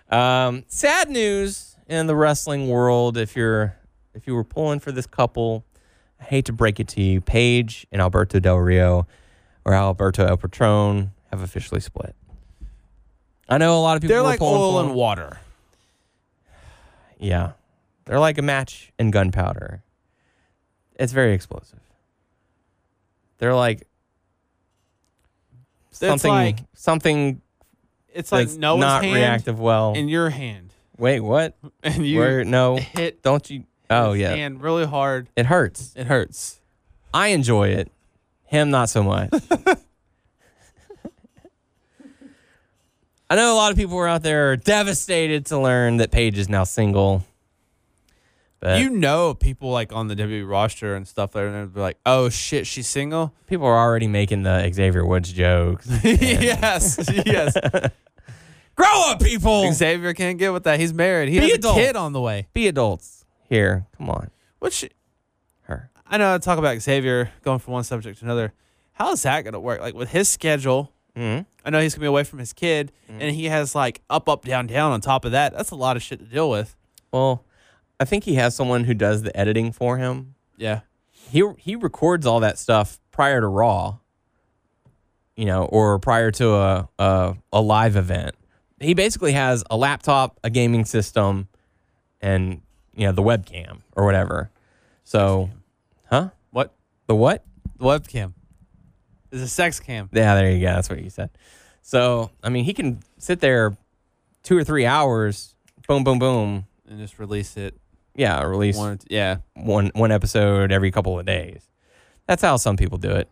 [SPEAKER 3] um, sad news in the wrestling world. If you're if you were pulling for this couple, I hate to break it to you, Paige and Alberto Del Rio, or Alberto El Patron, have officially split. I know a lot of people.
[SPEAKER 4] They're
[SPEAKER 3] were
[SPEAKER 4] like
[SPEAKER 3] pulling
[SPEAKER 4] oil
[SPEAKER 3] for
[SPEAKER 4] and
[SPEAKER 3] them.
[SPEAKER 4] water.
[SPEAKER 3] Yeah. They're like a match in gunpowder. It's very explosive. They're like something
[SPEAKER 4] like-
[SPEAKER 3] something
[SPEAKER 4] It's like
[SPEAKER 3] that's
[SPEAKER 4] Noah's
[SPEAKER 3] not
[SPEAKER 4] hand
[SPEAKER 3] reactive well.
[SPEAKER 4] in your hand,
[SPEAKER 3] Wait, what?
[SPEAKER 4] and you
[SPEAKER 3] Where no.
[SPEAKER 4] hit.
[SPEAKER 3] Don't you Oh
[SPEAKER 4] his
[SPEAKER 3] yeah.
[SPEAKER 4] hand really hard.
[SPEAKER 3] It hurts.
[SPEAKER 4] It hurts.
[SPEAKER 3] I enjoy it. Him not so much. I know a lot of people were out there devastated to learn that Paige is now single. But
[SPEAKER 4] you know, people like on the WWE roster and stuff there, and they'd be like, "Oh shit, she's single."
[SPEAKER 3] people are already making the Xavier Woods jokes.
[SPEAKER 4] yes, yes.
[SPEAKER 3] Grow up, people.
[SPEAKER 4] Xavier can't get with that. He's married. He
[SPEAKER 3] Be
[SPEAKER 4] has
[SPEAKER 3] adult.
[SPEAKER 4] a kid on the way.
[SPEAKER 3] Be adults here. Come on,
[SPEAKER 4] Which
[SPEAKER 3] her.
[SPEAKER 4] I know I talk about Xavier going from one subject to another. How's that going to work? Like with his schedule,
[SPEAKER 3] Mhm.
[SPEAKER 4] I know he's going to be away from his kid, and he has like up, up, down, down on top of that. That's a lot of shit to deal with.
[SPEAKER 3] Well, I think he has someone who does the editing for him.
[SPEAKER 4] Yeah.
[SPEAKER 3] He he records all that stuff prior to Raw. You know, or prior to a a, a live event. He basically has a laptop, a gaming system, and you know the webcam or whatever. So, huh?
[SPEAKER 4] What?
[SPEAKER 3] The what?
[SPEAKER 4] The webcam is a sex cam.
[SPEAKER 3] Yeah, there you go. That's what you said. So, I mean, he can sit there two or three hours, boom, boom, boom.
[SPEAKER 4] And just release it.
[SPEAKER 3] Yeah, release
[SPEAKER 4] One or
[SPEAKER 3] one
[SPEAKER 4] two- yeah.
[SPEAKER 3] one episode every couple of days. That's how some people do it.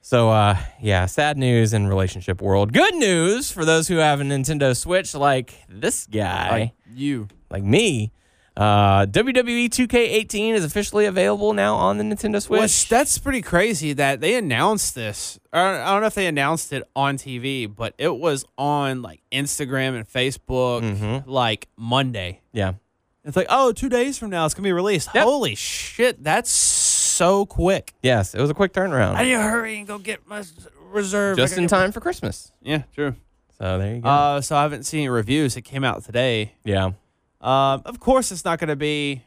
[SPEAKER 3] So, uh, yeah, sad news in relationship world. Good news for those who have a Nintendo Switch, like this guy
[SPEAKER 4] Like you.
[SPEAKER 3] like me. Uh, WWE 2K18 is officially available now on the Nintendo Switch.
[SPEAKER 4] Which that's pretty crazy that they announced this. I don't, I don't know if they announced it on TV, but it was on like Instagram and Facebook like Monday.
[SPEAKER 3] yeah,
[SPEAKER 4] It's like, oh, two days from now it's gonna be released.
[SPEAKER 3] Yep.
[SPEAKER 4] Holy shit, that's so quick.
[SPEAKER 3] yes, it was a quick
[SPEAKER 4] I
[SPEAKER 3] turnaround,
[SPEAKER 4] need to hurry and go get my s- reserve.
[SPEAKER 3] just
[SPEAKER 4] I
[SPEAKER 3] in
[SPEAKER 4] gotta
[SPEAKER 3] time for Christmas.
[SPEAKER 4] get- Yeah, true.
[SPEAKER 3] So there you go.
[SPEAKER 4] Uh, so I haven't seen any reviews. It came out today.
[SPEAKER 3] yeah,
[SPEAKER 4] Um, of course, it's not gonna be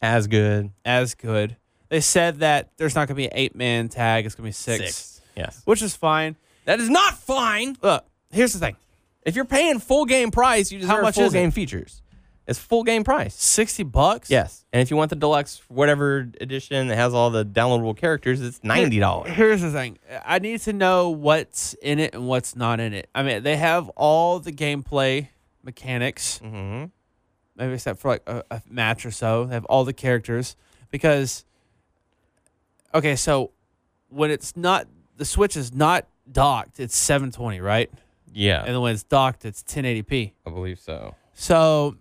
[SPEAKER 3] as good.
[SPEAKER 4] as good. They said that there's not gonna be an eight man tag. It's gonna be six,
[SPEAKER 3] Yes.
[SPEAKER 4] which is fine.
[SPEAKER 3] That is not fine.
[SPEAKER 4] Look, here's the thing:
[SPEAKER 3] If you're paying full game price, you deserve
[SPEAKER 4] much
[SPEAKER 3] full
[SPEAKER 4] is it?
[SPEAKER 3] game features. It's full game price.
[SPEAKER 4] sixty bucks.
[SPEAKER 3] Yes. And if you want the deluxe whatever edition that has all the downloadable characters, it's ninety dollars.
[SPEAKER 4] Here's the thing. I need to know what's in it and what's not in it. I mean, they have all the gameplay mechanics, mm-hmm. maybe except for like a, a match or so. They have all the characters because, okay, so when it's not the Switch is not docked, it's 720, right?
[SPEAKER 3] Yeah.
[SPEAKER 4] And then when it's docked, it's 1080p.
[SPEAKER 3] I believe so.
[SPEAKER 4] So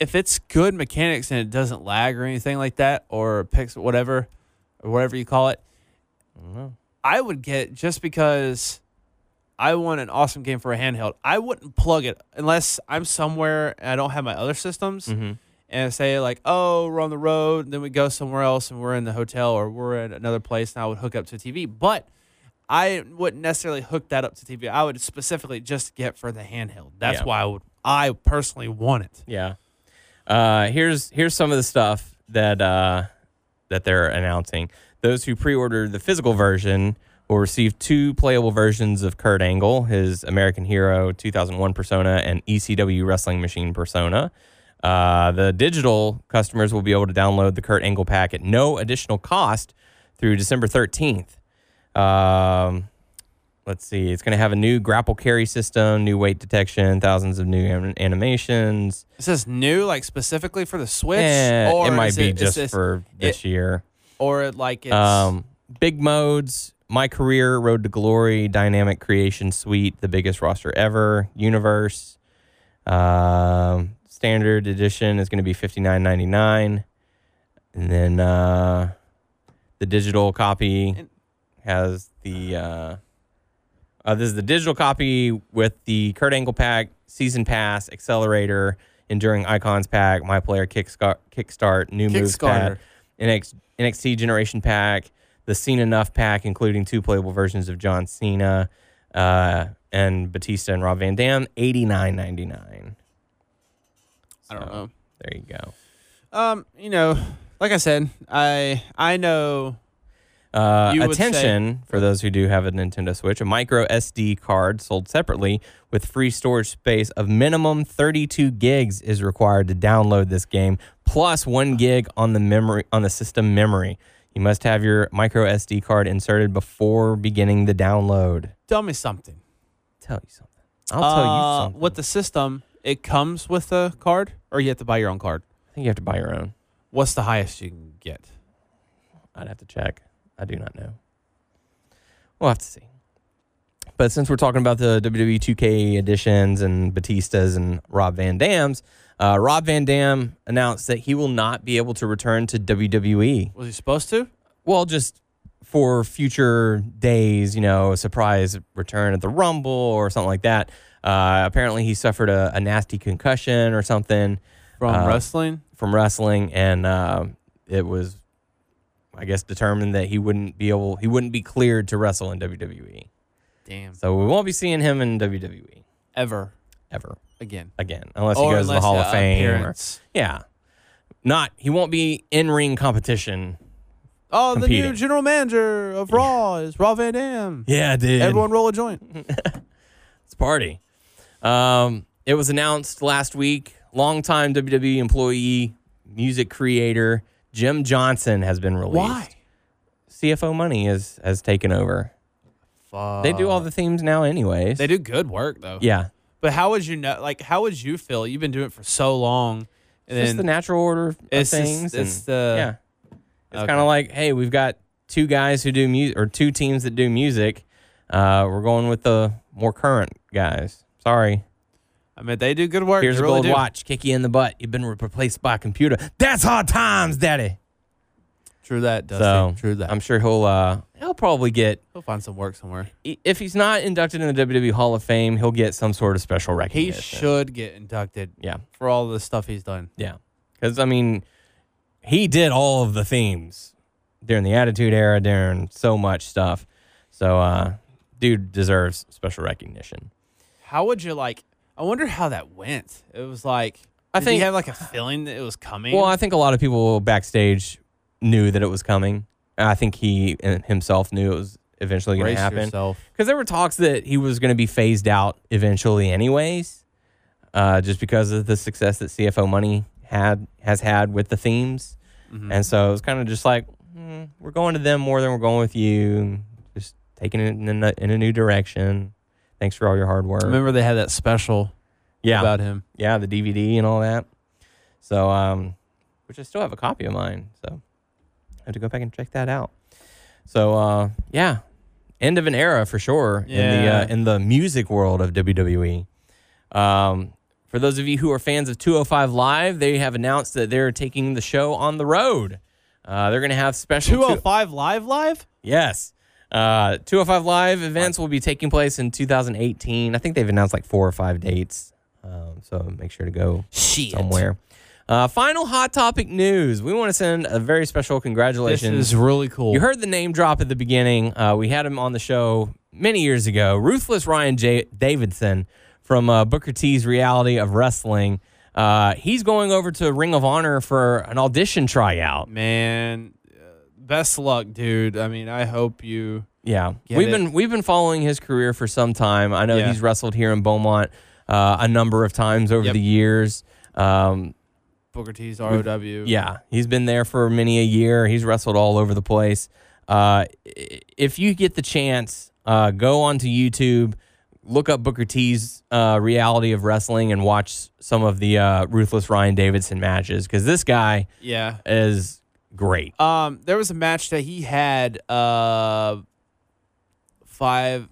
[SPEAKER 4] if it's good mechanics and it doesn't lag or anything like that, or picks whatever, or whatever you call it, I would get just because I want an awesome game for a handheld. I wouldn't plug it unless I'm somewhere and I don't have my other systems, and say like, oh, we're on the road, then we go somewhere else and we're in the hotel or we're at another place, and I would hook up to a TV, but. I wouldn't necessarily hook that up to TV. I would specifically just get for the handheld. That's
[SPEAKER 3] Yeah.
[SPEAKER 4] why I would. I personally want it.
[SPEAKER 3] Yeah. Uh, here's here's some of the stuff that uh, that they're announcing. Those who pre-order the physical version will receive two playable versions of Kurt Angle, his American Hero 2001 persona, and ECW Wrestling Machine persona. Uh, the digital customers will be able to download the Kurt Angle pack at no additional cost through December 13th. Um, let's see it's going to have a new grapple carry system new weight detection thousands of new an- animations
[SPEAKER 4] Is this new, like specifically for the Switch,
[SPEAKER 3] Eh, it might
[SPEAKER 4] is
[SPEAKER 3] be
[SPEAKER 4] is
[SPEAKER 3] just
[SPEAKER 4] this-
[SPEAKER 3] for this year
[SPEAKER 4] or it, like it's
[SPEAKER 3] um, big modes my career road to glory dynamic creation suite the biggest roster ever universe um, standard edition is going to be $59.99 and then uh, the digital copy
[SPEAKER 4] And-
[SPEAKER 3] has the uh, uh, this is the digital copy with the Kurt Angle pack, season pass, accelerator, enduring icons pack, my player kickstart, kickstart new moves pack, NX, NXT generation pack, the Seen Enough pack, including two playable versions of John Cena uh, and Batista and Rob Van Dam, eighty nine ninety nine.
[SPEAKER 4] I don't know.
[SPEAKER 3] There you go.
[SPEAKER 4] Um, you know, like I said, I I know
[SPEAKER 3] Uh,
[SPEAKER 4] You would
[SPEAKER 3] attention for those who do have a Nintendo Switch, a micro SD card sold separately with free storage space of minimum 32 gigs is required to download this game, plus one gig on the memory on the system memory. You must have your micro SD card inserted before beginning the download.
[SPEAKER 4] tell me something.
[SPEAKER 3] Tell you something. I'll tell
[SPEAKER 4] Uh,
[SPEAKER 3] you something.
[SPEAKER 4] With the system, it comes with a card, or you have to buy your own card.
[SPEAKER 3] I think you have to buy your own.
[SPEAKER 4] What's the highest you can get?
[SPEAKER 3] I'd have to check. I do not know. We'll have to see. But since we're talking about the WWE 2K editions and Batistas and Rob Van Dams, uh, Rob Van Dam announced that he will not be able to return to WWE.
[SPEAKER 4] Was he supposed to?
[SPEAKER 3] Well, just for future days, you know, a surprise return at the Rumble or something like that. Uh, apparently, he suffered a, a nasty concussion or something
[SPEAKER 4] From
[SPEAKER 3] Uh,
[SPEAKER 4] wrestling?
[SPEAKER 3] from wrestling, and uh, it was, I guess, determined that he wouldn't be able, he wouldn't be cleared to wrestle in WWE.
[SPEAKER 4] Damn.
[SPEAKER 3] So we won't be seeing him in WWE
[SPEAKER 4] Ever
[SPEAKER 3] ever
[SPEAKER 4] again.
[SPEAKER 3] again, unless
[SPEAKER 4] or
[SPEAKER 3] he goes to the
[SPEAKER 4] unless,
[SPEAKER 3] Hall
[SPEAKER 4] uh,
[SPEAKER 3] of Fame. or-
[SPEAKER 4] appearance.
[SPEAKER 3] yeah, not he won't be in ring competition.
[SPEAKER 4] oh, the new
[SPEAKER 3] competing.
[SPEAKER 4] general manager of Raw is Raw Van Dam.
[SPEAKER 3] Yeah, dude.
[SPEAKER 4] Everyone roll a joint.
[SPEAKER 3] It's party. Um, it was announced last week. Longtime WWE employee, music creator Jim Johnson has been released. CFO money is has taken over.
[SPEAKER 4] Fuck.
[SPEAKER 3] They do all the themes now, anyways.
[SPEAKER 4] Oh. They do good work though.
[SPEAKER 3] Yeah.
[SPEAKER 4] But how would you know? Like, how would you feel? You've been doing it for so long,
[SPEAKER 3] It's
[SPEAKER 4] and then
[SPEAKER 3] just the natural order of
[SPEAKER 4] it's just-
[SPEAKER 3] things.
[SPEAKER 4] it's
[SPEAKER 3] and-
[SPEAKER 4] the-
[SPEAKER 3] yeah. It's
[SPEAKER 4] okay.
[SPEAKER 3] kind of like, hey, we've got two guys who do music or two teams that do music. Uh, we're going with the more current guys. Sorry.
[SPEAKER 4] I mean, they do good work.
[SPEAKER 3] Here's
[SPEAKER 4] They
[SPEAKER 3] a
[SPEAKER 4] really
[SPEAKER 3] gold
[SPEAKER 4] do.
[SPEAKER 3] watch. Kick you in the butt. You've been replaced by a computer. That's hard times, daddy.
[SPEAKER 4] True that, Dusty.
[SPEAKER 3] So
[SPEAKER 4] True that.
[SPEAKER 3] I'm sure he'll uh, he'll probably get
[SPEAKER 4] He'll find some work somewhere.
[SPEAKER 3] if he's not inducted in the WWE Hall of Fame, he'll get some sort of special
[SPEAKER 4] He
[SPEAKER 3] recognition.
[SPEAKER 4] should get inducted
[SPEAKER 3] Yeah.
[SPEAKER 4] for all the stuff he's done.
[SPEAKER 3] Yeah. Because, I mean, he did all of the themes during the Attitude Era, during so much stuff. So, uh, dude deserves special recognition.
[SPEAKER 4] How would you like? I wonder how that went. It was like,
[SPEAKER 3] I
[SPEAKER 4] did
[SPEAKER 3] think-
[SPEAKER 4] you have like a feeling that it was coming.
[SPEAKER 3] Well, I think a lot of people backstage knew that it was coming. And I think he uh, himself knew it was eventually going
[SPEAKER 4] brace
[SPEAKER 3] to happen.
[SPEAKER 4] yourself.
[SPEAKER 3] Because there were talks that he was going to be phased out eventually, anyways, uh, just because of the success that CFO Money had has had with the themes,
[SPEAKER 4] Mm-hmm.
[SPEAKER 3] and so it was kind of just like mm, we're going to them more than we're going with you, just taking it in a, in a new direction. Thanks for all your hard work.
[SPEAKER 4] Remember they had that special
[SPEAKER 3] yeah,
[SPEAKER 4] about him.
[SPEAKER 3] yeah, the DVD and all that. So, um, which I still have a copy of mine. So, I have to go back and check that out. So, uh, yeah, end of an era for sure in the
[SPEAKER 4] Yeah.
[SPEAKER 3] uh, in the music world of WWE. E. Um, For those of you who are fans of 205 Live, they have announced that they're taking the show on the road. Uh, they're going to have special two-
[SPEAKER 4] 205 live live?
[SPEAKER 3] Yes. Uh, 205 Live events will be taking place in 2018. I think they've announced like four or five dates. Um, so make sure to go
[SPEAKER 2] Shit.
[SPEAKER 3] somewhere. Uh, final hot topic news. We want to send a very special
[SPEAKER 4] This
[SPEAKER 3] congratulations.
[SPEAKER 4] is really cool.
[SPEAKER 3] you heard the name drop at the beginning. Uh, we had him on the show many years ago. Ruthless Ryan J- Davidson from uh, Booker T's Reality of Wrestling. Uh, he's going over to Ring of Honor for an audition tryout.
[SPEAKER 4] Man, uh, best luck, dude. I mean, I hope you.
[SPEAKER 3] Yeah,
[SPEAKER 4] Get
[SPEAKER 3] we've
[SPEAKER 4] it.
[SPEAKER 3] been we've been following his career for some time. I know
[SPEAKER 4] Yeah.
[SPEAKER 3] he's wrestled here in Beaumont uh, a number of times over
[SPEAKER 4] Yep.
[SPEAKER 3] the years. Um,
[SPEAKER 4] Booker T's ROW.
[SPEAKER 3] yeah, he's been there for many a year. He's wrestled all over the place. Uh, i- if you get the chance, uh, go onto YouTube, look up Booker T's uh, reality of wrestling, and watch some of the uh, ruthless Ryan Davidson matches because this guy
[SPEAKER 4] Yeah.
[SPEAKER 3] is great.
[SPEAKER 4] Um, there was a match that he had uh five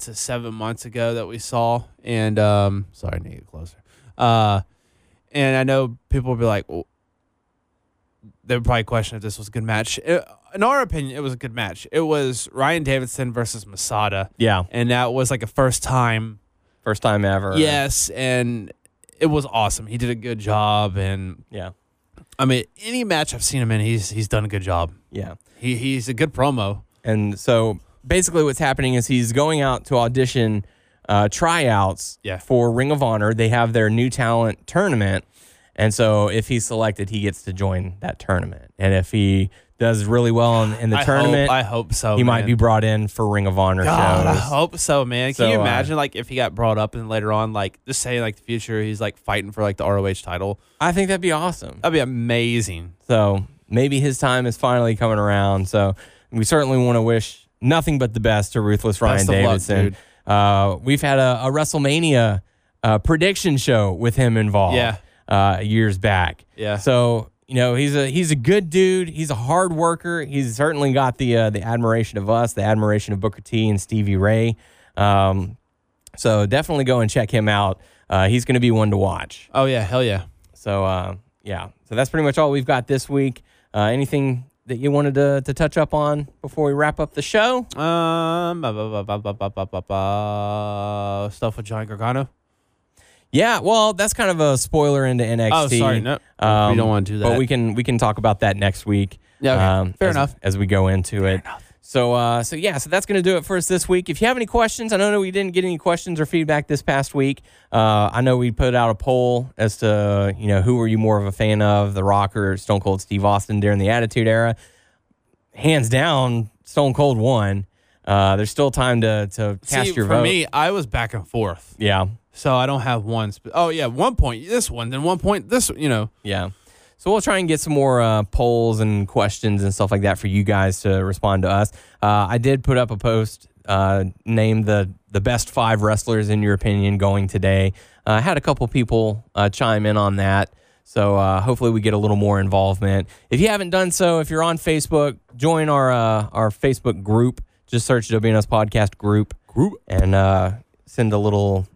[SPEAKER 4] to seven months ago that we saw, and um, sorry, I need to get closer. Uh, and I know people will be like, well, they would probably question if this was a good match. Uh, in our opinion, it was a good match. It was Ryan Davidson versus Masada,
[SPEAKER 3] Yeah,
[SPEAKER 4] and that was like a first time
[SPEAKER 3] first time ever.
[SPEAKER 4] Yes, and it was awesome. He did a good job, and
[SPEAKER 3] yeah,
[SPEAKER 4] I mean, any match I've seen him in, he's he's done a good job.
[SPEAKER 3] yeah.
[SPEAKER 4] He he's a good promo.
[SPEAKER 3] And so basically, what's happening is he's going out to audition uh, tryouts
[SPEAKER 4] Yeah.
[SPEAKER 3] for Ring of Honor. They have their new talent tournament. And so if he's selected, he gets to join that tournament. And if he does really well in, in the
[SPEAKER 4] I
[SPEAKER 3] tournament,
[SPEAKER 4] hope, I hope so.
[SPEAKER 3] he might be
[SPEAKER 4] man.
[SPEAKER 3] brought in for Ring of Honor
[SPEAKER 4] God, I
[SPEAKER 3] shows.
[SPEAKER 4] hope so, man. Can
[SPEAKER 3] So,
[SPEAKER 4] you
[SPEAKER 3] uh,
[SPEAKER 4] imagine like if he got brought up and later on, like just say like the future, he's like fighting for like the ROH title.
[SPEAKER 3] I think that'd be awesome.
[SPEAKER 4] That'd be amazing.
[SPEAKER 3] So maybe his time is finally coming around. So we certainly want to wish nothing but the best to Ruthless Ryan
[SPEAKER 4] Best of luck,
[SPEAKER 3] Davidson.
[SPEAKER 4] dude.
[SPEAKER 3] uh, we've had a, a WrestleMania uh, prediction show with him involved.
[SPEAKER 4] Yeah.
[SPEAKER 3] Uh, years back.
[SPEAKER 4] Yeah.
[SPEAKER 3] So you know he's a he's a good dude. He's a hard worker. He's certainly got the uh, the admiration of us, the admiration of Booker T and Stevie Ray. Um, so definitely go and check him out. Uh, he's going to be one to watch.
[SPEAKER 4] Oh yeah, hell yeah.
[SPEAKER 3] So uh, yeah, so that's pretty much all we've got this week. Uh, anything that you wanted to, to touch up on before we wrap up the show?
[SPEAKER 4] Um, ba- ba- ba- ba- ba- ba- ba- ba- stuff with John Gargano.
[SPEAKER 3] Yeah, well, that's kind of a spoiler into NXT.
[SPEAKER 4] Oh, sorry, no,
[SPEAKER 3] Um,
[SPEAKER 4] we don't want to do that.
[SPEAKER 3] But we can we can talk about that next week. um,
[SPEAKER 4] Yeah, okay. Fair
[SPEAKER 3] as-
[SPEAKER 4] enough.
[SPEAKER 3] As we go into it. So uh, so yeah, so that's gonna do it for us this week. If you have any questions, I know that we didn't get any questions or feedback this past week. Uh, I know we put out a poll as to you know who were you more of a fan of, The Rock or Stone Cold Steve Austin during the Attitude Era. Hands down, Stone Cold won. Uh, there's still time to to cast
[SPEAKER 4] See,
[SPEAKER 3] your
[SPEAKER 4] for
[SPEAKER 3] vote.
[SPEAKER 4] me, I was back and forth.
[SPEAKER 3] yeah.
[SPEAKER 4] So I don't have one. Sp- oh yeah, one point this one, then one point this. You know,
[SPEAKER 3] Yeah. So we'll try and get some more uh, polls and questions and stuff like that for you guys to respond to us. Uh, I did put up a post uh, named the the best five wrestlers in your opinion going today. Uh, I had a couple people uh, chime in on that. So uh, hopefully we get a little more involvement. If you haven't done so, if you're on Facebook, join our uh, our Facebook group. Just search WNS Podcast Group. Group. And uh, send a little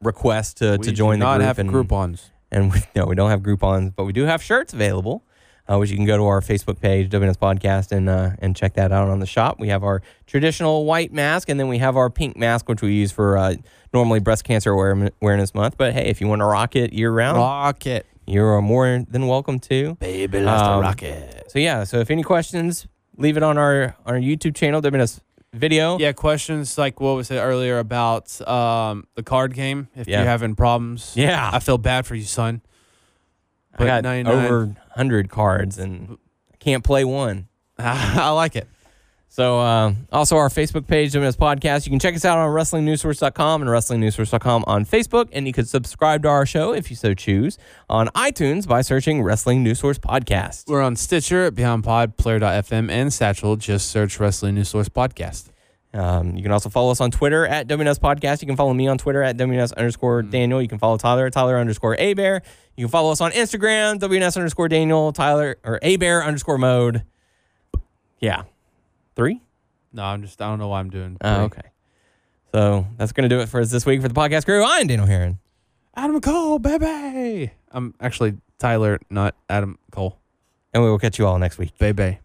[SPEAKER 3] request to, to
[SPEAKER 4] We
[SPEAKER 3] join
[SPEAKER 4] do not
[SPEAKER 3] the group.
[SPEAKER 4] have
[SPEAKER 3] and,
[SPEAKER 4] Groupon's.
[SPEAKER 3] and we, no, we don't have Groupon's, but we do have shirts available, uh, which you can go to our Facebook page, WNS Podcast, and uh, and check that out on the shop. We have our traditional white mask, and then we have our pink mask, which we use for uh, normally Breast Cancer Aware- Awareness Month. But hey, if you want to rock it year round,
[SPEAKER 4] Rocket,
[SPEAKER 3] you're more than welcome to.
[SPEAKER 4] baby, let's
[SPEAKER 3] Um,
[SPEAKER 4] rocket.
[SPEAKER 3] So yeah, so if any questions, leave it on our our YouTube channel, WNS Video.
[SPEAKER 4] Yeah, questions like what was it earlier about um, the card game? If
[SPEAKER 3] Yeah.
[SPEAKER 4] you're having problems,
[SPEAKER 3] Yeah.
[SPEAKER 4] I feel bad for you, son.
[SPEAKER 3] I got
[SPEAKER 4] 99.
[SPEAKER 3] over 100 cards and I can't play one.
[SPEAKER 4] I like it.
[SPEAKER 3] So, uh, also our Facebook page, WNS Podcast. You can check us out on WrestlingNewsSource.com and WrestlingNewsSource.com on Facebook. And you can subscribe to our show if you so choose on iTunes by searching Wrestling News Source Podcast.
[SPEAKER 4] We're on Stitcher, at Beyond Pod, Player.fm, and Satchel. Just search Wrestling News Source Podcast.
[SPEAKER 3] Um, you can also follow us on Twitter at WNS Podcast. You can follow me on Twitter at WNS underscore Daniel. You can follow Tyler at Tyler underscore A Bear. You can follow us on Instagram, WNS underscore Daniel, Tyler or A Bear underscore mode. Yeah. Three?
[SPEAKER 4] No, I'm just, I don't know why I'm doing.
[SPEAKER 3] Oh, okay. So that's going to do it for us this week for the podcast crew. I'm Daniel Heron.
[SPEAKER 4] Adam Cole, baby. I'm actually Tyler, not Adam Cole.
[SPEAKER 3] And we will catch you all next week.
[SPEAKER 4] Baby.